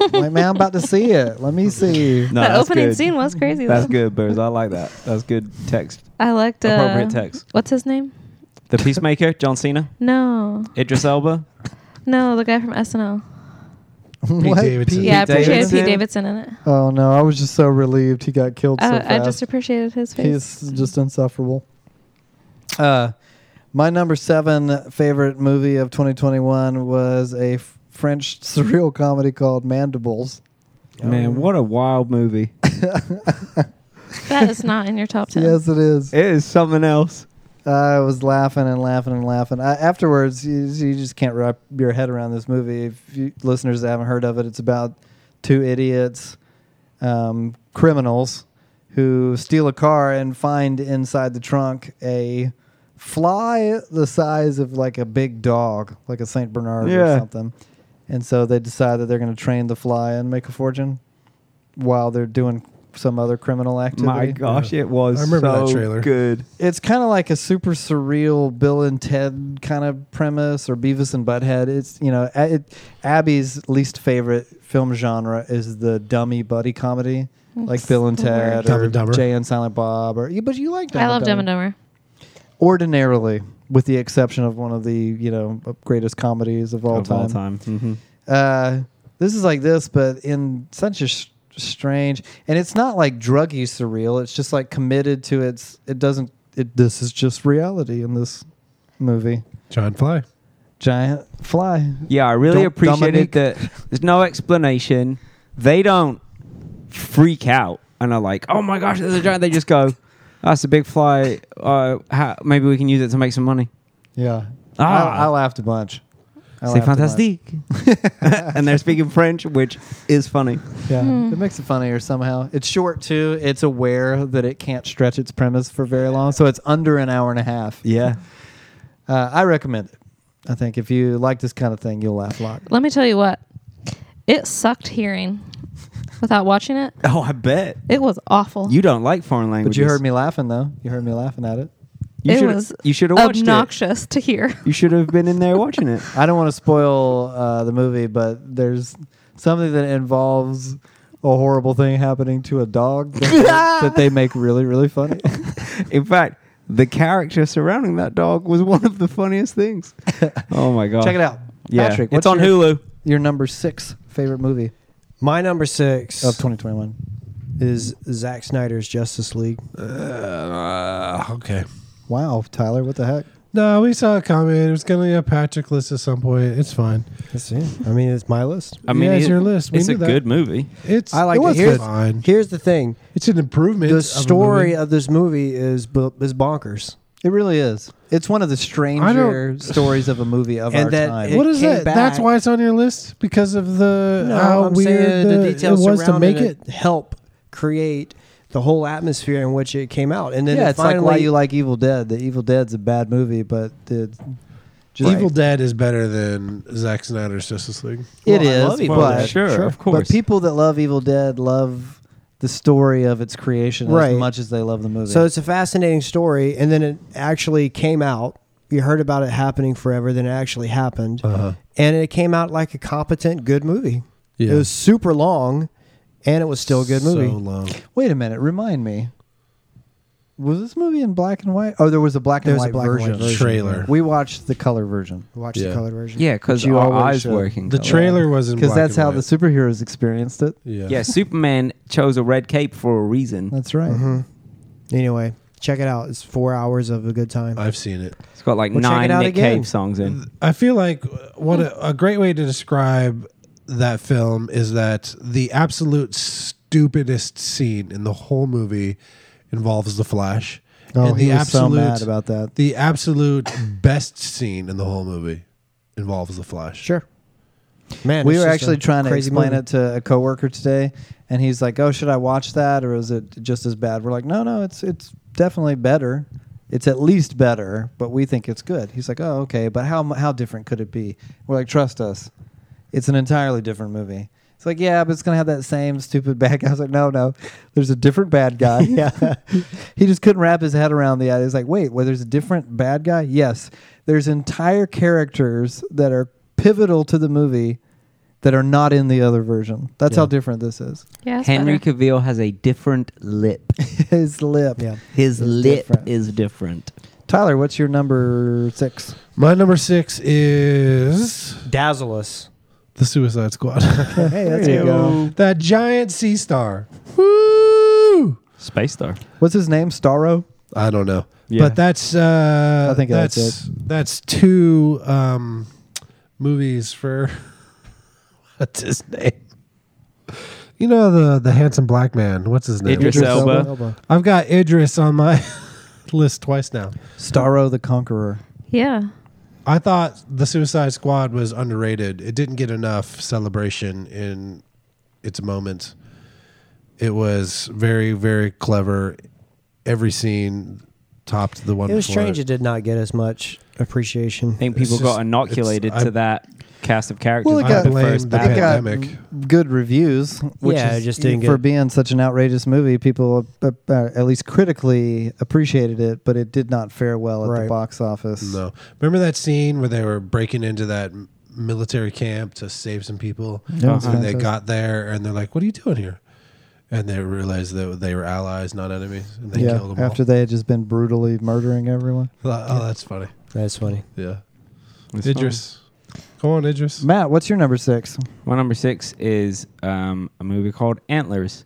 I'm like, man, I'm about to see *laughs* it. Let me see. No, that that's opening good. scene was crazy. That's though. good, Burrs. I like that. That's good text. I liked uh, Appropriate text. What's his name? The Peacemaker, John Cena, No, Idris Elba. no, the guy from SNL. Pete What? Davidson. yeah, I appreciated Davidson? Pete Davidson in it. Uh, Oh no, I was just so relieved he got killed so fast. I, I just appreciated his face. He's just insufferable. Uh, my number seven favorite movie of 2021 was a f- French *laughs* surreal comedy called Mandibles. Oh, Man, what a wild movie. that is not in *laughs* your top ten. Yes, it is. It is something else. I was laughing and laughing and laughing. I, afterwards, you, you just can't wrap your head around this movie. If you, listeners that haven't heard of it, it's about two idiots, um, criminals, who steal a car and find inside the trunk a fly the size of like a big dog, like a Saint Bernard Yeah. or something. And so they decide that they're going to train the fly and make a fortune while they're doing some other criminal activity My gosh, it was I remember that so trailer. good. it's kind of like a super surreal Bill and Ted kind of premise or Beavis and Butthead. It's, you know, a- it, Abby's least favorite film genre is the dummy buddy comedy, like It's Bill and the Ted worst. Dumb or and Dumber. Jay and Silent Bob. Or, but you like Dumb I and love Dumb and Dumber. Ordinarily, with the exception of one of the, you know, greatest comedies of all Of time. all time. hmm Uh, this is like this, but in such a sh- strange, and it's not like druggy surreal. It's just like committed to its. It doesn't. It, this is just reality in this movie. John Fly. Giant fly. Yeah, I really Dom- appreciated Dominique. that. There's no explanation. They don't freak out and are like, "Oh my gosh, there's a giant." They just go, "That's a big fly. Uh, how, maybe we can use it to make some money." Yeah. Ah. I, I laughed a bunch. Oh, I Say laughed a bunch. fantastique, *laughs* and they're speaking French, which is funny. Yeah, Hmm. it makes it funnier somehow. It's short too. It's aware that it can't stretch its premise for very long, so it's under an hour and a half. Yeah, Uh, I recommend it. I think if you like this kind of thing, you'll laugh a lot. Let me tell you what, it sucked hearing without watching it. Oh, I bet It was awful. you don't like foreign But languages. you heard me laughing though. You heard me laughing at it. You it shoulda- was You should have watched it. obnoxious to hear. You should have been in there watching it. I don't want to spoil uh, the movie, but there's something that involves a horrible thing happening to a dog that, *laughs* that they make really, really funny. In fact, the character surrounding that dog was one of the *laughs* funniest things. Oh my god! Check it out. Yeah, Patrick, what's it's on your, Hulu. Your number six favorite movie My number six of 2021. is Zack Snyder's Justice League. Ah, Uh, okay. Wow, Tyler, what the heck? No, we saw it coming. It was going to be a Patrick list at some point. It's fine. That's it. I mean, it's my list. I mean, Yeah, it's it- your list. We it's a knew that. good movie. It's I like it it. was Here's- fine. Here's the thing: It's an improvement. the of a story movie. of, this movie is bu- is bonkers. It really is. It's one of the stranger stories of a movie of *laughs* And our that time. it- What is came that? That's back- why it's on your list because of the No, how I'm weird saying uh, the, the details it was to surrounding make it. help create the whole atmosphere in which it came out. And then yeah, it it's like why finally- you like Evil Dead. The Evil Dead's a bad movie, but the just Evil Dead is better than Zack Snyder's Justice League. It Well, I is, love Evil but Dead. sure, of course. But people that love Evil Dead love the story of its creation Right. as much as they love the movie. So it's a fascinating story, and then it actually came out. You heard about it happening forever, then it actually happened, Uh-huh. and it came out like a competent, good movie. Yeah. It was super long, and it was still a good movie. So long. wait a minute, remind me. Was this movie in black and white? Oh, there was a black and There's white a black and version. white version. Trailer. We watched the color version Watch Yeah. the colored version. Yeah, because But you our always eyes should. working. The trailer was in because black that's and how the white. superheroes experienced it. yeah. Yeah, Superman chose a red cape for a reason. That's Mm-hmm. right. Mhm. Anyway, check it out. It's four hours of a good time. I've seen it. It's got like Well, check it nine out Nick again. Cave songs in. I feel like what a, a great way to describe that film is that the absolute stupidest scene in the whole movie involves the Flash, Oh, and he the was so mad about that. the absolute best scene in the whole movie involves the Flash. sure. Man, we it's were just actually a trying to crazy explain movie. it to a coworker today, and he's like, "Oh, should I watch that, or is it just as bad?" We're like, "No, no, it's it's definitely better. It's at least better, but we think it's good." He's like, "Oh, okay, but how mu- how different could it be?" We're like, "Trust us, it's an entirely different movie." It's like, "Yeah, but it's gonna have that same stupid bad guy." I was like, "No, no, there's a different bad *laughs* guy." *laughs* yeah, he just couldn't wrap his head around the idea. He's like, "Wait, well, there's a different bad guy?" Yes, there's entire characters that are pivotal to the movie that are not in the other version. That's how Yeah. different this is. *laughs* Yeah, it's Henry better. Cavill has a different *laughs* lip. His lip. Yeah. His lip different. is different. Tyler, what's your number six? My number six is Dazzle us. the Suicide *laughs* Squad. *laughs* Hey, that's There good. you go. that giant sea star. Woo! Space Star. What's his name? Starro. I don't know. Yeah. But that's uh I think that's that's that's two um movies for *laughs* what's his name? You know the the handsome black man. What's his name? Idris Elba. I've got Idris on my *laughs* list twice now. Starro the Conqueror. Yeah. I thought the Suicide Squad was underrated. It didn't get enough celebration in its moments. It was very, very clever. Every scene topped the one. It was before strange. It did not get as much I appreciation. think people It's just- got inoculated it's- I- to that cast of characters. Well, it by got- I the blame first the batch. It got pandemic. Good reviews. Which Yeah, is- it just didn't for get- being such an outrageous movie. People uh, uh, at least critically appreciated it, but it did not fare well at Right. the box office. No, remember that scene where they were breaking into that m- military camp to save some people, Yeah, it was and they fantastic. got there and they're like, "What are you doing here?" And they realized that they were allies, not enemies, and they yeah, killed them after they had just been brutally murdering everyone. all. Oh, that's funny. That's funny. Yeah, It's Idris, go on, Idris. Matt, what's your number six? fine. My number six is um, a movie called Antlers.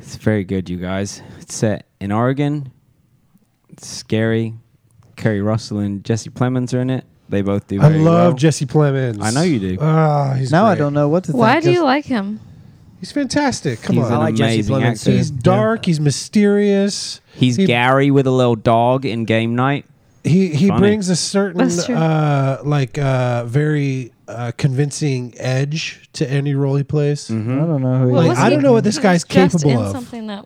It's very good, you guys. It's set in Oregon. It's scary. Kerry Russell and Jesse Plemons are in it. They both do. I very love well. Jesse Plemons. I know you do. Ah, he's now I great. don't know what to think. Why do you Just- like him? He's fantastic. Come He's on, an I like Jesse amazing Plemons, actor. too. he's dark. He's mysterious. He's He- Gary with a little dog in game night. He he Funny. brings a certain That's true. uh, like uh, very uh, convincing edge to any role he plays. Mm. Mm-hmm. I don't know who Well, he Like, is. wasn't I don't he- know what this he guy's was just capable in of. Something that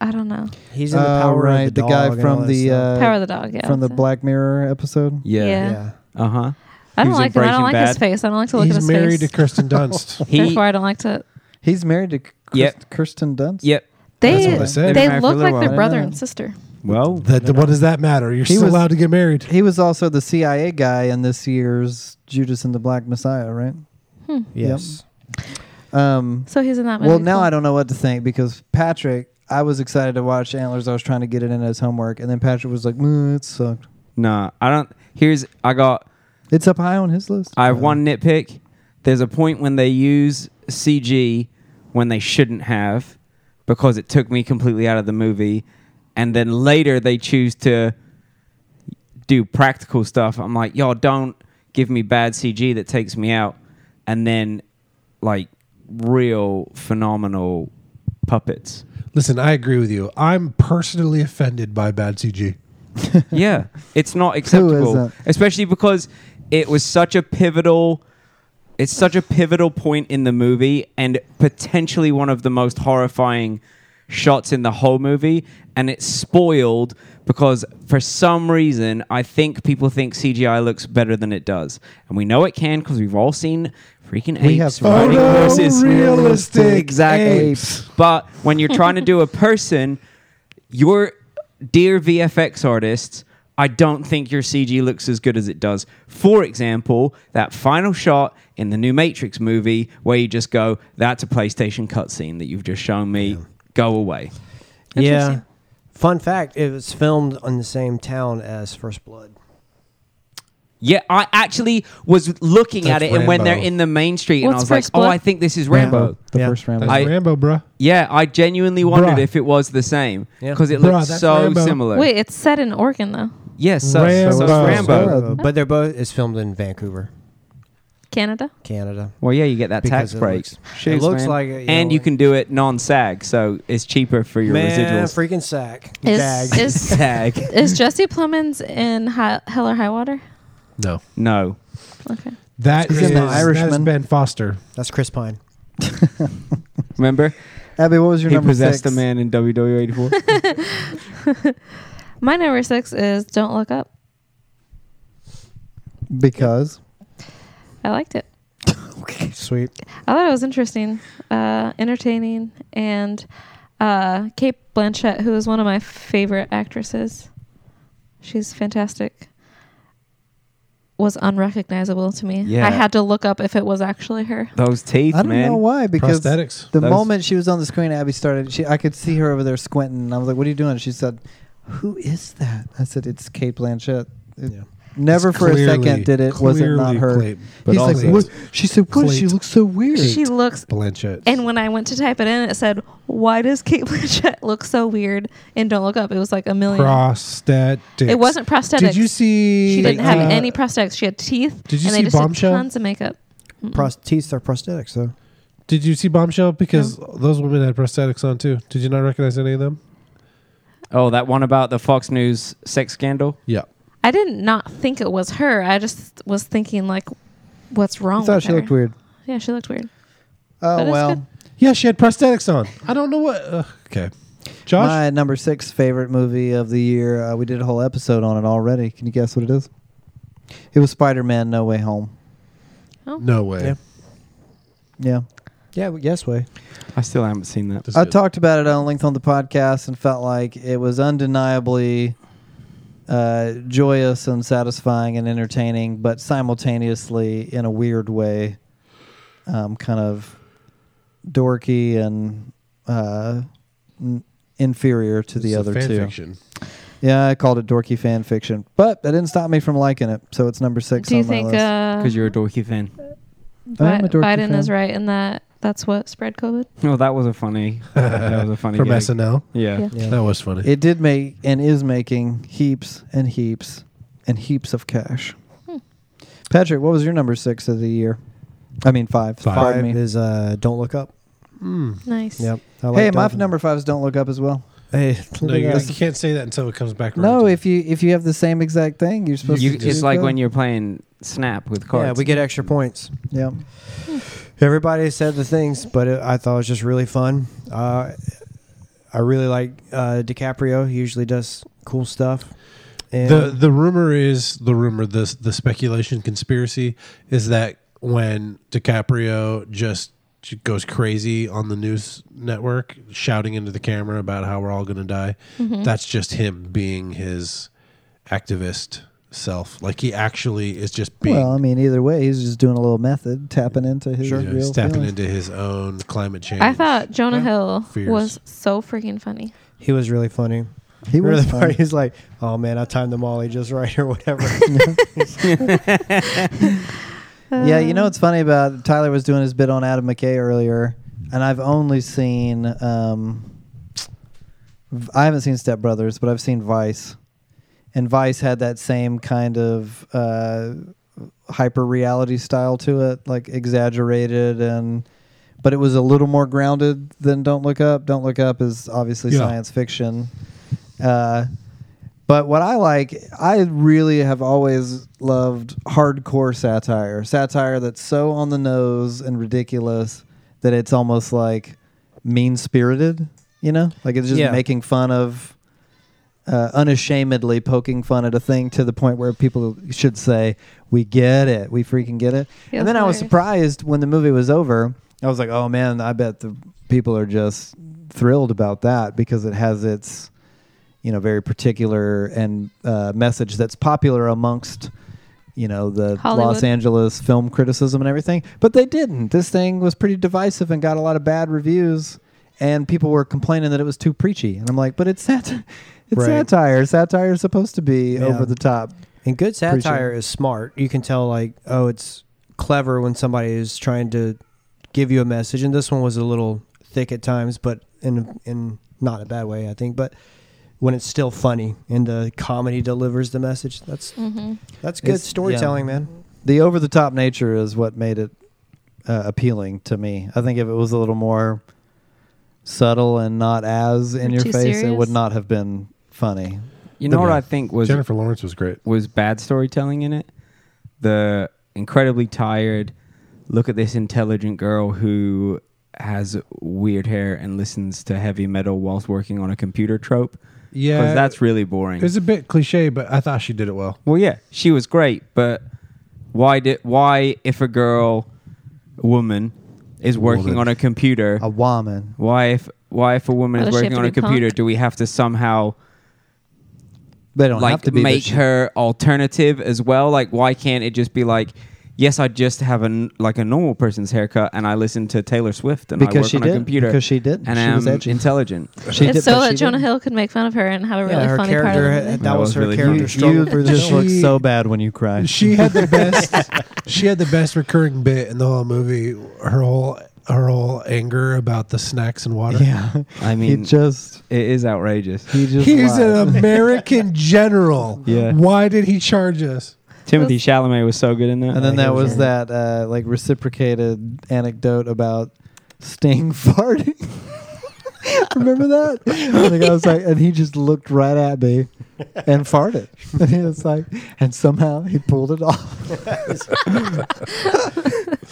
I don't know. He's in the Oh, power right, of the, dog guy and all from that the stuff. uh, Power of the dog. Yeah. from the that's it. Black Mirror episode. Yeah. Yeah. yeah. Uh huh. I He don't was like in him. I don't like Breaking Bad. his face. I don't like to look at He's his married to face. Kirsten Dunst. *laughs* *laughs* He. Therefore, I don't like to. He's married to Kirst- Yep. Kirsten Dunst. Yep. They what I said. they Married for a look little like while, they're yeah. brother and sister. Well, that what does that matter? You're He still was- allowed to get married. He was also the CIA guy in this year's Judas and the Black Messiah, right? Yes. Um, So he's in that movie. well, now cool. I don't know what to think because Patrick, I was excited to watch Antlers. I was trying to get it in as homework, and then Patrick was like, mm, "It sucked." nah. I don't. Here's. I got. It's up high on his list. I have one nitpick. There's a point when they use CG when they shouldn't have because it took me completely out of the movie. And then later they choose to do practical stuff. I'm like, y'all don't give me bad CG that takes me out. And then like real phenomenal puppets. Listen, I agree with you. I'm personally offended by bad CG. *laughs* yeah, it's not acceptable, isn't? especially because it was such a pivotal. It's such a pivotal point in the movie, and potentially one of the most horrifying shots in the whole movie. And it's spoiled because for some reason, I think people think CGI looks better than it does, and we know it can because we've all seen freaking We apes have riding Photorealistic horses. exactly. apes. But when you're trying to do a person, your dear VFX artists, I don't think your CG looks as good as it does. For example, that final shot in the new Matrix movie where you just go, "That's a PlayStation cutscene that you've just shown me. Go away." Yeah. Interesting. Fun fact: It was filmed in the same town as First Blood. Yeah, I actually was looking That's at it, and when they're Rambo. in the main street, and I What's was like, First "Oh, Blood? I think this is Rambo." Rambo, the Yeah. first Rambo. That's I- Rambo, bruh. Yeah, I genuinely wondered Bruh. if it was the same Yeah. because it Bruh, looked that's so Rambo. similar. Wait, it's set in Oregon though, yes, so, so Rambo. it's Oh, Rambo. Rambo. But they're both. It's filmed in Vancouver, Canada. Canada. Well, yeah, you get that Because tax it break. looks- it looks like it, and know, you can do it non-sag, so it's cheaper for your man, residuals. freaking sack. Is *laughs* is, *laughs* Sag, is Jesse Plemons in Hi- Hell or High Water? No, no. Okay. that He's is in The that is Irishman. Ben Foster. That's Chris Pine. Remember, Abby, what was your he number possessed six? a man in E WW eighty four. My number six is Don't Look Up. Because I liked it. Sweet. I thought it was interesting, uh, entertaining, and uh, Kate Blanchett, who is one of my favorite actresses, she's fantastic. Was unrecognizable to me. Yeah. I had to look up if it was actually her. Those teeth, I don't man. know why. Because Prosthetics. the Those- moment she was on the screen, Abby started. She, I could see her over there squinting. and I was like, "What are you doing?" She said, "Who is that?" I said, "It's Kate Blanchett." It- Yeah. Never It's for a clearly- second did it. Was it not clearly her? Clay- but He's like, also what? She said, "What? She Clayt. looks so weird." She looks. Blanchett. And when I went to type it in, it said, "Why does Kate Blanchett *laughs* look so weird?" And don't look up. It was like a million. prosthetics. It wasn't prosthetics. Did you see? She didn't have uh, any prosthetics. She had teeth. Did you and see they just did Bombshell? Tons of makeup. Pros- teeth are prosthetics, though. Did you see Bombshell? Because those women had prosthetics on too. Did you not recognize any of them? oh, that one about the Fox News sex scandal. Yeah. I did not think it was her. I just was thinking like, what's wrong? I thought with she her? looked weird. Yeah, she looked weird. But Oh it's well. good. Yeah, she had prosthetics on. I don't know what. Uh, okay. Josh? My number six favorite movie of the year. Uh, we did a whole episode on it already. Can you guess what it is? It was Spider Man No Way Home. no way. Yeah. Yeah. Yeah, w- yes way. I still haven't seen that. This I is- talked about it on length on the podcast and felt like it was undeniably uh, joyous and satisfying and entertaining, but simultaneously, in a weird way, um, kind of dorky and uh, n- inferior to this the is a other fan two. fiction. Yeah, I called it dorky fan fiction, but that didn't stop me from liking it. So it's number six Do you on my think list. uh, Because you're a dorky fan. I am Bi- a dorky Biden fan. is right in that that's what spread COVID? Oh, that was a funny. that was *laughs* a funny. From gag. SNL. Yeah. Yeah. Yeah. That was funny. it did make and is making heaps and heaps and heaps of cash. Patrick, what was your number six of the year? I mean five. Five. Pardon me. is uh, don't look up. Mm. Nice. Yep. I hey, like my Don't- number five is don't look up as well. Hey, No, you, you can't say that until it comes back. around no. to you. If you if you have the same exact thing, you're supposed You, to. it's do like that. when you're playing Snap with cards. Yeah, we get extra points. yeah. Everybody said the things, but it, I thought it was just really fun. Uh, I really like uh, DiCaprio. He usually does cool stuff. And the the rumor is the rumor the the speculation conspiracy is that when DiCaprio just goes crazy on the news network shouting into the camera about how we're all going to die, Mm-hmm. that's just him being his activist self. Like he actually is just being Well, I mean, either way, he's just doing a little method, tapping into his you know, real he's tapping feelings. into his own climate change. I thought Jonah Yeah. Hill Fierce. was so freaking funny. he was really funny. He Remember was the part funny. *laughs* he's like, "Oh man, I timed the molly just right or whatever." *laughs* Yeah, you know what's funny about Tyler was doing his bit on Adam McKay earlier, and I've only seen um, v- I haven't seen Step Brothers, but I've seen Vice, and Vice had that same kind of uh, hyper reality style to it, like exaggerated and. But it was a little more grounded than Don't Look Up. Don't Look Up is obviously Yeah. science fiction. Uh, but what I like, I really have always loved hardcore satire. Satire that's so on the nose and ridiculous that it's almost like mean spirited, you know? Like it's just Yeah. making fun of, uh, unashamedly poking fun at a thing to the point where people should say, We get it. We freaking get it. Yeah, and then I was hilarious. surprised when the movie was over. I was like, Oh man, I bet the people are just thrilled about that because it has its you know very particular and uh, message that's popular amongst you know the Hollywood. Los Angeles film criticism and everything. But they didn't. This thing was pretty divisive and got a lot of bad reviews. and people were complaining that it was too preachy. And I'm like, but it's sat- *laughs* it's Right. satire. Satire is supposed to be Yeah. over the top. And good Appreciate satire is smart. You can tell like, oh, it's clever when somebody is trying to give you a message. And this one was a little thick at times, but in in not a bad way, I think. But when it's still funny and the comedy delivers the message, that's Mm-hmm. that's good It's- storytelling, yeah. man. The over the top nature is what made it uh, appealing to me. I think if it was a little more subtle and not as in Or your too face, it would serious. not have been funny. You know Yeah. what I think was Jennifer Lawrence was great. was bad storytelling in it. The incredibly tired look at this intelligent girl who has weird hair and listens to heavy metal whilst working on a computer trope. Yeah, Because that's really boring. It's a bit cliche, but I thought she did it well. Well, yeah, she was great, but why did why if a girl, a woman, is working Woman. on a computer, A woman. why if why if a woman Why is Oh, does she working have to on a be computer, punk? do we have to somehow They don't like have to be. but make she- her alternative as well? Like, why can't it just be like? Yes, I just have an like a normal person's haircut, and I listen to Taylor Swift, and I Because work she on a did. computer. Because she did. and She I'm was edgy. intelligent. She it's did, so but that she Jonah didn't. Hill could make fun of her and have a really yeah, her funny part character of the that, movie. That was was her really character funny. struggle You through the just film. look so bad when you cry. She had the best. *laughs* she had the best recurring bit in the whole movie. Her whole her whole anger about the snacks and *laughs* water. yeah. I He mean, just. it is outrageous. He just. He's lied. an American general. Yeah. Why did he charge us? *laughs* Timothy Chalamet was so good in that. And then Like, that it was that uh, like reciprocated anecdote about Sting *laughs* farting. Remember that? And the guy was like, and he just looked right at me and farted. *laughs* And he was like, and somehow he pulled it off.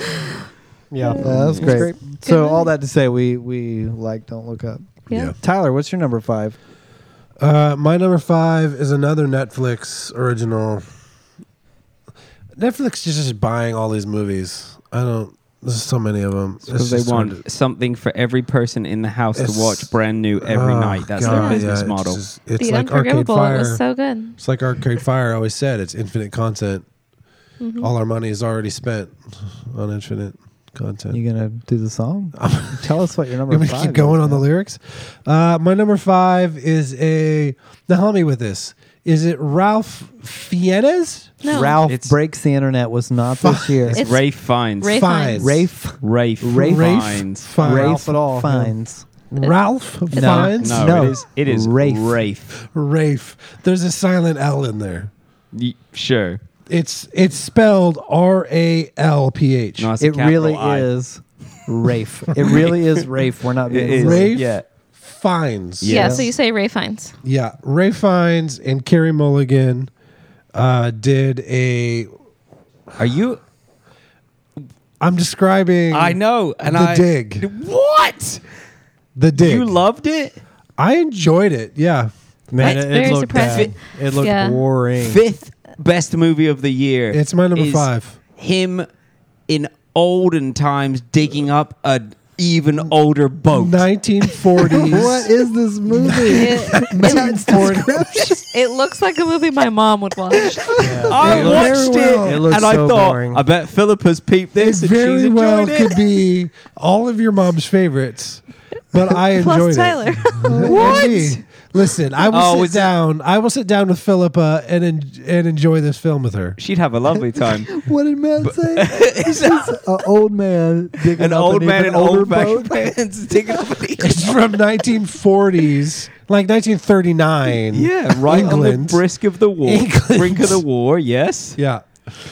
Yeah, Yeah, that was That's great. So all that to say, we we like don't look up. Yeah. Tyler, what's your number five? Uh, my number five is another Netflix original. Netflix is just buying all these movies. I don't. There's so many of them. Because they want something for every person in the house It's- to watch brand new every Oh, night. That's God, their business Oh, yeah, model. It's, just- it's the like Arcade Unforgivable Fire. was so good. it's like Arcade Fire always said. It's infinite content. Mhm. All our money is already spent on infinite content. *laughs* You gonna do the song? Tell us what your number You want me to five. keep going is, on the man. lyrics? Uh, my number five is a. Now help me with this. Is it Ralph Fiennes? No. Ralph It's- breaks the internet was not this year. It's- Rafe Fines. Rafe Fiennes. Rafe Rafe. Rafe- Fines. Fi- Rafe Ralph at all. finds. Ralph No. Fiennes. No, No. it is. It is Rafe. Rafe. Rafe. There's a silent L in there. Y- sure. It's it's spelled R A L P H. No, it's a It capital really I. is *laughs* Rafe. It really is Rafe. We're not It being is. silly. Rafe Yeah. Fiennes. Yeah, Yes. so you say *laughs* Ray Fiennes. Yeah, Ray Fiennes and Carrie Mulligan uh, did a. Are you? I'm describing. I know. And Mm. the I. dig. What? The dig. You loved it. I enjoyed it. Yeah. Man, That's it, very it looked surprising. bad. It looked Yeah. boring. Fifth best movie of the year. It's my number is five. Him in olden times digging up a even older boat. *laughs* 1940s. What is *laughs* this movie? It, it looks like a movie my mom would watch. *laughs* I It looks- watched very it, well. It looks and I so thought, boring. I bet Philippa's peeped It this, and she's very enjoyed well it. could be all of your mom's favorites, but I enjoyed *laughs* Plus it. Tyler. what? Listen, I will Oh, sit is it- down. I will sit down with Philippa and en- and enjoy this film with her. She'd have a lovely time. what did Matt *laughs* say? It's just an old man digging an up old an man even in older old boat. fashioned pants *laughs* digging up an even- It's from 1940s, like 1939. Yeah, right on England. the brisk of the war, England. brink of the war. Yes. Yeah,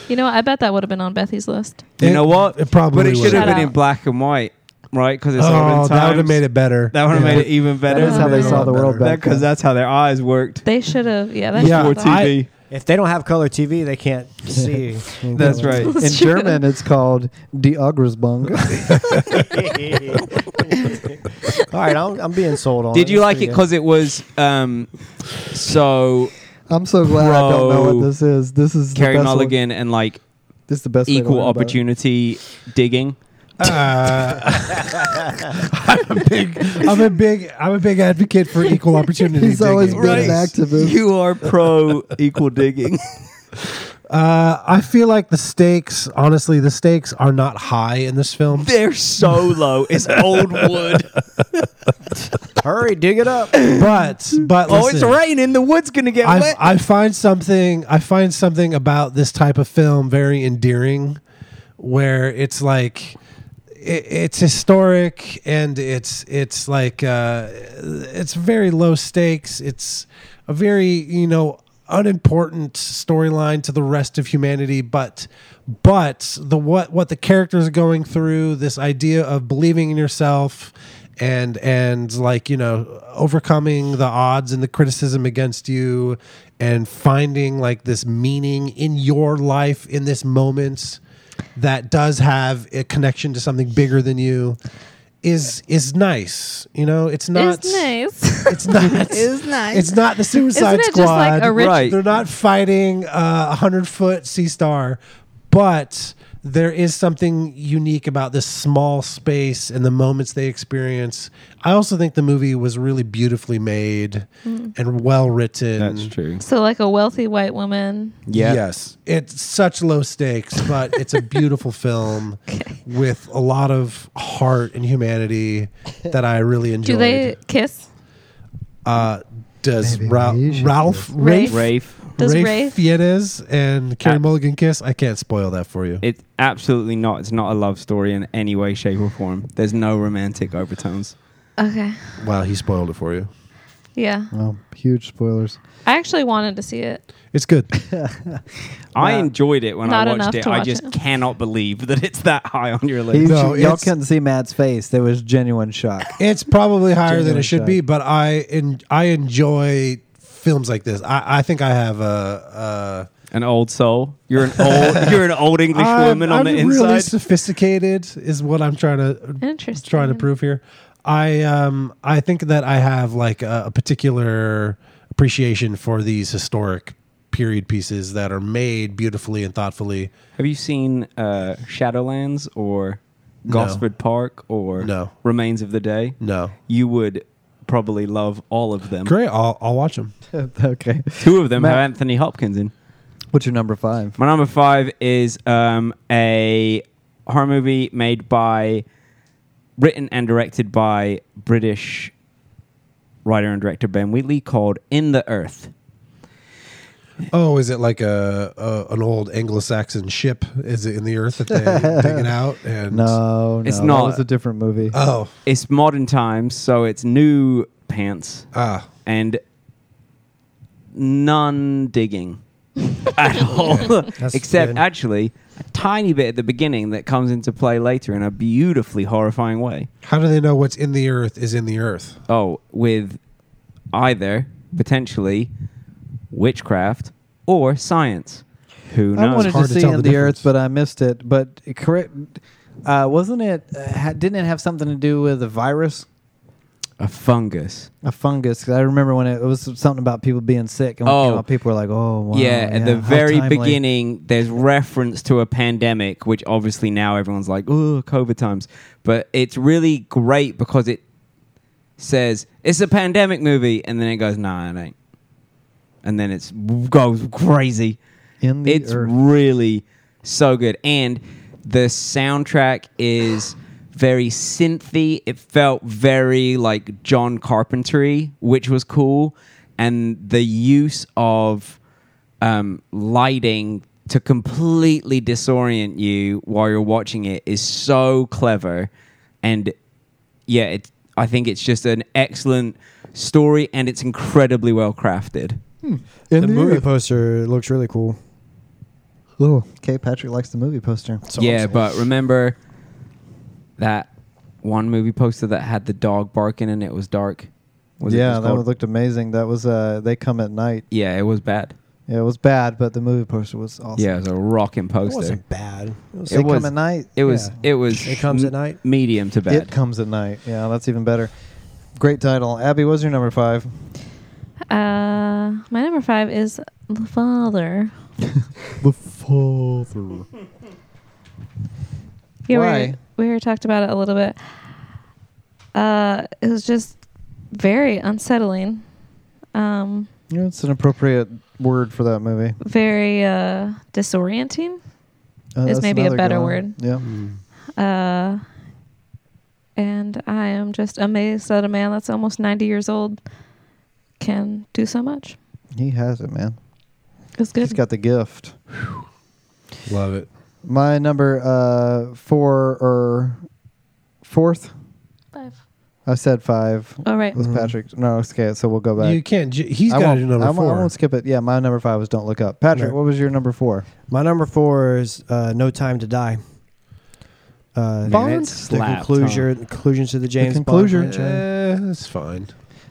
You know, I bet that would have been on Bethy's list. It- You know what? it probably But it would. should have Shout been in out. black and white, right? Because it's oh, olden times. that would have made it better. That would have Yeah. made it even better. That is how they Yeah. saw the world back Because then. that's how their eyes worked. They should have. Yeah, that Yeah. yeah, Or That's I- TV. If they don't have color TV, they can't see. *laughs* That's right. In That's true. German, it's called Die Agresbung. *laughs* All right, I'm, I'm being sold on. Did you That's like it pretty because it was um, so I'm so glad I don't know what Bro. this is. This is the Carrie best one. Mulligan and like This is the best way to equal learn about it. opportunity digging? Uh, *laughs* I'm a big, I'm a big, I'm a big advocate for *laughs* equal opportunity. He's always digging. been an activist. *laughs* You are pro equal digging. Uh, I feel like the stakes, honestly, the stakes are not high in this film. *laughs* They're so low. It's *laughs* old wood. Hurry, dig it up. But but oh, it's listen, raining. The wood's gonna get I, wet. I find something I find something about this type of film very endearing, where it's like it, it's historic and it's it's like uh, it's very low stakes. It's a very you know unimportant storyline to the rest of humanity, but but the what what the characters are going through, this idea of believing in yourself and and like you know overcoming the odds and the criticism against you and finding like this meaning in your life in this moment that does have a connection to something bigger than you is is nice you know it's not it's *laughs* nice. it's not It's nice. it's not the suicide Isn't it squad just like a rich? Right. they're not fighting a hundred foot sea star, but there is something unique about this small space and the moments they experience. I also think the movie was really beautifully made Mm. and well written. true. *laughs* So like a wealthy white woman. Yeah. Yes. It's such low stakes, but it's a beautiful film with a lot of heart and humanity that I really enjoyed. Do they kiss? Uh, does Maybe Ra- we should Ralph do this. Rafe Rafe. Does Rafe, Rafe- Fiennes and Carrie Uh, Mulligan kiss? I can't spoil that for you. It's absolutely not. It's not a love story in any way, shape, or form. There's no romantic overtones. Okay. Wow, he spoiled it for you. Yeah. Oh, Well, huge spoilers. I actually wanted to see it. It's *laughs* good. I enjoyed it when Not I enough watched it. to I watch just it. cannot believe that it's that high on your He, list. No, y'all it's- couldn't see Matt's face. There was genuine shock. it's probably higher than Genuine it should be, shock. but I en- I enjoy films like this. I, I think I have a. a An old soul. You're an *laughs* old. you're an old English woman I'm on the really inside. sophisticated is what I'm trying to Interesting. trying to prove here. I um I think that I have like a, a particular appreciation for these historic period pieces that are made beautifully and thoughtfully. Have you seen uh, Shadowlands or Gosford Park or No. Remains of the Day? No, You would probably love all of them. great. I'll I'll watch them. *laughs* okay. Two of them Matt- have Anthony Hopkins in. What's your number five? My number five is um, a horror movie made by, written and directed by British writer and director Ben Wheatley called In the Earth. Oh, is it like a, a an old Anglo-Saxon ship? Is it in the earth that they dig it out? And No, no, It's That not. Uh, was a different movie. oh, It's modern times, so it's new pants ah, and none digging at all. Except good. actually a tiny bit at the beginning that comes into play later in a beautifully horrifying way. how do they know what's in the earth is in the earth? Oh, with either potentially witchcraft or science. Who I knows? wanted to hard to see tell in the the earth, difference. but I missed it. But correct, uh, wasn't it? Uh, ha- didn't it have something to do with a virus, a fungus. a fungus? 'Cause I remember when it, it was something about people being sick, and when it came Oh. out, people were like, "Oh, wow, yeah, at the how very timely." beginning, there's reference to a pandemic, which obviously now everyone's like, oh, COVID times. But it's really great because it says, it's a pandemic movie. And then it goes, nah, it ain't. And then it's goes crazy. in the it's earth. really so good. And the soundtrack is very synthy. It felt very like John Carpentry, which was cool. And the use of um, lighting to completely disorient you while you're watching it is so clever. And yeah, it, I think it's just an excellent story and it's incredibly well crafted. The, In the movie earth. poster looks really cool. Ooh, Kate Patrick likes the movie poster. That's all I'm yeah, saying. but remember that one movie poster that had the dog barking and it was dark. Was it yeah, just that called- one looked amazing. That was uh, they come at night. Yeah, it was bad. Yeah, it was bad, but the movie poster was awesome. Yeah, it was a rocking it poster. wasn't bad. It was, They It was- come at night. It was. Yeah. It was. It Comes at Night? Medium to bad. It comes at night. Yeah, that's even better. Great title. Abby, what's your number five? Uh, my number five is the father. the father. Yeah, we Why? already- We, already talked about it a little bit. Uh, it was just very unsettling. Um, Yeah, it's an appropriate word for that movie. very uh, disorienting. Uh, Is that's maybe a another good better one. word. Yeah. Hmm. Uh, and I am just amazed that a man that's almost 90 years old can do so much. He has it, man. It's good. He's got the gift. Love it. My number uh four or fourth. Five. I said five. All right. Was Patrick? No, okay. So we'll go back. You can't. Ju- he's I got won't- to do number I won't- four. I won't skip it. Yeah, my number five was "Don't Look Up." Patrick, Right. what was your number four? My number four is uh, No Time to Die. Uh, Man, it the slapped, conclusion, conclusion to the James conclusion. Bond franchise. Eh, that's fine.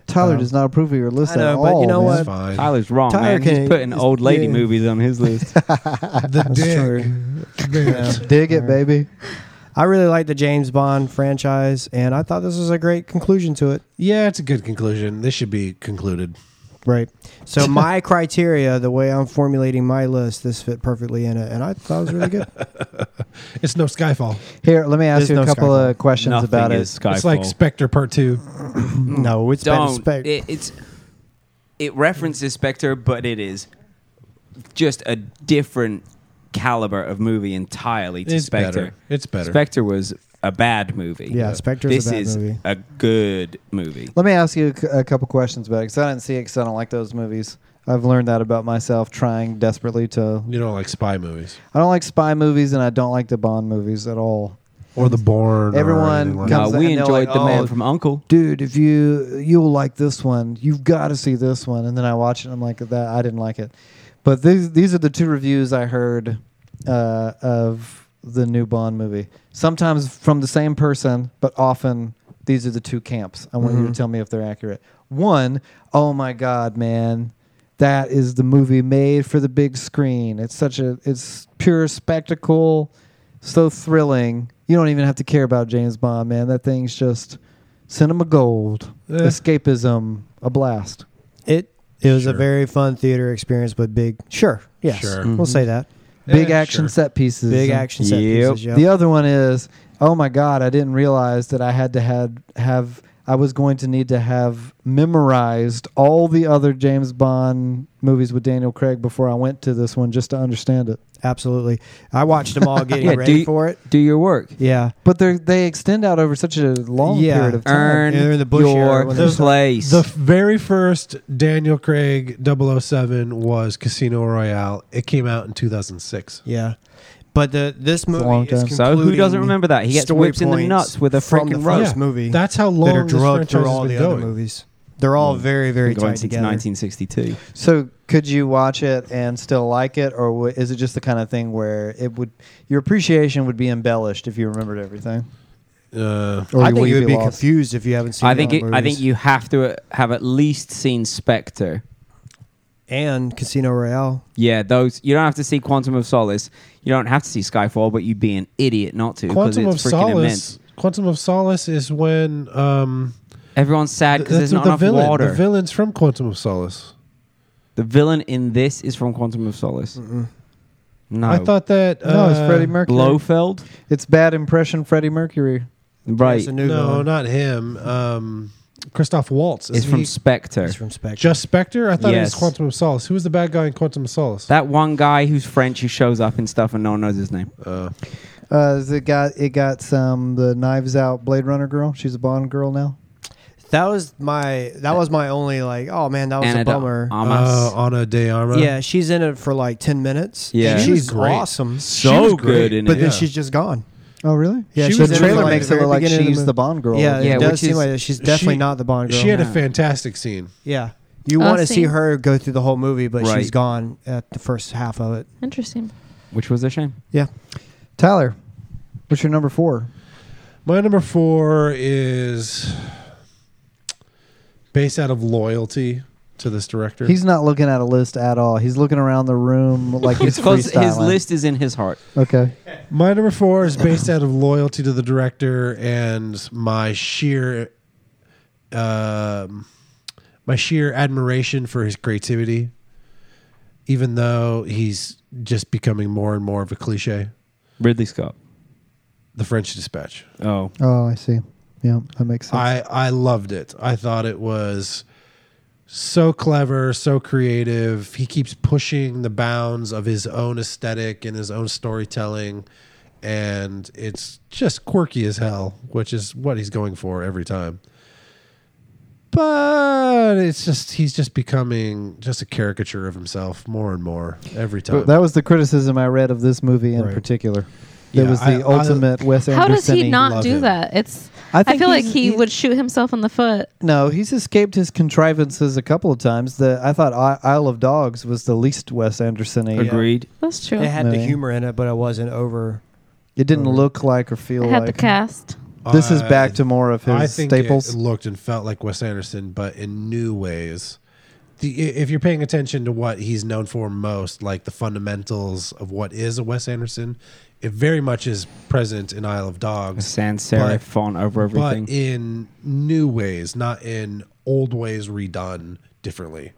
Tyler Um, does not approve of your list I know, at but all. you know That's what? fine. huh? Tyler's wrong, Tyler man. He's King putting is- old lady yeah. movies on his list. the That's dick. true. *laughs* Man. what? Dig it, baby. I really like the James Bond franchise, and I thought this was a great conclusion to it. *laughs* Yeah, it's a good conclusion. This should be concluded. Right. *laughs* So my criteria, the way I'm formulating my list, this fit perfectly in it, and I thought it was really *laughs* good. It's no Skyfall. Here, let me ask There's you a no couple Skyfall. of questions Nothing about it. is Skyfall. It's like Spectre Part Two. no, it's been Don't. spec- It, it's it references Spectre, but it is just a different caliber of movie entirely to It's Spectre. better. It's better. Spectre was a bad movie. Yeah, Spectre's a This bad is movie. a good movie. Let me ask you a c- a couple questions about it because I didn't see it because I don't like those movies. I've learned that about myself, trying desperately to. you don't like spy movies I don't like spy movies and I don't like the Bond movies at all. or the Bourne. or Everyone anything like comes- that. Uh, we and they're enjoyed like, The Man "Oh, from Uncle. Dude, if you you'll like this one, you've got to see this one. And then I watch it, and I'm like, that I didn't like it. But these these are the two reviews I heard uh, of the new Bond movie. Sometimes from the same person, but often these are the two camps. I want you to tell me if they're accurate. One, oh my God, man, that is the movie made for the big screen. It's such a it's pure spectacle, so thrilling. You don't even have to care about James Bond, man. That thing's just cinema gold, Eh. escapism, a blast. it it was Sure. a very fun theater experience, but big. Sure. Yes. Sure. Mm. We'll say that. Big Eh, action sure. set pieces. Big and- action set Yep. pieces. Yep. The other one is, oh my God, I didn't realize that I had to had have I was going to need to have memorized all the other James Bond movies with Daniel Craig before I went to this one just to understand it. Absolutely. I watched them *laughs* all getting Yeah, do ready you- for it. Do your work. Yeah. But they they extend out over such a long Yeah. period of time. Earn Yeah, they're in the Bush era your when they're- place. The very first Daniel Craig 007 was Casino Royale. It came out in 2006. Yeah. But the this long movie is time. so who concluding doesn't remember that? He gets story whips in the points nuts with a from the freaking rope. first movie. That's how long that are this franchise drugged through has all been the other going. movies. They're all very very Hmm. going tied since together. 1962. So could you watch it and still like it, or w- is it just the kind of thing where it would your appreciation would be embellished if you remembered everything? Uh, Or I think will you would be lost? confused if you haven't seen. I the think other it, I think movies. you have to uh, have at least seen Spectre. and Casino Royale. Yeah, those you don't have to see Quantum of Solace. You don't have to see Skyfall, but you'd be an idiot not to because Quantum of it's freaking Solace. immense. Quantum of Solace is when um, Everyone's sad th- because there's that's not the enough villain. water. The villain's from Quantum of Solace. in this is from Quantum of Solace. Oh. No, I thought that uh, no, it's Freddie Mercury. Blofeld. It's bad impression Freddie Mercury. Right, It's a it's, new No, villain. not him. Um, Christoph Waltz Is from he Spectre. It's from Spectre. just Spectre. I thought it was Yes. Quantum of Solace. Who was the bad guy in Quantum of Solace? that one guy who's French who shows up and stuff and no one knows his name. Uh, Uh, is it got it got some the Knives Out Blade Runner girl. She's a Bond girl now. that was my that was my only like. Oh man, that was Ana a de bummer. Armas. uh, Ana de Armas. yeah, she's in it for like ten minutes. Yeah. and She was she's great. awesome. So She was good great, in but it. then yeah. she's just gone. Oh really? Yeah, she the was in it trailer like makes the it look very like beginning of the she's movie. the Bond girl. Yeah, Yeah, it which does seem is- like that. she's definitely She- not the Bond girl. She had a No. fantastic scene. yeah, you I'll want to see see. her go through the whole movie, but she's Right. gone at the first half of it. Interesting. which was a shame. Yeah, Tyler, what's your number four? My number four is based out of loyalty to this director. He's not looking at a list at all. He's looking around the room like he's It's because his freestyling. list is in his heart. Okay. my number four is based out of loyalty to the director and my sheer, um, my sheer admiration for his creativity. Even though he's just becoming more and more of a cliche, Ridley Scott. The French Dispatch. Oh, Oh, I see. Yeah, that makes sense. I I loved it. I thought it was so clever, so creative. He keeps pushing the bounds of his own aesthetic and his own storytelling. And it's just quirky as hell, which is what he's going for every time. But it's just, he's just becoming just a caricature of himself more and more every time. That was the criticism I read of this movie in Right. particular. That Yeah, was the I- I- ultimate Wes Anderson. How does he not love do him. that? It's. I I, think feel like he's- he he- would shoot himself in the foot. No, he's escaped his contrivances a couple of times. The I thought I- Isle of Dogs was the least Wes Anderson. Agreed. That's true. It It had had, the Maybe. humor in it, but it wasn't over. It didn't look like or feel the like. cast. This is back Uh, to more of I his think staples. It looked and felt like Wes Anderson, but in new ways. The, i- if you're paying attention to what he's known for most, like the fundamentals of what is a Wes Anderson, it very much is present in Isle of Dogs, Sans serif But- font over but everything. in new ways, not in old ways redone differently.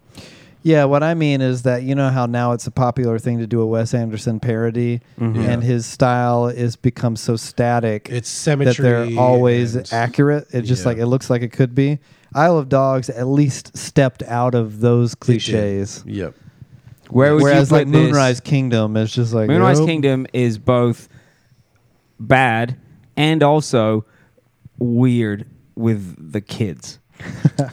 Yeah, what I mean is that you know how now it's a popular thing to do a Wes Anderson parody, and his style is become so static Mm-hmm. It's that symmetry. they're always and- accurate. It just Yeah. like it looks like it could be. Isle of Dogs at least stepped out of those cliches. Yep. Where would Whereas you put like this? Moonrise Kingdom is just like Moonrise nope. Kingdom is both bad and also weird with *laughs* the kids.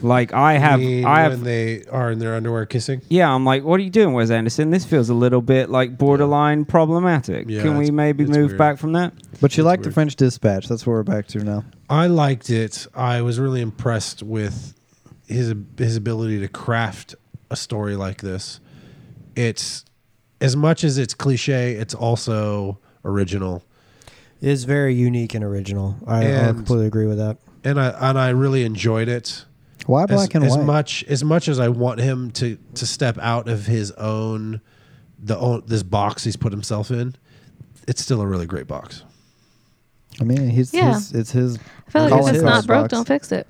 like I have, mean I have. when they are in their underwear kissing. yeah, I'm like, what are you doing, Wes Anderson? This feels a little bit like borderline problematic. Yeah, Can we it's- maybe it's move weird. back from that? But you like the weird. French Dispatch. That's what we're back to now. I liked it. I was really impressed with his his ability to craft a story like this. It's as much as it's cliche, it's also original, It is very unique and original. I, I And- completely agree with that. and I and I really enjoyed it. Why As, black and as white? much as much as I want him to to step out of his own the own, this box he's put himself in, it's still a really great box. I mean, he's, Yeah. his, it's his. I feel like Colin if it's Farrell's not broke, box. don't fix it.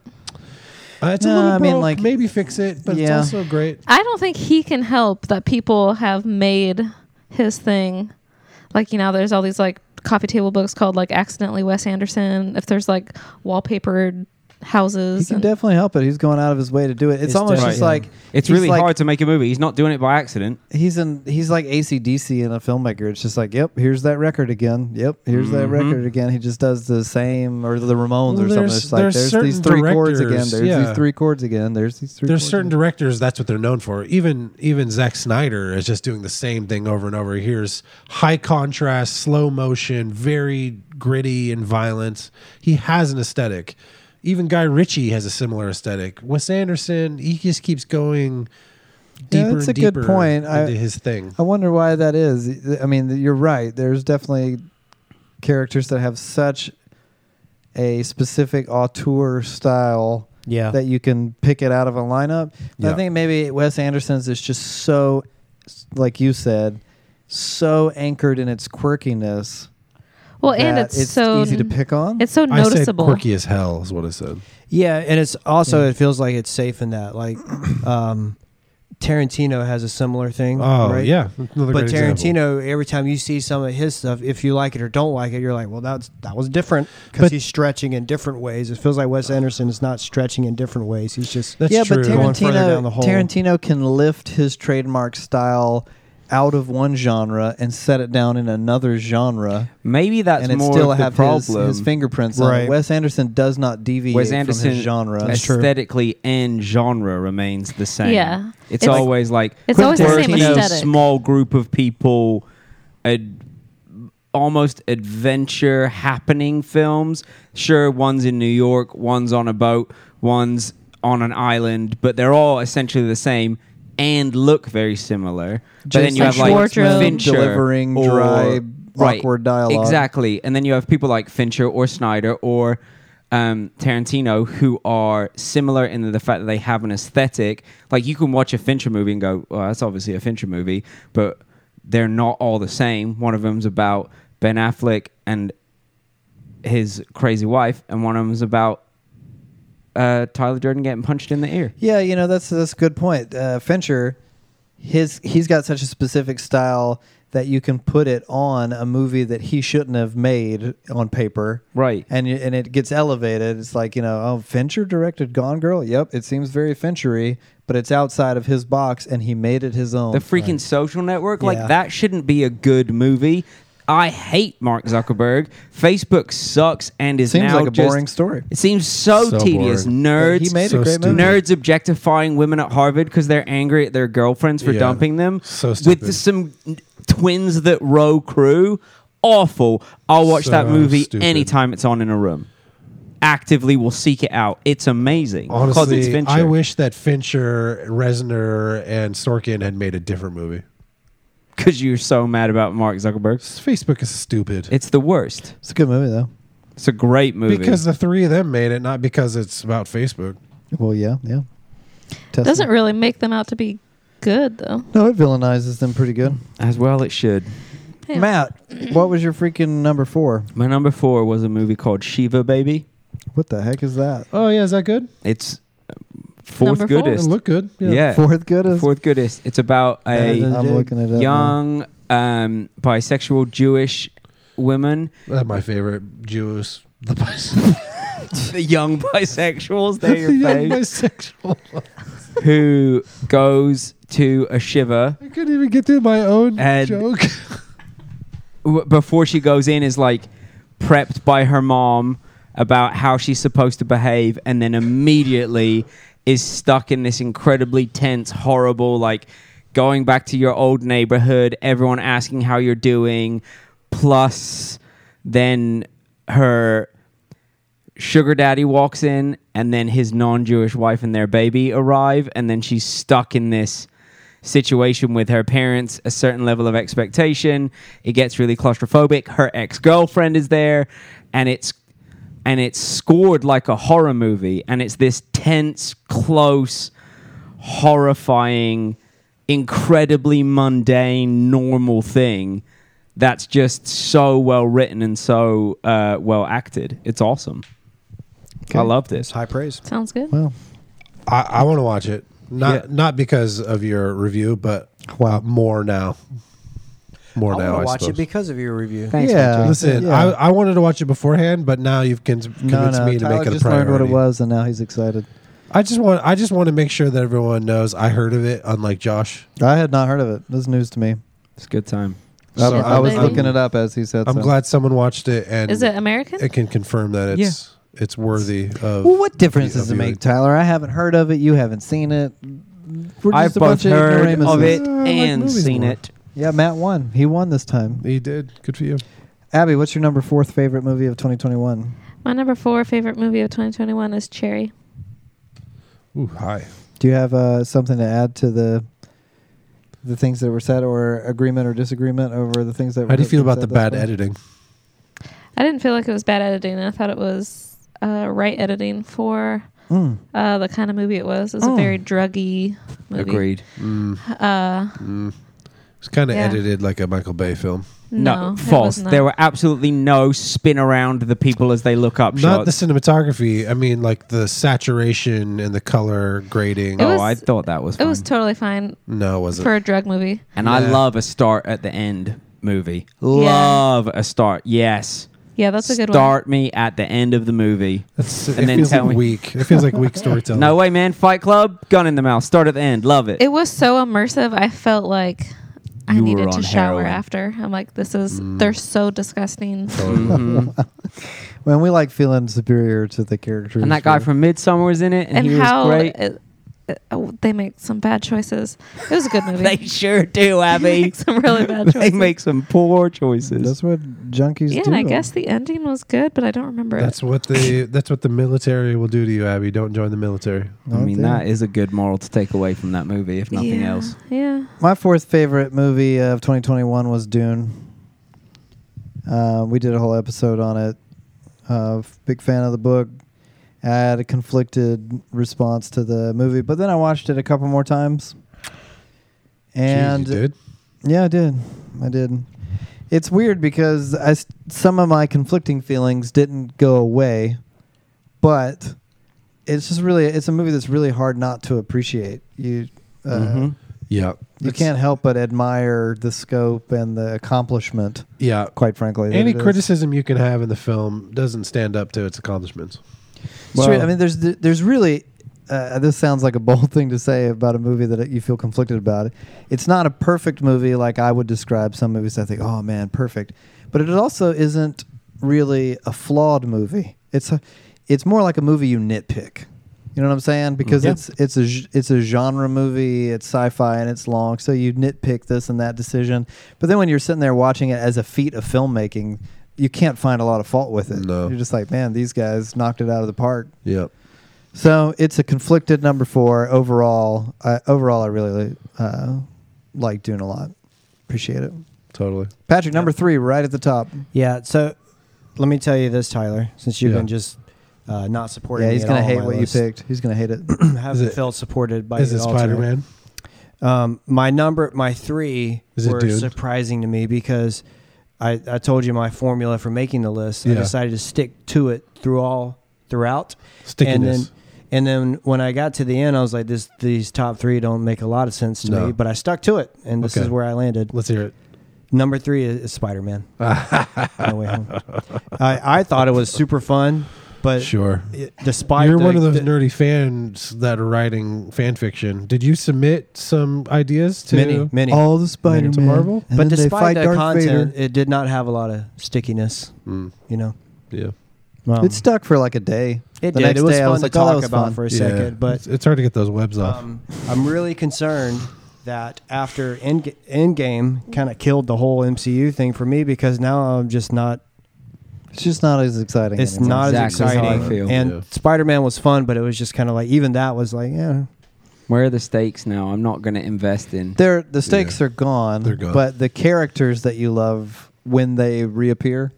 Uh, it's No, a little I I mean, like- maybe fix it, but Yeah. it's also great. I don't think he can help that people have made his thing. Like, you know, there's all these like coffee table books called like Accidentally Wes Anderson. If there's like wallpapered He houses. can and- definitely help it. He's going out of his way to do it. It's, It's almost definitely- just like It's he's really like- hard to make a movie. He's not doing it by accident. He's in. He's like ACDC in a filmmaker. It's just like, yep, here's that record again. Yep, here's that record again. He just does the same or the Ramones Mm-hmm. Well, or something. there's- It's like there's, there's these certain three chords again. directors, There's yeah. these three chords again. There's these three. There's chords certain again. directors that's what they're known for. Even even Zack Snyder is just doing the same thing over and over. Here's high contrast, slow motion, very gritty and violent. He has an aesthetic. Even Guy Ritchie has a similar aesthetic. Wes Anderson, he just keeps going Yeah, deeper that's and a good deeper point. into I- his thing. I wonder why that is. I mean, you're right. There's definitely characters that have such a specific auteur style Yeah. that you can pick it out of a lineup. But I Yeah. think maybe Wes Anderson's is just so, like you said, so anchored in its quirkiness. well, and that it's, so easy to pick on. It's so I said noticeable. quirky as hell is what I said. Yeah, and it's also Yeah. it feels like it's safe in that. Like *clears throat* um Tarantino has a similar thing. Oh right? yeah, another But great example. Tarantino, every time you see some of his stuff, if you like it or don't like it, you're like, well, that's that was different because But- he's stretching in different ways. It feels like Wes Anderson is not stretching in different ways. He's just That's yeah, true. but Going Tarantino, further down the hole. Tarantino can lift his trademark style out of one genre and set it down in another genre. Maybe that's and it more still of the have his, problem. his fingerprints on it. Right. Wes Anderson does not deviate Wes Anderson from his genre. true. aesthetically and genre remains the same. Yeah. it's, It's- always like it's always the same quirky, aesthetic. Small group of people, ad, almost adventure happening films. Sure, one's in New York, one's on a boat, one's on an island, but they're all essentially the same and look very similar. but then Jason you have like Schwartzman Fincher delivering or- dry, right, awkward dialogue. Exactly, and then you have people like Fincher or Snyder or um, Tarantino who are similar in the fact that they have an aesthetic. Like you can watch a Fincher movie and go, "Well, that's obviously a Fincher movie," but they're not all the same. One of them's about Ben Affleck and his crazy wife, and one of them's about uh, Tyler Durden getting punched in the ear. Yeah, you know that's that's a good point. Uh, Fincher, his he's got such a specific style that you can put it on a movie that he shouldn't have made on paper, Right. And you- and it gets elevated. It's like you know, oh, Fincher directed Gone Girl. Yep, it seems very Finchery, but it's outside of his box, and he made it his own. The freaking social network, Yeah. like that shouldn't be a good movie. I hate Mark Zuckerberg. Facebook sucks and is Seems now like a just- boring story. It seems so, So tedious. boring. Nerds, he made So a great stupid. movie. nerds objectifying women at Harvard because they're angry at their girlfriends for Yeah. dumping them. So With stupid. some twins that row crew. Awful. I'll watch So that movie stupid. anytime it's on in a room. Actively will seek it out. It's amazing. 'Cause it's Honestly, Fincher. I wish that Fincher, Resner, and Sorkin had made a different movie. because you're so mad about Mark Zuckerberg. Facebook is stupid. It's the worst. It's a good movie though. It's a great movie. because the three of them made it, not because it's about Facebook. Well, yeah, yeah. Tesla. Doesn't really make them out to be good though. no, it villainizes them pretty good. as well, it should. Yeah. Matt, what was your freaking number four? My number four was a movie called Shiva Baby. What the heck is that? Oh yeah, is that good? It's uh, fourth Number four? It goodest. looked good. Yeah. Yeah, Fourth goodest. fourth goodest. It's about I'm a looking it up. young um, bisexual Jewish woman. *laughs* That's my favorite. Jews. The bis- *laughs* the young bisexuals, they're the *laughs* your young face. bisexual. Who goes to a shiva I couldn't even get through my own And- joke. w- before she goes in is like prepped by her mom about how she's supposed to behave and then immediately is stuck in this incredibly tense horrible like going back to your old neighborhood everyone asking how you're doing plus then her sugar daddy walks in and then his non-jewish wife and their baby arrive and then she's stuck in this situation with her parents a certain level of expectation it gets really claustrophobic her ex-girlfriend is there and it's and it's scored like a horror movie and it's this tense close horrifying incredibly mundane normal thing that's just so well written and so uh, well acted it's awesome i loved It's it high praise. Sounds good. Well, *laughs* I, I want to watch it. Not not because of your review, but Wow. uh, more now. More I now. want to I watch it suppose. because of your review. Thanks, yeah. Listen, uh, yeah. I, I wanted to watch it beforehand, but now you've con- convinced no, no. me to Tyler make it a just priority. learned what it was, and now he's excited. I just want I just want to make sure that everyone knows I heard of it. Unlike Josh, I had not heard of it. This is news to me. it's a good time I, So I was I'm- looking it up as he said. I'm so. glad someone watched it and Is it American? it can confirm that it's it's worthy of. Well, what difference does it of you. make, Tyler? I haven't heard of it. You haven't seen it. We're i've a bunch both heard ignoramuses. of it Uh, I like and movies seen more. it Yeah, Matt won. He won this time. He did. Good for you. Abby, what's your number fourth favorite movie of 2021? My number four favorite movie of 2021 is Cherry. Ooh, hi. Do you have uh, something to add to the the things that were said, or agreement or disagreement over the things that? were How do you feel about the said bad thus far? editing? I didn't feel like it was bad editing. I thought it was uh, right editing for Mm. uh, the kind of movie it was. It was Oh. a very druggy movie. agreed Mm, Uh, mm. It's kind of Yeah. edited like a Michael Bay film. no, it was false. not. There were absolutely no spin around the people as they look up Not the shots. cinematography. I mean, like the saturation and the color grading. It oh, was- I thought that was It fun. was totally fine no, it wasn't. for a drug movie. and I Yeah. love a start at the end movie. Love a start. Yes. Yeah, that's a good one. Start me at the end of the movie. That's, *laughs* And it then feels tell like me- weak. It feels like *laughs* weak storytelling. No way, man. Fight Club, gun in the mouth. Start at the end. Love it. *laughs* It was so immersive. I felt like I You were needed on to shower heroin. Mm. after. I'm like, this is, they're so disgusting. Mhm. When we like feeling superior to the characters, and that guy we- from Midsummer was in it, and, and he was how great. it- it- oh, they make some bad choices. It was a *laughs* good movie. They sure do, They Abby. make some really *laughs* bad they choices. make some poor choices. That's what junkies yeah, do. and I guess the ending was good, but I don't remember That's it. what the that's what the military will do to you, Abby. Don't join the military. I mean, Aren't they? that is a good moral to take away from that movie, if nothing yeah. else. Yeah. My fourth favorite movie of 2021 was Dune. Uh, we did a whole episode on it. Uh, f- big fan of the book. I had a conflicted response to the movie, but then I watched it a couple more times. And Jeez, you did? yeah, I did. I did. It's weird because I s- some of my conflicting feelings didn't go away, but it's just really it's a movie that's really hard not to appreciate. You uh, Mhm. yeah, you It's- can't help but admire the scope and the accomplishment. Yeah, Quite frankly, that any it is. criticism you can have in the film doesn't stand up to its accomplishments. It's true. Well- I mean, there's there's really uh, this sounds like a bold *laughs* thing to say about a movie that you feel conflicted about. It's not a perfect movie like I would describe some movies. I think, oh man, perfect. But it also isn't really a flawed movie. It's a, it's more like a movie you nitpick. You know what I'm saying? Because Yeah. it's it's a g- it's a genre movie. It's sci-fi and it's long, so you nitpick this and that decision. But then when you're sitting there watching it as a feat of filmmaking, you can't find a lot of fault with it. No. You're just like, man, these guys knocked it out of the park. Yep. So it's a conflicted number four overall. Uh, overall, I really uh, like Dune a lot. Appreciate it, Totally. Patrick. Number three, right at the top. Yeah. So let me tell you this, Tyler, since you've Yeah. been just uh, not supporting. Yeah, he's me at gonna all on hate my what list. *clears throat* you picked. He's gonna hate *clears throat* it. I Is haven't it- felt supported by Is you it at all tonight. Spider Man? Um, my number, my three Is it were Dune? surprising to me because I, I told you my formula for making the list. I Yeah. decided to stick to it through all throughout. Stickiness. And then, and then when I got to the end, I was like, "This these top three don't make a lot of sense to No. me," but I stuck to it, and this Okay. is where I landed. Let's hear it. Number three is, is *laughs* Spider Man. I, I thought it was super fun, but Sure. it- despite You're the- one of those the- nerdy fans that are writing fan fiction. Did you submit some ideas to many many. All the Spider-Man, to Marvel? and but then they despite fight the Darth content, Vader. it did not have a lot of stickiness. Mm, You know, yeah. Um, it stuck for like a day. It The did. next it was day, I fun was to like, oh, that talk was about fun. for a Yeah. second, it's, but it's hard to get those webs off. um, I'm really concerned that after End Endgame kind of killed the whole MCU thing for me because now I'm just not. It's just not as exciting. It's anymore. not Exactly as how I exciting. feel. And Yeah. Spider-Man was fun, but it was just kind of like even that was like yeah. Where are the stakes now? I'm not going to invest in. They're, the stakes are gone, They're gone. But the characters that you love when they reappear,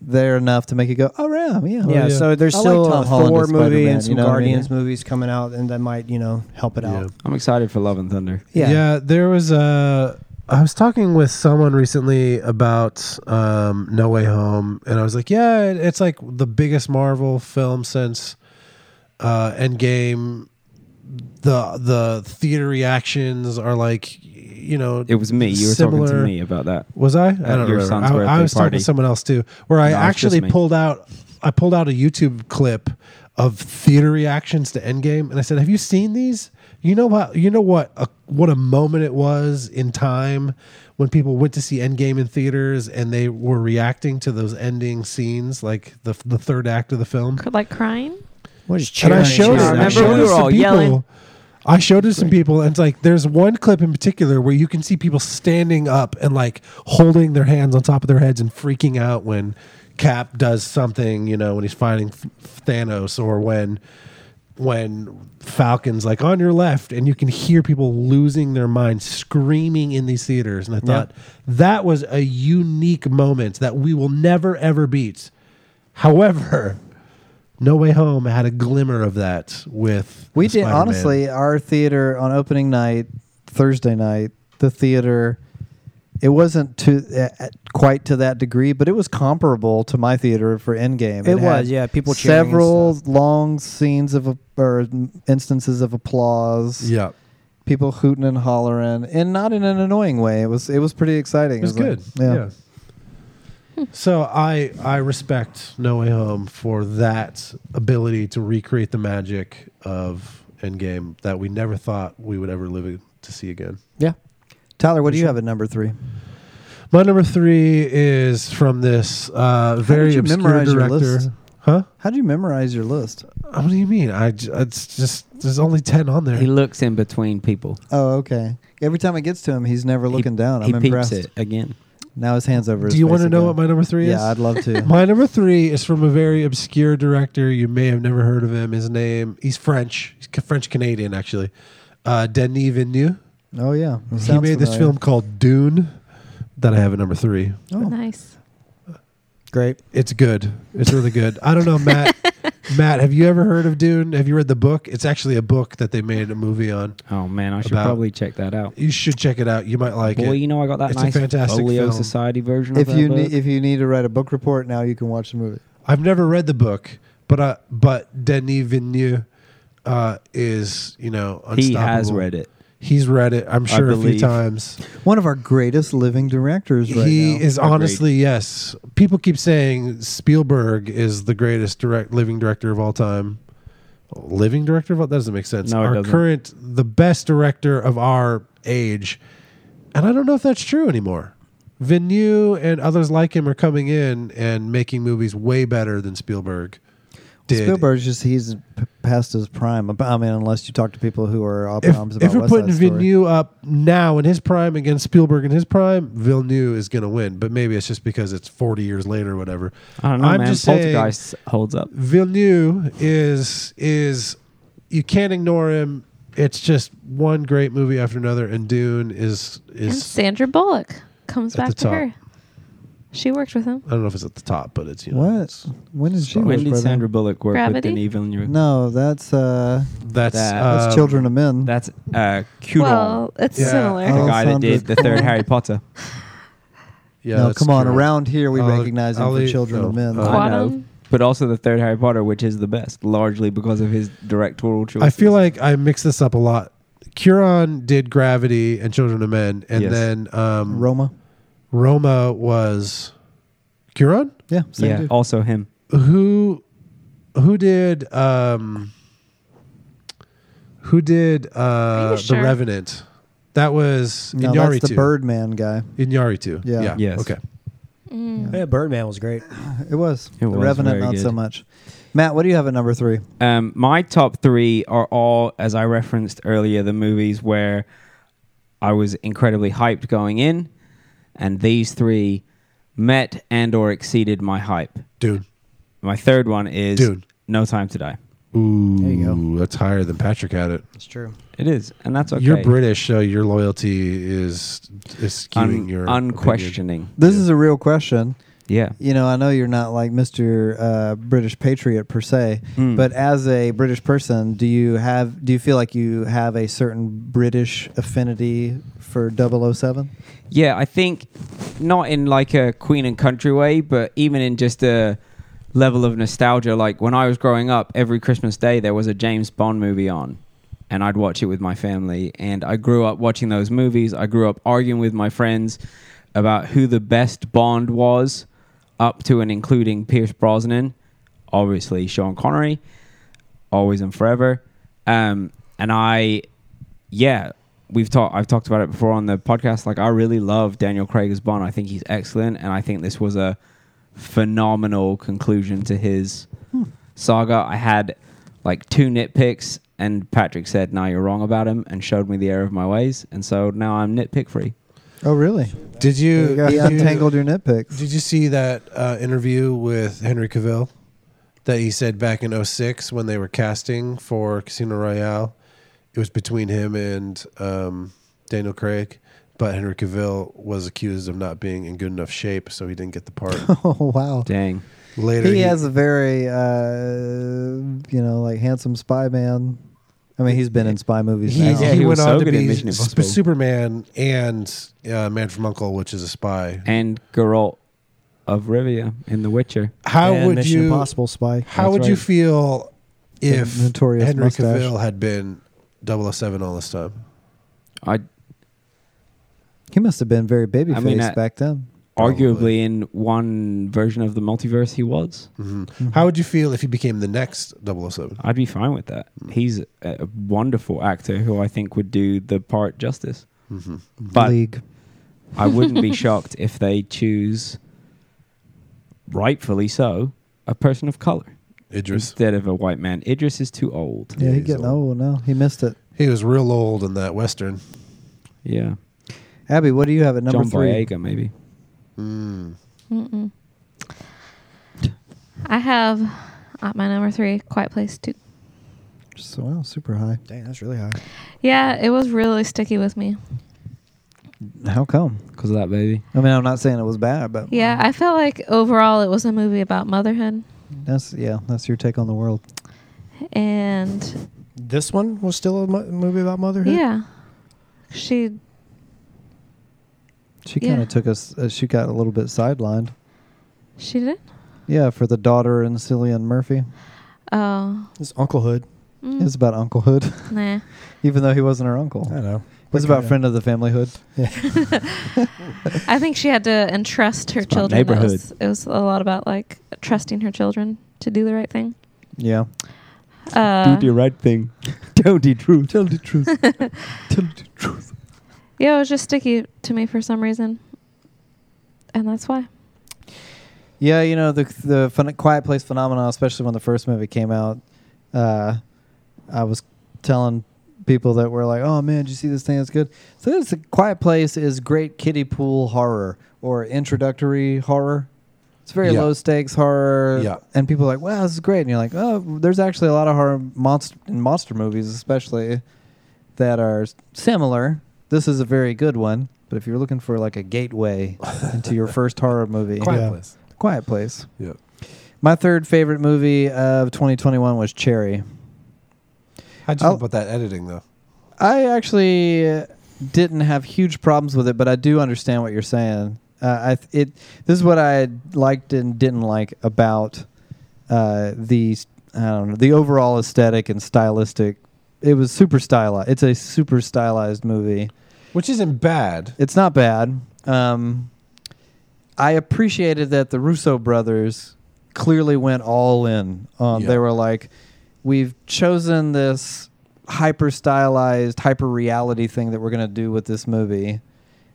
they're enough to make you go, oh yeah, yeah, yeah, yeah. so there's I like still Tom a Holland Thor as movie Spider-Man, and some you know what I mean? Guardians movies coming out, and that might you know help it yeah. out. I'm excited for Love and Thunder. yeah. Yeah. There was a. I was talking with someone recently about um, No Way Home, and I was like, "Yeah, it- it's like the biggest Marvel film since uh, Endgame." The the theater reactions are like, you know, It was me. You were talking Similar- to me about that. Was I? I don't At your remember. son's I, I birthday was talking party. to someone else too, where I No, it's just actually me. pulled out. I pulled out a YouTube clip of theater reactions to Endgame, and I said, "Have you seen these? You know what? You know what? A, what a moment it was in time when people went to see Endgame in theaters, and they were reacting to those ending scenes, like the the third act of the film." Like crying? What is and I showed it. Yeah, I I remember showed we it were to all people. yelling. I showed it to some people, and it's like there's one clip in particular where you can see people standing up and like holding their hands on top of their heads and freaking out when Cap does something, you know, when he's fighting Th- Thanos or when when Falcon's like on your left, and you can hear people losing their minds, screaming in these theaters. And I thought that was a unique moment that we will never ever beat. However, No Way Home had a glimmer of that with We the did Spider-Man. honestly our theater on opening night, Thursday night, the theater it wasn't to uh, quite to that degree, but it was comparable to my theater for Endgame. It had was, yeah, people cheering and several long scenes of a, or instances of applause, Yeah, people hooting and hollering, and not in an annoying way. It was it was pretty exciting. it was like- good. yeah. So I I respect No Way Home for that ability to recreate the magic of Endgame that we never thought we would ever live to see again. yeah. Tyler, what do you have at number three? My number three is from this uh, very you obscure memorize your director. list? Huh? Uh, How do you memorize your list? What do you mean? I j- it's just there's only ten on there. He looks in between people. Oh, okay. Every time it gets to him, he's never looking he, down. I'm he impressed. peeps it again. Now his hands over. his do you face want to know again. what my number three is? Yeah, I'd love to. My number three is from a very obscure director. You may have never heard of him. His name, he's French, he's French Canadian actually. Uh, Denis Villeneuve. *laughs* oh yeah, he made this film called Dune that I have at number three. Oh. Nice. Great. It's good. It's really good. I don't *laughs* know, Matt. Matt, have you ever heard of Dune? Have you read the book? It's actually a book that they made a movie on. Oh man, I should About- probably check that out. You should check it out. You might like Boy, it. you know I got that It's a nice fantastic Folio film. Society version If of you that book. need, if you need to write a book report now, you can watch the movie. I've never read the book, but I, but Denis Villeneuve uh, is you know unstoppable. he has read it. He's read it. I'm sure a few believe. times. One of our greatest living directors right he now. is Agreed. honestly yes. People keep saying Spielberg is the greatest direct living director of all time. living director of all that doesn't make sense. No, it our doesn't. current the best director of our age, and I don't know if that's true anymore. Villeneuve and others like him are coming in and making movies way better than Spielberg did. Spielberg's just he's p- past his prime. I mean, unless you talk to people who are up in if, arms about if we're West Side putting Story. Villeneuve up now in his prime against Spielberg in his prime, Villeneuve is going to win. But maybe it's just because it's 40 years later or whatever. I don't know, I'm man. just saying- Poltergeist holds up. Villeneuve is is you can't ignore him. It's just one great movie after another, and Dune is And is Sandra Bullock comes At the back to top. her. She worked with him. I don't know if it's at the top, but it's you know What? it's- When is she? When did brother? Sandra Bullock work Gravity? with Denis Villeneuve? No, that's uh, that's That- uh, that's Children of Men. That's uh, Curon, Well, it's Yeah. similar. the Oh. guy that did the Alessandro third Cuarón. Harry Potter. *laughs* Yeah, no, that's come on. correct. Around here, we I'll- recognize him I'll for leave- Children no. of Men. Uh, I know. Quantum. But also the third Harry Potter, which is the best, largely because of his directorial choice. I feel like I mix this up a lot. Curon did Gravity and Children of Men, and Yes. then um, Roma. Roma was Curon. Yeah, same yeah, dude. also him. who who did um who did you uh sure? the revenant that was No, Inyaritu. that's the Birdman guy. Inyaritu. Yeah. yeah Yes. okay Yeah, Birdman was great. It was. It the was Revenant, very not so good. much. Matt, what do you have at number three? Um, my top three are all, as I referenced earlier, the movies where I was incredibly hyped going in, and these three met and or exceeded my hype. dude My third one is Dune. No Time to Die. ooh you go. that's higher than patrick had it It's true. It is, and that's okay. you're british so your loyalty is is skewing Un- your opinion. unquestioning. This Yeah. is a real question. Yeah. You know, I know you're not like Mr. Uh, British patriot per se, Hmm. Mm. but as a British person, do you have do you feel like you have a certain British affinity for *laughs* 007? Yeah, I think not in like a Queen and Country way, but even in just a level of nostalgia. Like when I was growing up, every Christmas day there was a James Bond movie on, and I'd watch it with my family. And I grew up watching those movies. I grew up arguing with my friends about who the best Bond was, up to and including Pierce Brosnan, obviously Sean Connery, always and forever. Um, and I, yeah, we've talked. I've talked about it before on the podcast. Like, I really love Daniel Craig as Bond. I think he's excellent, and I think this was a phenomenal conclusion to his saga. I had like two nitpicks, and Patrick said, "No, you're wrong about him," and showed me the error of my ways, and so now I'm nitpick free. Oh, really? did you, You *laughs* got *laughs* did you- untangled your nitpicks. Did you see that uh, interview with Henry Cavill that he said back in 06 when they were casting for Casino Royale? It was between him and um, Daniel Craig, but Henry Cavill was accused of not being in good enough shape, so he didn't get the part. oh, wow. Dang. Later, He has a very, uh, you know, like handsome spy man. I mean, he's been in spy movies. he, now. Yeah, he he went was so on to good in be Mission Sp- Impossible. Superman and uh, Man from Uncle, which is a spy. and Geralt of Rivia in The Witcher. How And would Mission you? Impossible spy? How That's would you right. feel if notorious Henry mustache. Cavill had been 007 all this time? I He must have been very babyface I mean, I- back then. Probably. arguably in one version of the multiverse he was. Mhm. How would you feel if he became the next 007? I'd be fine with that. Mm. He's a, a wonderful actor who I think would do the part justice. Mhm. But League. I *laughs* wouldn't be shocked if they choose, rightfully so, a person of color Idris. instead of a white man. Idris is too old. Yeah, Yeah, he he's getting old old. now. He missed it. He was real old in that Western. Yeah, Abby, what do you have at number John three? Boyega maybe. Mm. Mm-mm. I have at my number three, Quiet Place Two. Just, wow, super high. Dang, that's really high. Yeah, it was really sticky with me. How come? Because of that baby. I mean, I'm not saying it was bad, but Yeah, I felt like overall it was a movie about motherhood, that's yeah, that's your take on the world. and This one was still a mo- movie about motherhood. yeah, she She Yeah. kind of took us. Uh, she got a little bit sidelined. she did. Yeah, for the daughter and Cillian Murphy. Oh, It's Unclehood. mm, It's about unclehood, nah. *laughs* even though he wasn't her uncle. I know. It was about friend of the familyhood. I think she had to entrust her about children. That neighborhood. was- it was a lot about like trusting her children to do the right thing. Yeah. Uh, do the right *laughs* thing. Tell the truth. Tell the truth. Tell the truth. yeah, it was just sticky to me for some reason, and that's why. Yeah, you know the the phen Quiet Place phenomenon, especially when the first movie came out. Uh, I was telling people that were like, "Oh man, did you see this thing? It's good." So this Quiet Place is great kiddie pool horror or introductory horror. It's very Yeah. low stakes horror. Yeah. and people are like, "Wow, this is great," and you're like, "Oh, there's actually a lot of horror monster in monster movies, especially that are s- similar." This is a very good one, but if you're looking for like a *laughs* gateway into your first horror movie, Quiet Yeah. Place. Quiet Place. Yeah. My third favorite movie of 2021 was Cherry. How'd you I'll- feel about that editing though? I actually didn't have huge problems with it, but I do understand what you're saying. Uh, I th- it this is what I liked and didn't like about uh, the I don't know the overall aesthetic and stylistic. It was super stylized. It's a super stylized movie. Which isn't bad. It's not bad. Um, I appreciated that the Russo brothers clearly went all in. Um, Yeah. They were like, we've chosen this hyper stylized, hyper reality thing that we're going to do with this movie.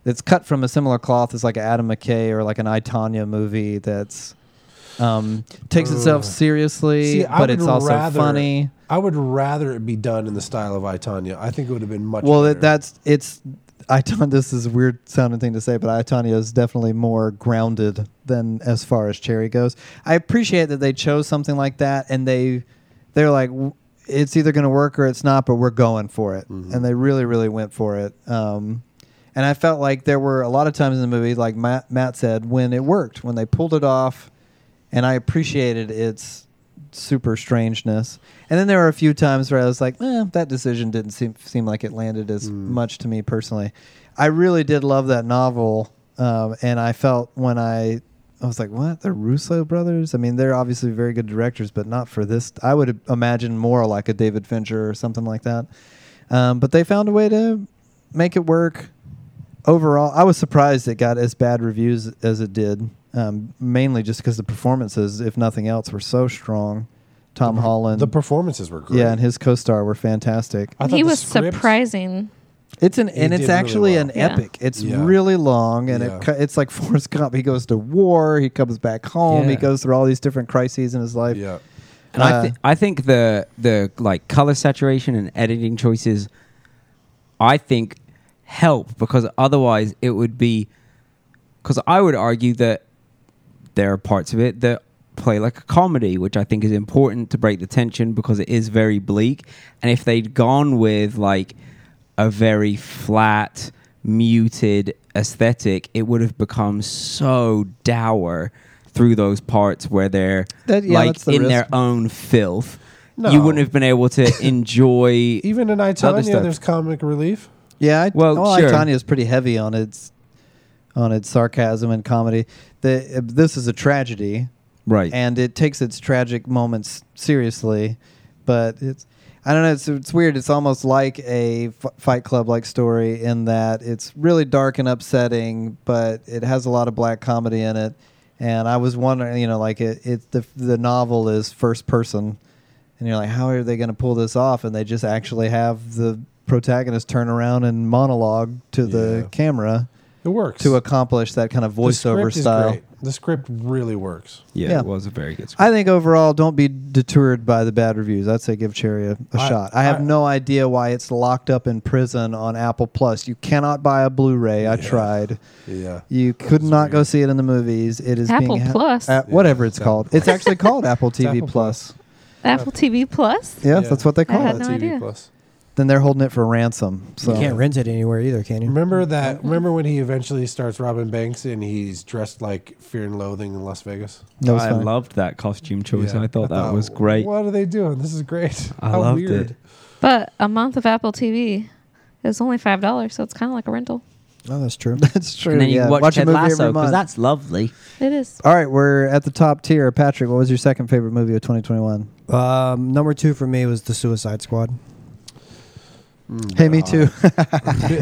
That's cut from a similar cloth as like an Adam McKay or like an I Tanya movie that's um, takes itself Ugh. seriously, See, I would but it's also rather- funny. I would rather it be done in the style of Itanya. I think it would have been much. Well, better. it, that's it's. I ton- this is a weird sounding thing to say, but Itania is definitely more grounded than as far as Cherry goes. I appreciate that they chose something like that, and they they're like, "W- it's either going to work or it's not, but we're going for it, Mm-hmm. and they really, really went for it. Um, and I felt like there were a lot of times in the movie, like Matt, Matt said, when it worked, when they pulled it off, and I appreciated its super strangeness. And then there were a few times where I was like, eh, that decision didn't seem seem like it landed as Mm. Mm. much to me personally. I really did love that novel, um, and I felt when I I was like, what the Russo brothers? I mean, they're obviously very good directors, but not for this. I would imagine more like a David Fincher or something like that. Um, but they found a way to make it work overall, I was surprised it got as bad reviews as it did. Um, mainly just because the performances, if nothing else, were so strong. Tom Holland, the performances were great. yeah, and his co-star were fantastic. I thought he the was script- surprising. It's an and did it's really actually well. an Yeah. epic. It's Yeah. really long and it Yeah. it it's like *laughs* Forrest Gump. He goes to war, he comes back home, he Yeah. goes through all these different crises in his life. Yeah. And Uh, I, th- I think the the like color saturation and editing choices, I think, help because otherwise it would be, because I would argue that there are parts of it that play like a comedy, which I think is important to break the tension because it is very bleak. And if they'd gone with like a very flat, muted aesthetic, it would have become so dour through those parts where they're That- yeah, like that's the in risk. their own filth. No. You wouldn't have been *laughs* able to enjoy. Even in Other Itanya, stuff. there's comic relief. Yeah, I, well, Well, well sure. Tanya is pretty heavy on its on its sarcasm and comedy. The, uh, this is a tragedy, right. and it takes its tragic moments seriously. But it's I don't know. It's it's weird. It's almost like a F- Fight Club like story in that it's really dark and upsetting, but it has a lot of black comedy in it. And I was wondering, you know, like it, it the the novel is first person, and you're like, how are they going to pull this off? And they just actually have the protagonist turn around and monologue to the Yeah. camera It works. to accomplish that kind of The script voiceover is style. great. The script really works. yeah, yeah. it was a very good. I think overall, don't be deterred by the bad reviews. I'd say give Cherry a, a I- shot. I have I- no idea why it's locked up in prison on Apple Plus. You cannot buy a Blu-ray. I tried. Yeah. You could was not weird. go see it in the movies. It is Apple being ha- Plus? uh, whatever it's it's called. It's actually called Apple TV Apple Plus. Apple TV Plus. Yeah, Yeah. that's what they I call had it. no TV idea. Plus. Then they're holding it for ransom. So You can't *laughs* rent it anywhere either, can you? Remember that? Remember when he eventually starts robbing banks and he's dressed like Fear and Loathing in Las Vegas? that was I funny. loved that costume choice. Yeah. I thought that was great. What are they doing? This is great. *laughs* I How loved weird. it. But a month of Apple TV is only five dollars, so it's kind of like a rental. Oh, that's *laughs* true. that's true. And then you yeah. watch, Ted a movie Lasso every month. because that's lovely. It Oh, is. All right, we're at the top tier. Patrick, what was your second favorite movie of 2021? Um, number two for me was the Suicide Squad. Mm. Hey, me *laughs* *laughs* too.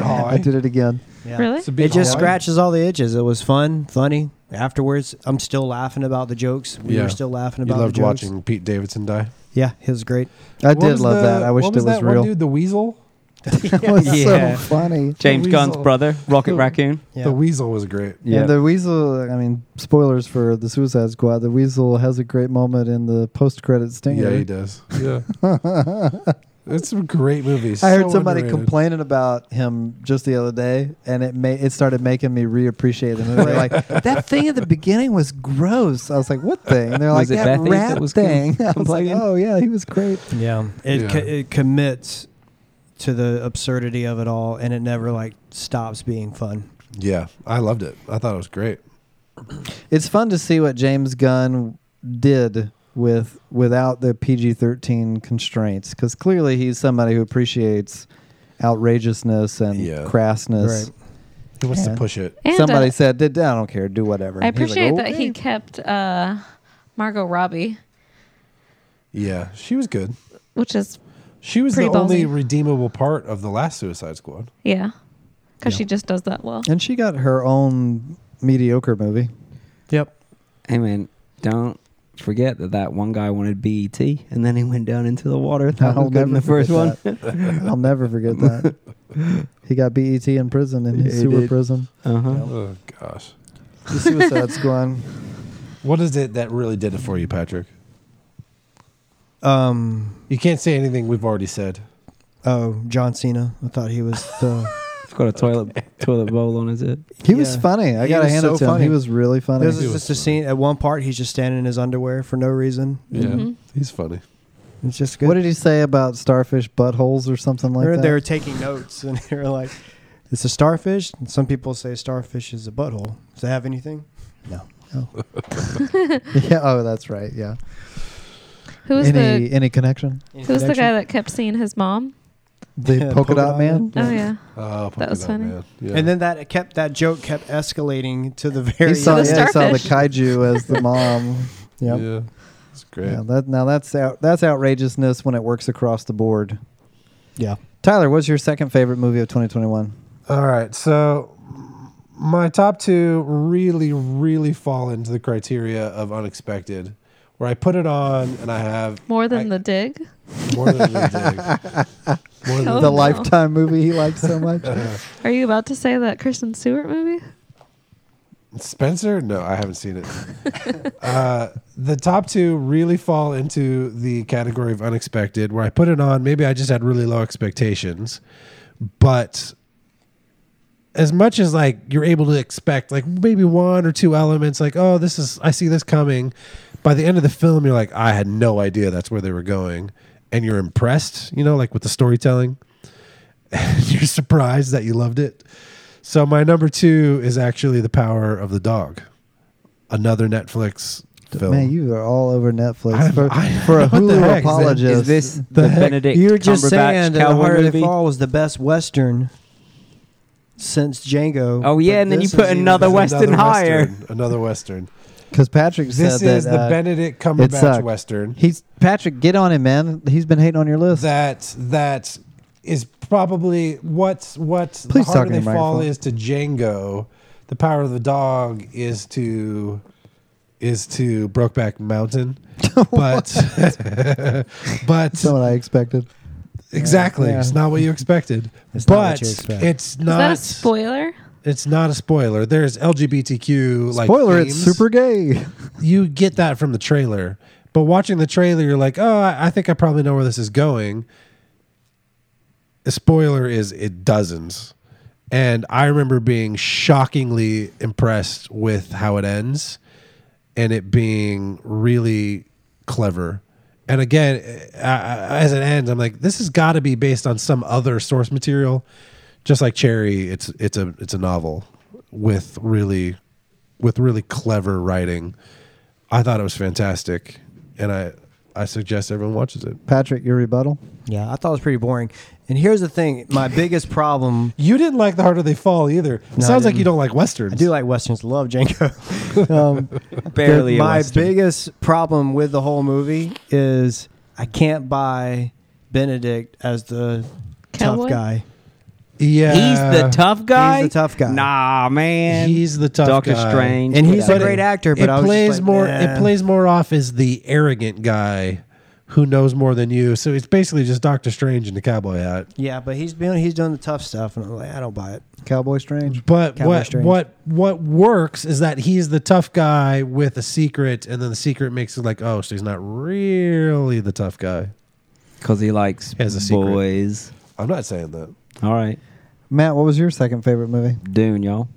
I I did it again. Yeah. Really? It's a bit It just hard. scratches all the itches. It was fun, funny. Afterwards, I'm still laughing about the jokes. We Yeah. were still laughing You about loved the jokes. watching Pete Davidson die. Yeah, it was great. I What did love the- that. I wish what it was that real. One dude, the weasel. *laughs* That was Yeah. so funny. James The Gunn's weasel. brother, Rocket Raccoon. Yeah. The weasel was great. Yeah. And the weasel. I mean, spoilers for the Suicide Squad. The weasel has a great moment in the post-credit stinger. Yeah, *laughs* he does. Yeah, it's a great movie. I heard So somebody underrated. complaining about him just the other day, and it made it started making me reappreciate him. And they're *laughs* like, "That thing at the beginning was gross." I was like, "What thing?" And they're Was like, it "That Bethy rat that was com- thing." *laughs* I was like, complaining? "Oh yeah, he was great." Yeah. It, Yeah. Co- it commits to the absurdity of it all, and it never like stops being fun. Yeah, I loved it. I thought it was great. It's fun to see what James Gunn did with without the PG-13 constraints, because clearly he's somebody who appreciates outrageousness and Yeah. crassness. He wants Yeah. to push it. And, Somebody uh, said, "Did I don't care, do whatever." I He's like, "Oh." appreciate that "Okay." he kept uh, Margot Robbie, Yeah, she was good. which is She was Pretty the only ballsy. redeemable part of the last Suicide Squad. yeah, because she just does that well. And she got her own mediocre movie. Yep. Hey man, don't forget that that one guy wanted BET, and then he went down into the water. That was good in the first one. *laughs* forget that. I'll never forget that. He got BET in prison in his He sewer did. prison. Uh huh. Oh gosh, The Suicide Squad. what is it that really did it for you, Patrick? Um. You can't say anything we've already said. Oh, John Cena. I thought he *laughs* was the. It's got a toilet toilet bowl on his head. *laughs* He was Yeah. funny. I He gotta was hand so it to him. funny. He was really funny. This He is was just a scene. At one part, he's just standing in his underwear for no reason. Yeah, Mm-hmm. he's funny. It's just good. What did he say about starfish buttholes or something like They're- that? they were taking notes, and *laughs* they were like, "It's a starfish." And some people say starfish is a butthole. Does that have anything? *laughs* yeah. Oh, that's right. Yeah. Who was Any the any connection? Any Who was the connection? guy that kept seeing his mom? The Yeah, polka dot man. Oh yeah, Oh, That was Polkadot funny. Man. Yeah. And then that it kept that joke kept escalating to the *laughs* very. He saw, The end. yeah, he saw the starfish. kaiju as the mom. *laughs* Yep. yeah, it's great. Yeah, that now that's out, that's outrageousness when it works across the board. Yeah. Tyler, what's your second favorite movie of 2021? All right, so my top two really, really fall into the criteria of unexpected, where I put it on and I have more than I- the dig. more than *laughs* the dig. More Oh, the no. Lifetime movie he likes so much. Are you about to say that Kristen Stewart movie? Spencer? No, I haven't seen it. uh, the top two really fall into the category of unexpected, where I put it on. Maybe I just had really low expectations, but as much as like you're able to expect, like maybe one or two elements, like oh, this is I see this coming. By the end of the film, you're like, I had no idea that's where they were going, and you're impressed, you know, like with the storytelling. *laughs* you're surprised that you loved it. So my number two is actually the power of the dog, another Netflix film. Man, you are all over Netflix I'm- for, I- for a what the Hulu heck? apologist. Is this The the, heck? Benedict You were just Cumberbatch saying that The cowboy Harder They movie? Fall was the best Western since Django. Oh yeah, but and then you this put is even- another This is Western higher. Western, another Western. Because Patrick This said is that the uh, Benedict it Cumberbatch sucked. Western He's Patrick. Get on him, man. He's been hating on your list. that that is probably what's what the Please talk harder in they the fall microphone. is to Django. The power of the dog is to is to *laughs* Brokeback Mountain, but *laughs* but That's not what I expected. exactly, Yeah. it's not what you expected. It's not what but you expect. it's Is that not a spoiler? It's not a spoiler. There's LGBTQ like Spoiler: themes. It's super gay. *laughs* You get that from the trailer, but watching the trailer, you're like, oh, I, I think I probably know where this is going. A spoiler is it doesn't, and I remember being shockingly impressed with how it ends, and it being really clever. And again, I- I- as it ends, I'm like, this has got to be based on some other source material, just like Cherry. It's it's a it's a novel with really with really clever writing. I thought it was fantastic, and I I suggest everyone watches it. Patrick, your rebuttal. Yeah, I thought it was pretty boring. And here's the thing: *laughs* my biggest problem. You didn't like The Harder They Fall either. It No, I sounds like you didn't. don't like westerns. I do like westerns. Love Django. *laughs* um, Barely a my Western. biggest problem with the whole movie is I can't buy Benedict as the Cowboy? tough guy. Yeah, He's the tough guy. He's the tough guy. Nah, man. He's the tough Doctor guy. Strange. And he's whatever. a great actor, but it I was plays just like, more. nah. It plays more off as the arrogant guy who knows more than you. So it's basically just Doctor Strange in the cowboy hat. Yeah, but he's been he's done the tough stuff, and I'm like, I don't buy it. Cowboy Strange. But Cowboy what Strange. what what works is that he's the tough guy with a secret, and then the secret makes it like, oh, so he's not really the tough guy. because he likes He has a secret. boys. I'm not saying that. All right, Matt, what was your second favorite movie? Dune, y'all.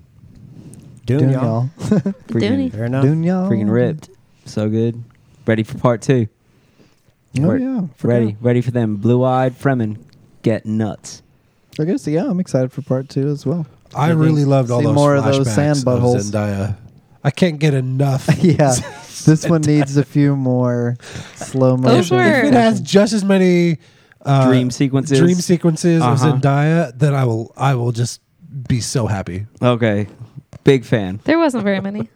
Dune, y'all. Dooney. Fair enough. Dune, y'all. freaking ripped, so good. Ready for part two. Oh, We're yeah. for Ready, Dune. ready for them. Blue-eyed Fremen get nuts. I guess, yeah, I'm excited for part two as well. *laughs* I really loved all See those more of those flashbacks sand buttholes. Zendaya. I can't get *laughs* enough. yeah. This one needs a few more slow Those motion. were- If it has just as many uh, Dream sequences. dream sequences Uh-huh. of Zendaya, then I will I will just be so happy. Okay, big fan. There wasn't very many.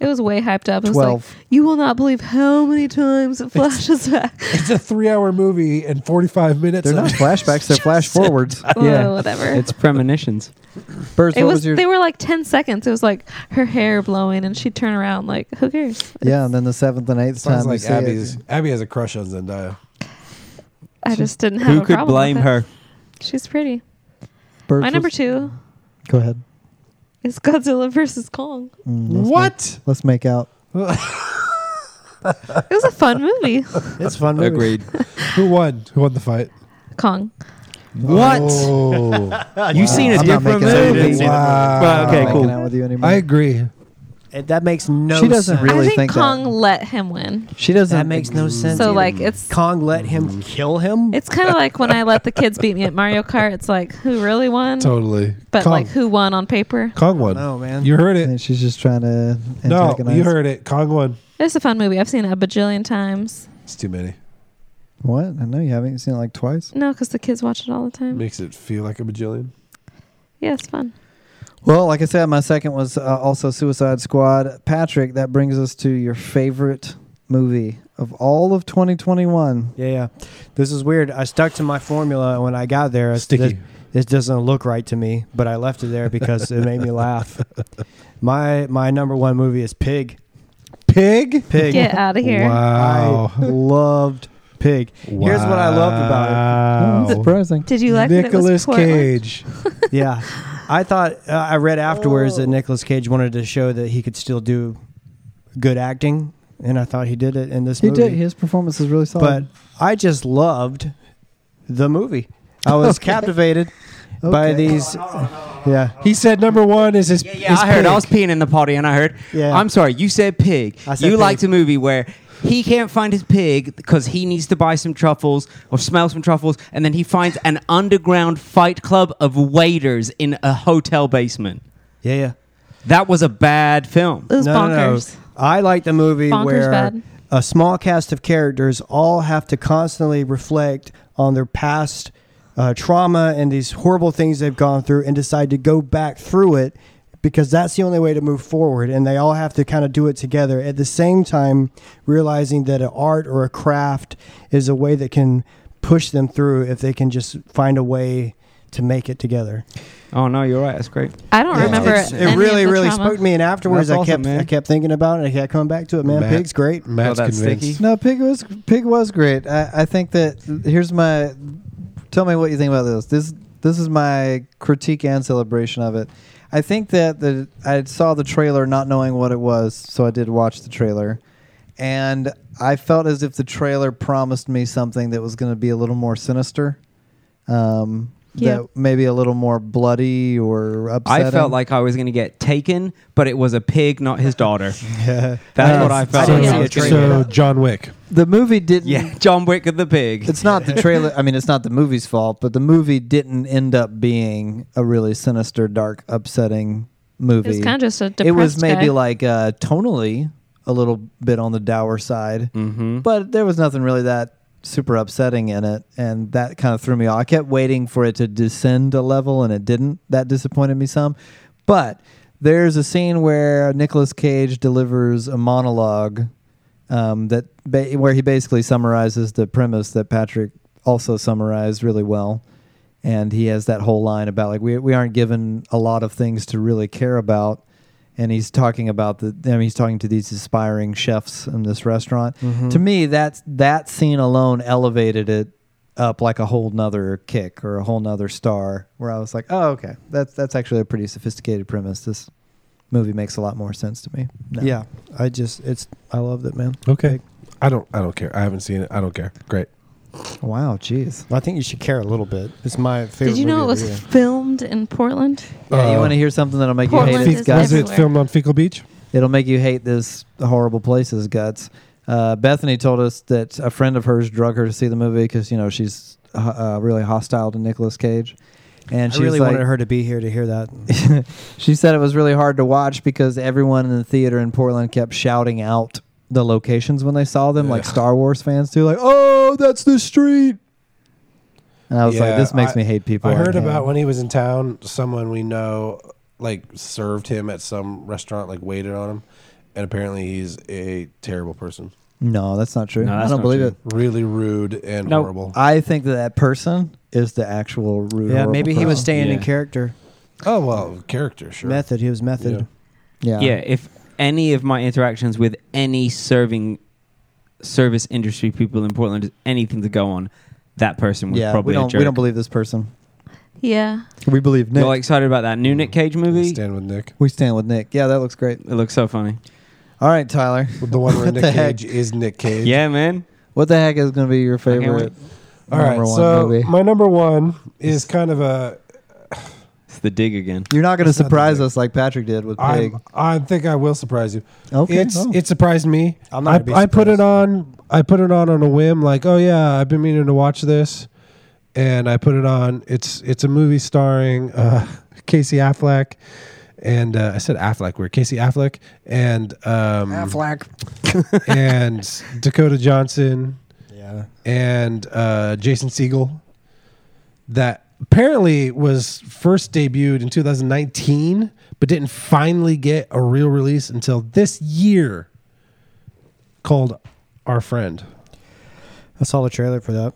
It was way *laughs* hyped up. It was 12. like, you will not believe how many times it flashes back. *laughs* It's a three hour movie and forty five minutes. They're of- *laughs* not flashbacks, they're flash forwards. Whoa, Yeah. whatever. It's premonitions. First, it what was, was your. they were like 10 seconds. It was like her hair blowing and she'd turn around like, who cares? Yeah, and then the seventh and eighth time. Sounds you like see it. Abby's. Abby has a crush on Zendaya. I just didn't have Who a could problem with blame it. her? She's pretty. Birds My was- number two Go ahead. is Godzilla versus Kong. Mm, let's Make, What? let's make out. It was a fun movie. It's a fun movie. Who won? Who won *laughs* the fight? Kong. What? Oh. You seen a I'm not different making out with movie? you. Wow. Well, okay, I'm not cool. making out with you anymore. I agree. It- that makes no. She doesn't sense. really- I think, think that. Kong let him win. She doesn't. Mm. That makes no sense. So either. like it's Kong let him kill him. it's kind of like when I let the kids beat me at Mario Kart. It's like who really won, Totally. but Kong. like who won on paper. Kong won. Oh, no man. You heard it. And she's just trying to No, antagonize. you heard it. Kong won. It's a fun movie. I've seen it a bajillion times. It's too many. What? I know you haven't seen it like twice. No, because the kids watch it all the time. Makes it feel like a bajillion. Yeah, it's fun. Well, like I said, my second was uh, also Suicide Squad. Patrick, that brings us to your favorite movie of all of 2021. Yeah, yeah. This is weird. I stuck to my formula when I got there. I said, Sticky. This, this doesn't look right to me, but I left it there because it made *laughs* me laugh. My my number one movie is Pig. Pig. Oh. Pig. Get out of here. Wow. I loved Pig. Here's what I loved about about Oh, surprising. Did you like that it was Nicholas Portland? Cage. it. Yeah, I thought uh, I read afterwards Oh. that Nicolas Cage wanted to show that he could still do good acting, and I thought he did it in this He movie. did. His performance is really but solid. I just loved the movie. I *laughs* was captivated by Okay. these. Yeah, He said number one is his. Yeah, yeah, I heard. I was peeing in the party, and I heard. Yeah. I'm sorry. You said pig. I said you pig. liked a movie where he can't find his pig because he needs to buy some truffles or smell some truffles, and then he finds an underground fight club of waiters in a hotel basement. yeah, yeah. That was a bad film. It was bonkers. I like the movie Bonkers where bad. a small cast of characters all have to constantly reflect on their past uh, trauma and these horrible things they've gone through and decide to go back through it because that's the only way to move forward. And they all have to kind of do it together at the same time, realizing that an art or a craft is a way that can push them through if they can just find a way to make it together. Oh no, you're right. That's great. I don't Yeah. remember It's- any it really, of the really trauma. spoke to me. And afterwards, That's I kept, awesome, man. I kept thinking about it. I kept coming back to it. Man, Matt- Pig's great. Matt's Oh, that's convinced. sticky. no, Pig was Pig was great. I, I think that here's my. Tell me what you think about this. This this is my critique and celebration of it. I think that the I saw the trailer not knowing what it was, so I did watch the trailer, and I felt as if the trailer promised me something that was going to be a little more sinister. Um, Yeah. That maybe a little more bloody or upsetting. I um, felt like I was going to get taken, but it was a pig, not his daughter. *laughs* Yeah. That's Uh, what I felt. so- like I was so- gonna So get. John Wick. the movie didn't yeah, John Wick of the pig. It's not the trailer. I mean, it's not the movie's fault, but the movie didn't end up being a really sinister, dark, upsetting It movie. was kind of just a depressed It was maybe guy. like uh, tonally a little bit on the dour side, Mm-hmm. but there was nothing really that super upsetting in it, and that kind of threw me off. I kept waiting for it to descend a level, and it didn't. That disappointed me some, but. There's a scene where Nicolas Cage delivers a monologue um, that ba- where he basically summarizes the premise that Patrick also summarized really well, and he has that whole line about like we we aren't given a lot of things to really care about, and he's talking about the I mean, he's talking to these aspiring chefs in this restaurant. To me, that's that scene alone elevated it up like a whole nother kick or a whole nother star. Where I was like, oh okay, that's that's actually a pretty sophisticated premise. This movie makes a lot more sense to me. now. Yeah, I just it's I loved it, man. Okay. I don't. I don't care. I haven't seen it. I don't care. Great. Wow. Jeez. I think you should care a little bit. It's my favorite. Did you know it movie of was the year. filmed in Portland? Yeah, you Uh, want to hear something that'll make you Portland hate this is like- guy? Was it Everywhere. filmed on Fecal Beach? It'll make you hate this horrible place's guts. Uh, Bethany told us that a friend of hers drug her to see the movie because you know she's uh, uh, really hostile to Nicolas Cage, and I she was really like, wanted her to be here to hear that. *laughs* she said it was really hard to watch because everyone in the theater in Portland kept shouting out the locations when they saw them, like Ugh. Star Wars fans do, like "Oh, that's the street," and I was like, Yeah, "This makes I- me hate people." I heard can't. about when he was in town, someone we know like served him at some restaurant, like waited on him, and apparently he's a terrible person. No, that's not true. No, that's I don't not believe true. it. Really rude and No, horrible. I think that that person is the actual root. yeah, maybe he was staying in Yeah. character. oh well, character, sure. Method. He was method. Yeah. Yeah. yeah, if any of my interactions with any serving service industry people in Portland is anything to go on, that person was Yeah, probably we a don't jerk. we don't believe this person. Yeah. We believe Nick. Mm-hmm. You're all excited about that new Nick Cage movie? It Stand with Nick. we stand with Nick. Yeah, that looks great. looks so funny. All right, Tyler. The one where What Nick the heck? Cage is Nick Cage. Yeah, man. What the heck is going to be your can't favorite? All right. number one So movie? my number one is kind of a. It's the dig again. You're not going to It's not surprise the- us like Patrick did with I Pig. I think I will surprise you. okay. it's oh. it surprised me. I'm not gonna be I, I put it surprised. on. I put it on on a whim. Like, oh yeah, I've been meaning to watch this, and I put it on. It's it's a movie starring uh, *laughs* Casey Affleck, and uh, I said Affleck. We're Casey Affleck and um, Affleck. and *laughs* Dakota Johnson Yeah. and uh, Jason Siegel. That apparently was first debuted in 2019, but didn't finally get a real release until this year. Called Our Friend. I saw the trailer for that.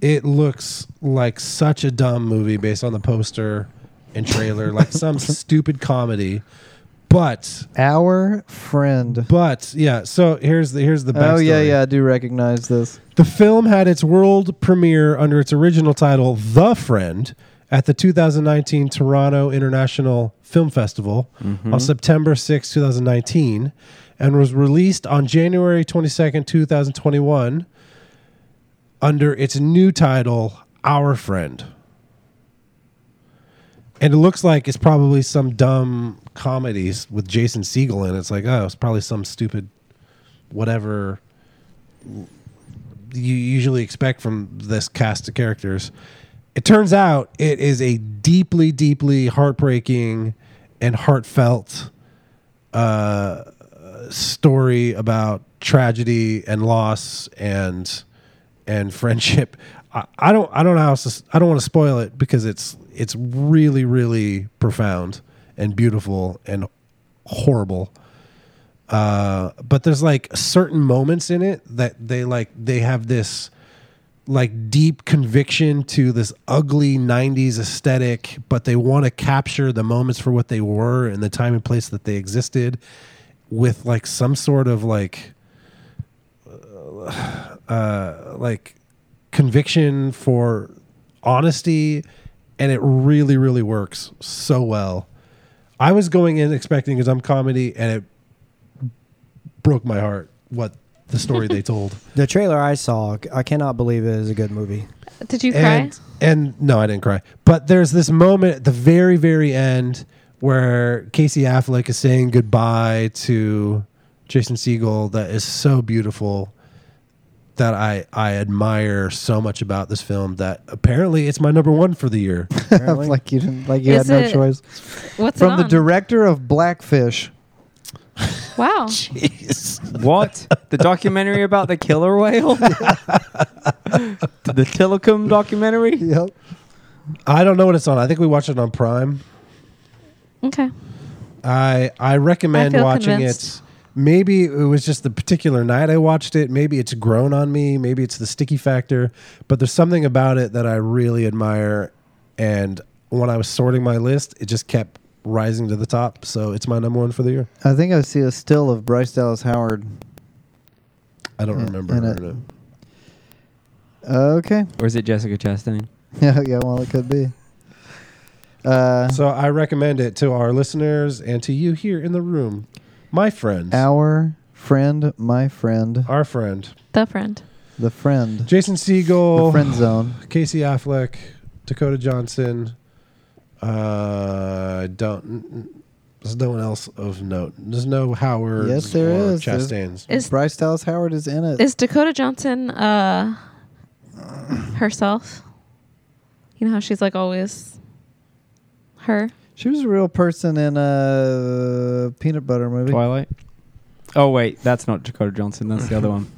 It looks like such a dumb movie based on the poster and *laughs* trailer, like some stupid comedy. But our friend. but yeah, so here's the here's the backstory. Oh yeah, yeah. I do recognize this. The film had its world premiere under its original title, The Friend, at the 2019 Toronto International Film Festival Mm-hmm. Mm-hmm. *laughs* on September 6, 2019, and was released on January 22nd, 2021, under its new title, Our Friend. And it looks like it's probably some dumb comedies with Jason Siegel in it. It's like, oh, it's probably some stupid whatever you usually expect from this cast of characters. It turns out it is a deeply, deeply heartbreaking and heartfelt uh, story about tragedy and loss and and friendship. I, I don't I don't know how else to, s- I don't want to spoil it because it's it's really really profound and beautiful and horrible uh, but there's like certain moments in it that they like they have this like deep conviction to this ugly 90s aesthetic but they want to capture the moments for what they were and the time and place that they existed with like some sort of like uh like conviction for honesty and it really really works so well i was going in expecting because i'm comedy and it broke my heart what the story they told. The trailer I saw, I cannot believe it is a good *laughs* movie. Did you cry? And and no, I didn't cry. But there's this moment at the very very end where Casey Affleck is saying goodbye to Jason Siegel that is so beautiful that I I admire so much about this film that apparently it's my number 1 for the year. like you didn't. Like you Is had no it- choice. What's it From the on? director of Blackfish. Wow. What? the documentary about the killer *laughs* whale? *laughs* the Tillicum documentary? Yep. I don't know what it's on. I think we watched it on Prime. Okay. I I recommend I feel watching convinced. it Maybe it was just the particular night I watched it. Maybe it's grown on me. Maybe it's the sticky factor. But there's something about it that I really admire. And when I was sorting my list, it just kept rising to the top. So it's my number one for the year. I think I see a still of Bryce Dallas Howard. I don't Yeah, remember. and her it- name. Okay. *laughs* Or is it Jessica Chastain? Yeah, yeah, well, it could be. Uh, So I recommend it to our listeners and to you here in the room, my friends, our friend, my friend, our friend, The friend. the friend, Jason the Siegel, friend zone. Casey Affleck, Dakota Johnson. Uh, I don't. There's no one else of note. There's no Howard. Yes, there or is. There's- Chastains. Is Bryce Dallas Howard is in it. is Dakota Johnson uh herself? You know how she's like always her? She was a real person in a peanut butter movie. Twilight? Oh, wait. That's not Dakota Johnson. *laughs* That's the other one.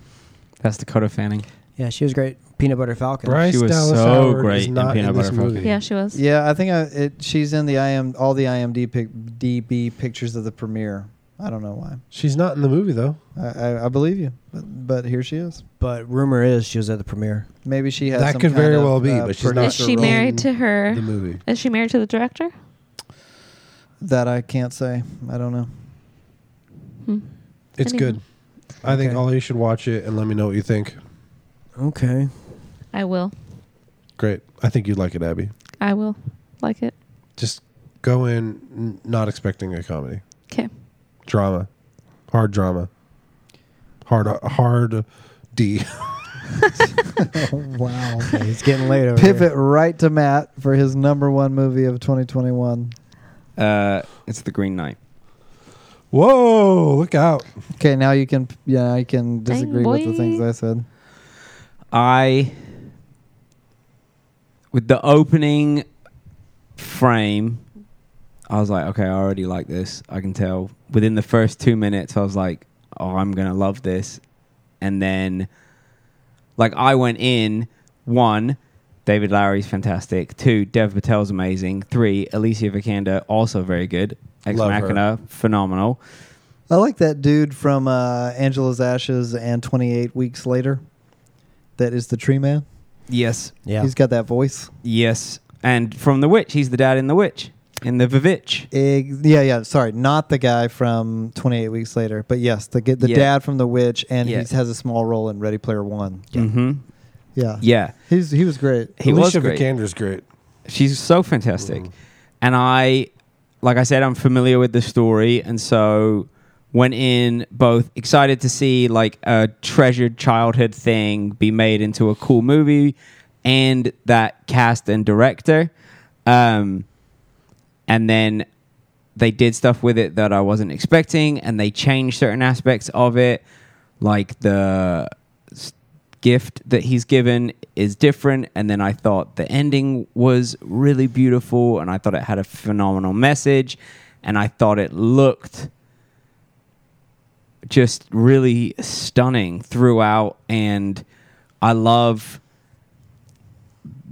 That's Dakota Fanning. Yeah, she was great. Peanut Butter Falcon. Bryce She was Dallas so Howard great is in not in, Peanut this Butter Falcon. movie. Yeah, she was. Yeah, I think I, it, she's in the IM all the IMDb pic, DB pictures of the premiere. I don't know why. She's not in the movie though. I, I, I believe you, but, but here she is. But rumor is she was at the premiere. Maybe she has That some could kind very of, well be, uh, but she's not Is producer she role married to her? The movie. Is she married to the director? that I can't say. I don't know. Hmm. It's Anyhow. good. I think Okay. all of you should watch it and let me know what you think. *laughs* Okay. I will. Great. I think you'd like it, Abby. I will like it. Just go in n- not expecting a comedy, Okay. drama, hard drama, hard hard D. *laughs* wow. Okay, it's getting late over Pivot right to Matt for his number one movie of 2021. Uh, it's The Green Knight. Whoa! Look out. Okay, now you can yeah I can disagree with the boy. things I said. I with the opening frame, I was like, okay, I already like this. I can tell. Within the first two minutes, I was like, oh, I'm gonna love this. And then, like, I went in one. David Lowry's fantastic. Two, Dev Patel's amazing. Three, Alicia Vikander also very good. Ex Love her. Machina, phenomenal. I like that dude from uh, Angela's Ashes and 28 Weeks Later. That is the tree man. Yes, Yeah. He's got that voice. yes. And from The Witch, he's the dad in The Witch, in the Vivitch. Ex- yeah, yeah. Sorry, not the guy from 28 Weeks Later, but yes, the g- the Yeah. dad from The Witch, and Yeah. he has a small role in Ready Player One. Mm-hmm. hmm Yeah, Yeah. He's he was great. He Alicia was great. Vikander's great. She's so fantastic. And I, like I said, I'm familiar with the story. And so went in both excited to see like a treasured childhood thing be made into a cool movie and that cast and director. Um, and then they did stuff with it that I wasn't expecting, and they changed certain aspects of it, like the s- gift that he's given is different. And then I thought the ending was really beautiful, and I thought it had a phenomenal message, and I thought it looked just really stunning throughout, and I love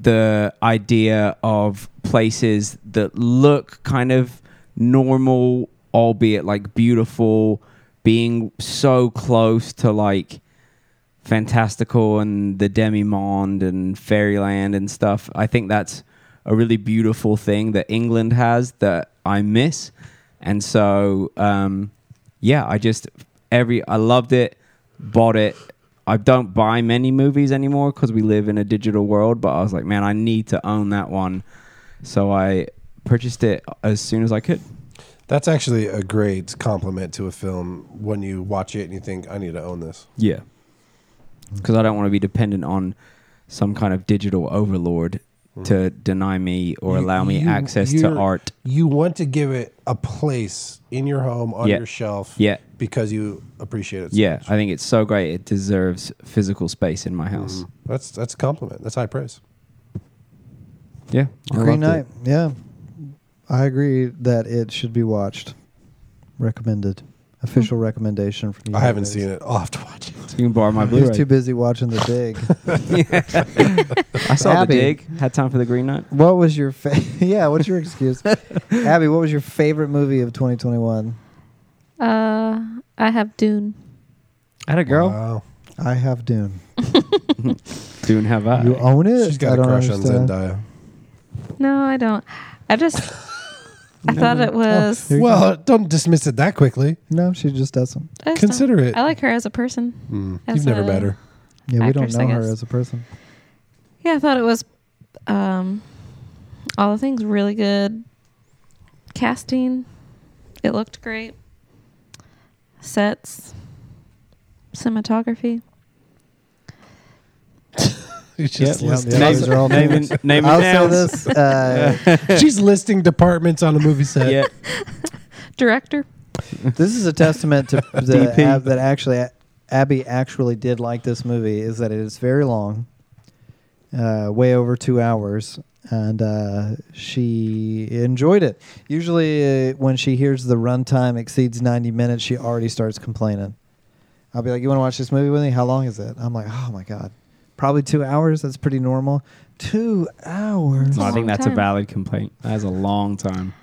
the idea of places that look kind of normal, albeit like beautiful, being so close to like fantastical and the demi-monde and fairyland and stuff. I think that's a really beautiful thing that England has that I miss. And so, um, yeah, I just every I loved it, bought it. I don't buy many movies anymore because we live in a digital world. But I was like, man, I need to own that one, so I purchased it as soon as I could. That's actually a great compliment to a film when you watch it and you think, I need to own this. Yeah, because I don't want to be dependent on some kind of digital overlord to deny me or You- allow me you- access to you're- art. You want to give it a place in your home, on Yeah. your shelf, Yeah. because you appreciate it. so Yeah, much. I think it's so great. It deserves physical space in my house. Mm. That's that's a compliment. That's high praise. Yeah, I Green loved Knight. it. Yeah, I agree that it should be watched. Recommended. Official recommendation from you. Hmm. I haven't seen it. I'll have to watch it. You can borrow my He was Blu-ray. too busy watching The Dig. I saw Abby. the dig. Had time for the Green Knight. what was your fa- *laughs* yeah? What's *laughs* your excuse, Abby? What was your favorite movie of 2021? Uh I have Dune. I had a girl. Wow. I have Dune. Soon have I. You own it. Uh, She's got I a don't crush understand. on Zendaya. No, I don't. I just *laughs* I thought Oh, it was Here you Well, don't dismiss it that quickly. No, she just doesn't. I just don't- Consider it. I like her as a person. Mm. as You've never a- met her. *laughs* Yeah, we don't Actress, I know her guess. as a person. Yeah, I thought it was um all the things really good casting. It looked great. Sets, cinematography. She's just Yeah, listing, yeah. Name, Those are all name, things. and- name I'll and say names. this. *laughs* Uh, she's listing departments on a movie set. Yeah. Director. this is a testament *laughs* to the DP. Ab- that actually Abby actually did like this movie is that it is very long, uh, way over two hours, and uh, she enjoyed it. Usually, uh, when she hears the runtime exceeds ninety minutes, she already starts complaining. I'll be like, "You want to watch this movie with me? How long is it?" I'm like, "Oh my god, probably two hours. That's pretty normal. Two hours. It's a I think long that's a time. valid complaint. That's a long time.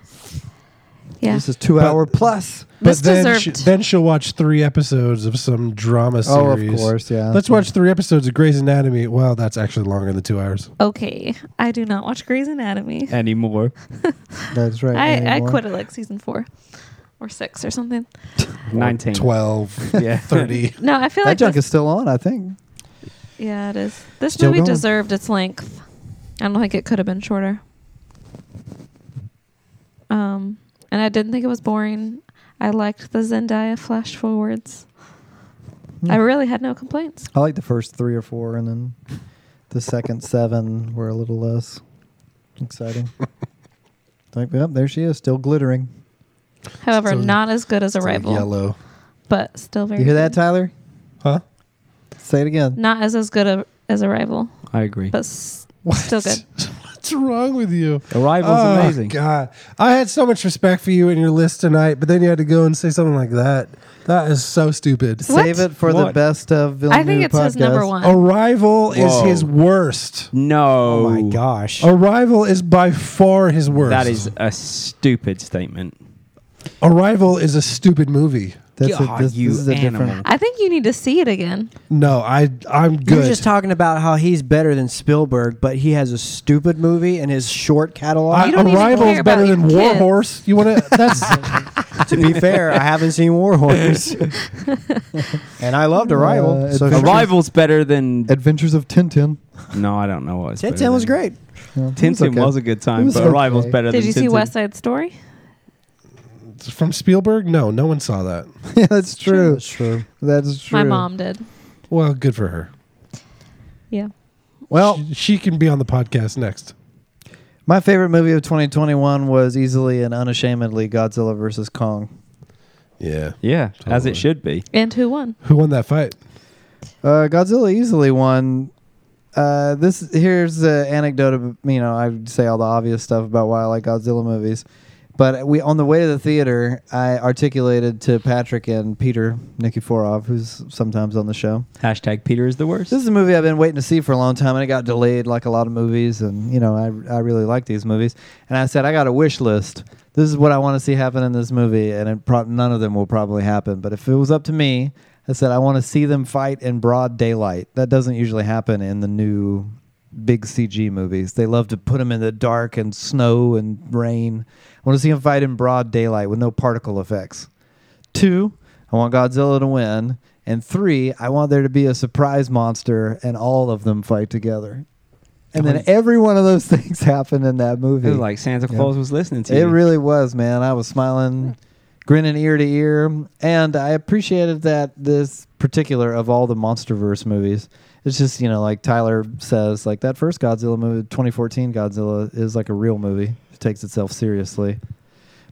Yeah. This is two But- hour plus." But This then, deserved. she, then she'll watch three episodes of some drama series. Oh, of course, yeah. Let's watch three episodes of Grey's Anatomy. Wow, that's actually longer than two hours. Oh. okay. I do not watch Grey's Anatomy. Anymore. That's right. I, I anymore. quit at like season four or six or something. 19. *laughs* 12, Yeah. *laughs* 30. No, I feel That like junk this, is still on, I think. yeah, it is. This still movie going. deserved its length. I don't think it could have been shorter. Um, and I didn't think it was boring. I liked the Zendaya flash forwards. Hmm. I really had no complaints. I like the first three or four, and then the second seven were a little less *laughs* exciting. like, yep, there she is, still glittering. However, Still- not as good as It's like Arrival, Yellow. but still very. you hear that, good. Tyler? *laughs* Huh? Say it again. Not as as good a, as Arrival, I agree. but s- still good. What's wrong with you? Arrival's oh, amazing. God. I had so much respect for you and your list tonight, but then you had to go and say something like that. That is so stupid. What? Save it for the What? best of Villeneuve I think it's his podcast. Oh. number one. Whoa. Arrival is his worst. No. Oh my gosh. Arrival is by far his worst. That is a stupid statement. Arrival is a stupid movie. That's a, God, this, you this is a different. animal. I think you need to see it again. No, I I'm You're good. just talking about how he's better than Spielberg, but he has a stupid movie in his short catalog. I, You don't even Arrival's care about better your than War kids. Horse. You *laughs* want to? That's to be fair, I haven't seen War Horse, and I loved Arrival. Uh, so Adventures- Arrival's better than. *laughs* Adventures of Tintin. No, I don't know what. it's Ted better Ten was than. great. Yeah, it Tintin okay. was a good It time, was but Arrival's okay. better Did than you see Tintin. West Side Story? from Spielberg. No, no one saw that. *laughs* yeah, that's true. That's true. That's true. My mom did. Well, good for her. Yeah. Well, she, she can be on the podcast next. My favorite movie of 2021 was easily and unashamedly Godzilla vs. Kong. Yeah. Yeah, as Totally. it should be. And who won? Who won that fight? Uh, Godzilla easily won. Uh, this here's the anecdote of you know I would say all the obvious stuff about why I like Godzilla movies, but we on the way to the theater I articulated to Patrick and Peter Nikiforov who's sometimes on the show Hashtag Peter is the worst. This is a movie I've been waiting to see for a long time, and it got delayed like a lot of movies. And you know, I I really like these movies. And I said I got a wish list. This is what I want to see happen in this movie, and it prob none of them will probably happen. But if it was up to me, I said I want to see them fight in broad daylight. That doesn't usually happen in the new big CG movies. They love to put them in the dark and snow and rain. I want to see them fight in broad daylight with no particle effects. Two, I want Godzilla to win. And three, I want there to be a surprise monster and all of them fight together. And then every one of those *laughs* things happened in that It movie. was like Santa Yeah. Claus was listening to it you. really was, man. I was smiling, grinning ear to ear. And I appreciated that this particular of all the Monsterverse movies. It's just, you know, like Tyler says, like that first Godzilla movie, 2014 Godzilla, is like a real movie. It takes itself seriously.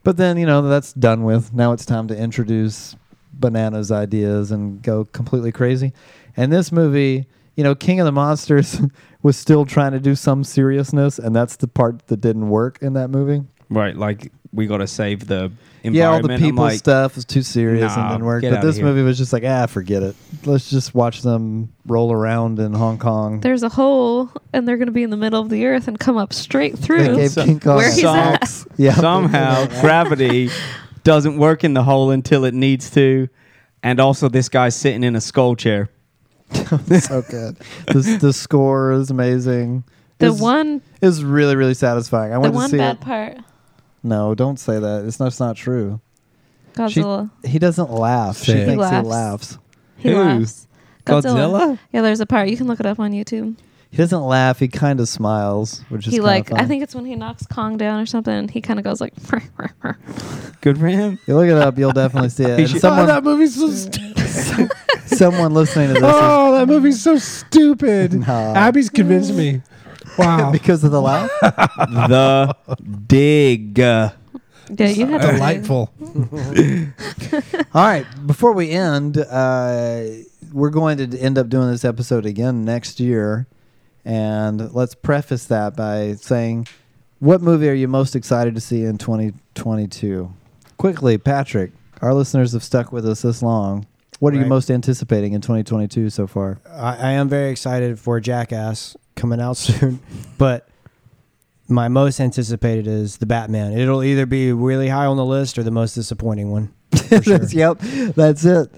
But then, you know, that's done with. Now it's time to introduce bananas ideas and go completely crazy. And this movie, you know, King of the Monsters *laughs* was still trying to do some seriousness, and that's the part that didn't work in that movie. right, like we got to save the environment. Yeah, all the I'm people like, stuff was too serious and "Nah, didn't work. get But outta this here." movie was just like, ah, forget it. Let's just watch them roll around in Hong Kong. There's a hole, and they're going to be in the middle of the earth and come up straight They through. gave So- King Kong where he's an at. axe. *laughs* Yeah. *laughs* somehow gravity doesn't work in the hole until it needs to and also this guy's sitting in a skull chair. so good. the, the score is amazing. The It's- one, is really really satisfying. I the want to one see bad it. part, No, don't say that. It's not, it's not true. Godzilla. He doesn't laugh. She Say it. thinks He he laughs. laughs. he Who? laughs. Yeah, there's a part you can look it up on YouTube. He doesn't laugh. He kind of smiles, which is he kinda like, I fun. think it's when he knocks Kong down or something. and He kind of goes like, *laughs* Good for him. *laughs* You look it up, you'll definitely see it. He And should- Oh, someone, that movie's so *laughs* stupid. someone *laughs* listening to this, is, *laughs* Oh, that movie's so stupid. Nah. Abby's convinced *laughs* me. Wow. because of the laugh, the dig. Yeah, you had to Delightful. All right. Before we end, uh, we're going to end up doing this episode again next year, and let's preface that by saying, what movie are you most excited to see in 2022? Quickly, Patrick. Our listeners have stuck with us this long. What are you Right. most anticipating in 2022 so far? I, I am very excited for Jackass coming out *laughs* soon, but my most anticipated is the Batman. It'll either be really high on the list or the most disappointing one. For sure. That's- *laughs* yep, that's it.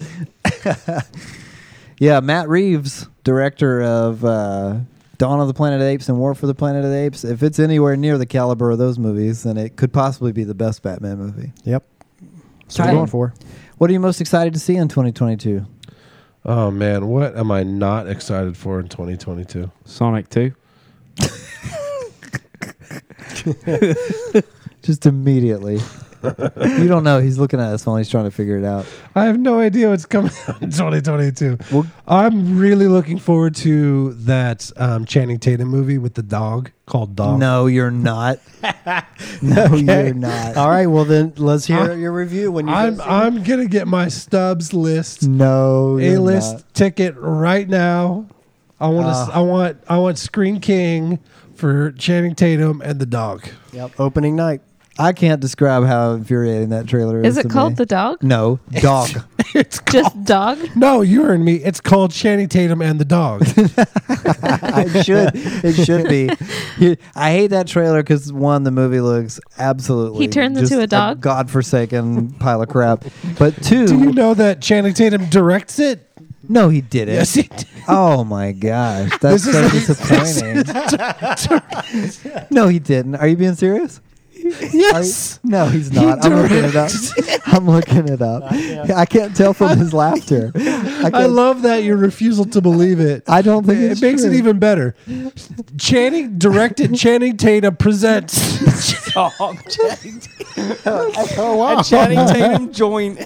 *laughs* yeah, Matt Reeves, director of uh, Dawn of the Planet of the Apes and War for the Planet of the Apes. If it's anywhere near the caliber of those movies, then it could possibly be the best Batman movie. Yep. So Tyler. going for. What are you most excited to see in 2022? Oh man, what am I not excited for in 2022? Sonic *laughs* 2. Just immediately. *laughs* you don't know. He's looking at us while he's trying to figure it out. I have no idea what's coming *laughs* out in 2022. Well- I'm really looking forward to that um, Channing Tatum movie with the dog called Dog. No, you're not. Um, *laughs* no, you're not. All right. Well, then let's hear your review when you. I'm I'm gonna get my Stubbs list No, A you're list not. Ah. ticket right now. I want to. I want I want Screen King for Channing Tatum and *laughs* the dog. Yep. Opening night. I can't describe how infuriating that trailer is. Is it to called me. the dog? No, *laughs* dog. *laughs* it's Just dog? no, you heard me. It's called Channing Tatum and *laughs* the dog. it should. It should be. He- I hate that trailer because one, the movie looks absolutely. He turns just into a *laughs* dog? godforsaken pile of crap. But two, Do you know that Channing Tatum directs it? no, he didn't. Yes, he *laughs* did. *laughs* Oh my gosh, that's This so is- *laughs* disappointing. no, he didn't. Are you being serious? Are you- Yes. no, he's not. I'm looking it up. *laughs* I'm looking it up. I can't tell from *laughs* his laughter. I, I can't- love that your refusal to believe it. I don't think it it's makes it true. even better. Channing directed Channing Tatum *laughs* *laughs* presents Oh wow. Channing Tatum joined.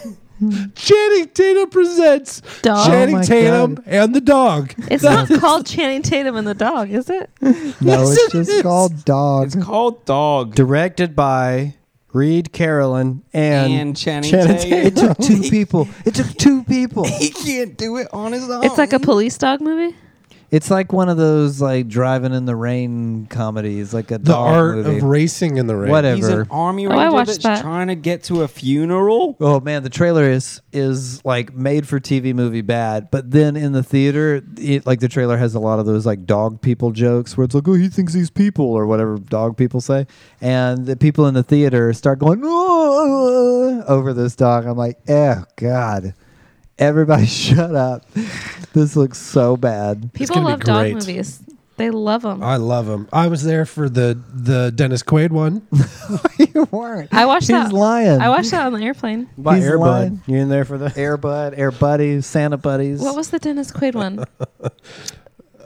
Channing Tatum presents Dog? Channing my Tatum God. and the dog. It's not called Channing Tatum and the dog, is it? No, Yes, it's it just is. called dog. It's called Dog. Directed by Reed Carolyn and, And Channing Tatum. It took *laughs* two people. It took two *laughs* people. He can't do it on his own. It's like a police dog movie. It's like one of those like driving in the rain comedies, like a The dog art movie. of racing in the rain. Whatever. He's an army Oh, I ranger watched that's that. trying to get to a funeral. Oh man, the trailer is is like made for TV movie bad, but then in the theater, it, like the trailer has a lot of those like dog people jokes where it's like, oh, he thinks he's people or whatever dog people say, and the people in the theater start going "Oh," over this dog. I'm like, oh god, everybody *laughs* shut up. This looks so bad. People gonna be love dog great. movies. They love them. I love him. I was there for the the Dennis Quaid one. you weren't. I watched He's that. lying. I watched that on the airplane. by He's Airbud. lying. You in there for the? Airbud, Air Buddies, Santa Buddies. What was the Dennis Quaid one? All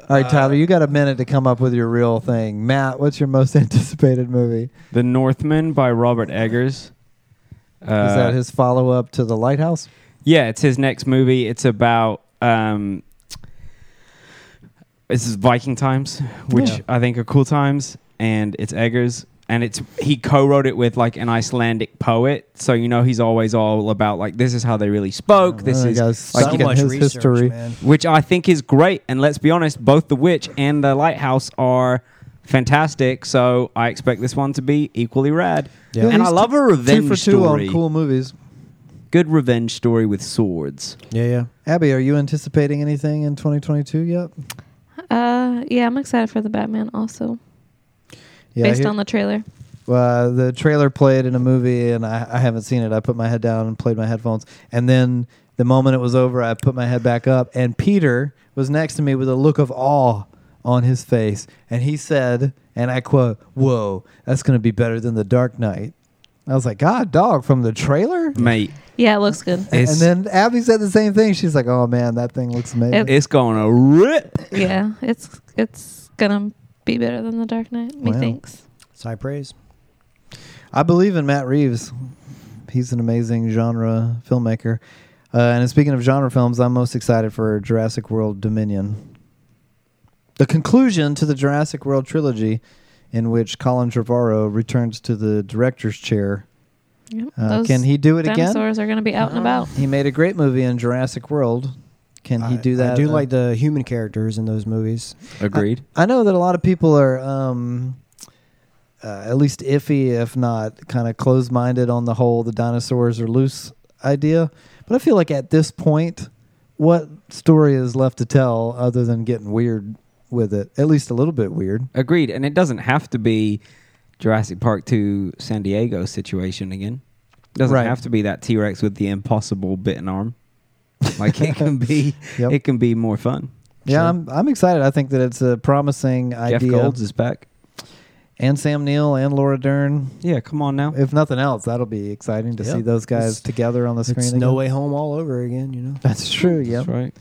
right, Tyler, you got a minute to come up with your real thing. Matt, what's your most *laughs* anticipated movie? The Northman by Robert Eggers. Uh, Is that his follow up to The Lighthouse? Yeah, it's his next movie. It's about um it's Viking times, which Yeah. I think are cool times, and it's Eggers and it's he co-wrote it with like an Icelandic poet, so you know he's always all about like this is how they really spoke. This Oh, is guys, like so you much his research, history. man. which I think is great. And let's be honest, both The Witch and The Lighthouse are fantastic, so I expect this one to be equally rad. Yeah. And I He's love a Two revenge for two story. on cool movies. Good revenge story with swords. Yeah, yeah. Abby, are you anticipating anything in 2022 yet? Uh, yeah, I'm excited for the Batman also, Yeah, based here- on the trailer. uh, the trailer played in a movie, and I, I haven't seen it. I put my head down and played my headphones, and then The moment it was over, I put my head back up, and Peter was next to me with a look of awe on his face. And he said, and I quote, Whoa, that's going to be better than The Dark Knight. I was like, God, dog, from the trailer? mate. Yeah, it looks good. It's and then Abby said the same thing. She's like, "Oh man, that thing looks amazing." It- it's gonna rip. Yeah, it's it's gonna be better than the Dark Knight. Wow. Methinks. It's high praise. I believe in Matt Reeves. He's an amazing genre filmmaker. Uh, and speaking of genre films, I'm most excited for Jurassic World Dominion. The conclusion to the Jurassic World trilogy, in which Colin Trevorrow returns to the director's chair. Yep, Uh, those can he do it again? Uh-huh. dinosaurs are gonna be out and about. He made a great movie in Jurassic World. Can he I- do that? I do uh, like the human characters in those movies. Agreed. I know that a lot of people are um, uh, at least iffy, if not kind of closed minded on the whole the dinosaurs are loose idea. But I feel like at this point, what story is left to tell other than getting weird with it? At least a little bit weird. Agreed. And it doesn't have to be Jurassic Park 2 San Diego situation again. Doesn't Right. have to be that T Rex with the impossible bitten *laughs* arm. Like it can be Yep. it can be more fun. Yeah, I'm, I'm excited. I think that it's a promising Jeff idea. Golds is back. And Sam Neill and Laura Dern. Yeah, come on now. If nothing else, that'll be exciting to Yeah. see those guys It's- together on the screen. It's No again. Way Home all over again, you know. That's true. Yep. That's right.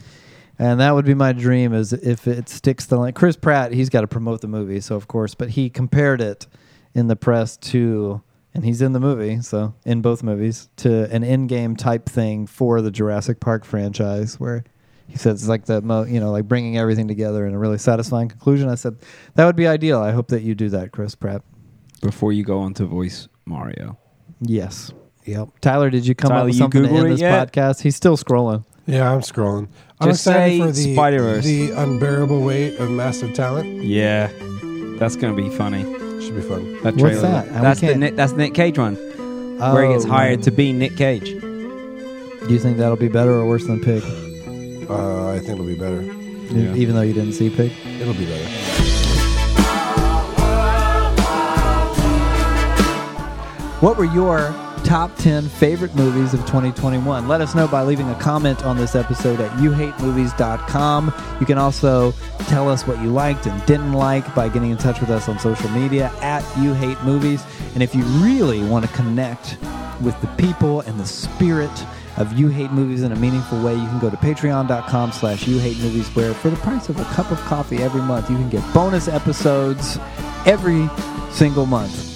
And that would be my dream is if it sticks the line. Chris Pratt, he's got to promote the movie, so of course, but he compared it in the press to, and he's in the movie, so in both movies, to an in game type thing for the Jurassic Park franchise where he says it's like the, mo- you know, like bringing everything together in a really satisfying conclusion. I said, that would be ideal. I hope that you do that, Chris Pratt. Before you go on to voice Mario. Yes. Yep. Tyler, did you come Tyler, up with you something to Googled end it this yet? podcast? He's still scrolling. Yeah, I'm scrolling. I'm Just excited say for the Spider-Verse. the unbearable weight of massive talent. Yeah. That's gonna be funny. Should be fun. That What's trailer. that? And we That's the can't- Nick, that's Nick Cage one. where he gets Oh. hired to be Nick Cage. Do you think that'll be better or worse than Pig? Uh, I think it'll be better. Yeah. Even though you didn't see Pig? It'll be better. What were your top 10 favorite movies of 2021? Let us know by leaving a comment on this episode at youhatemovies.com. You can also tell us what you liked and didn't like by getting in touch with us on social media at youhatemovies. And if you really want to connect with the people and the spirit of You Hate Movies in a meaningful way, you can go to patreon.com slash you hate movies where for the price of a cup of coffee every month, you can get bonus episodes every single month.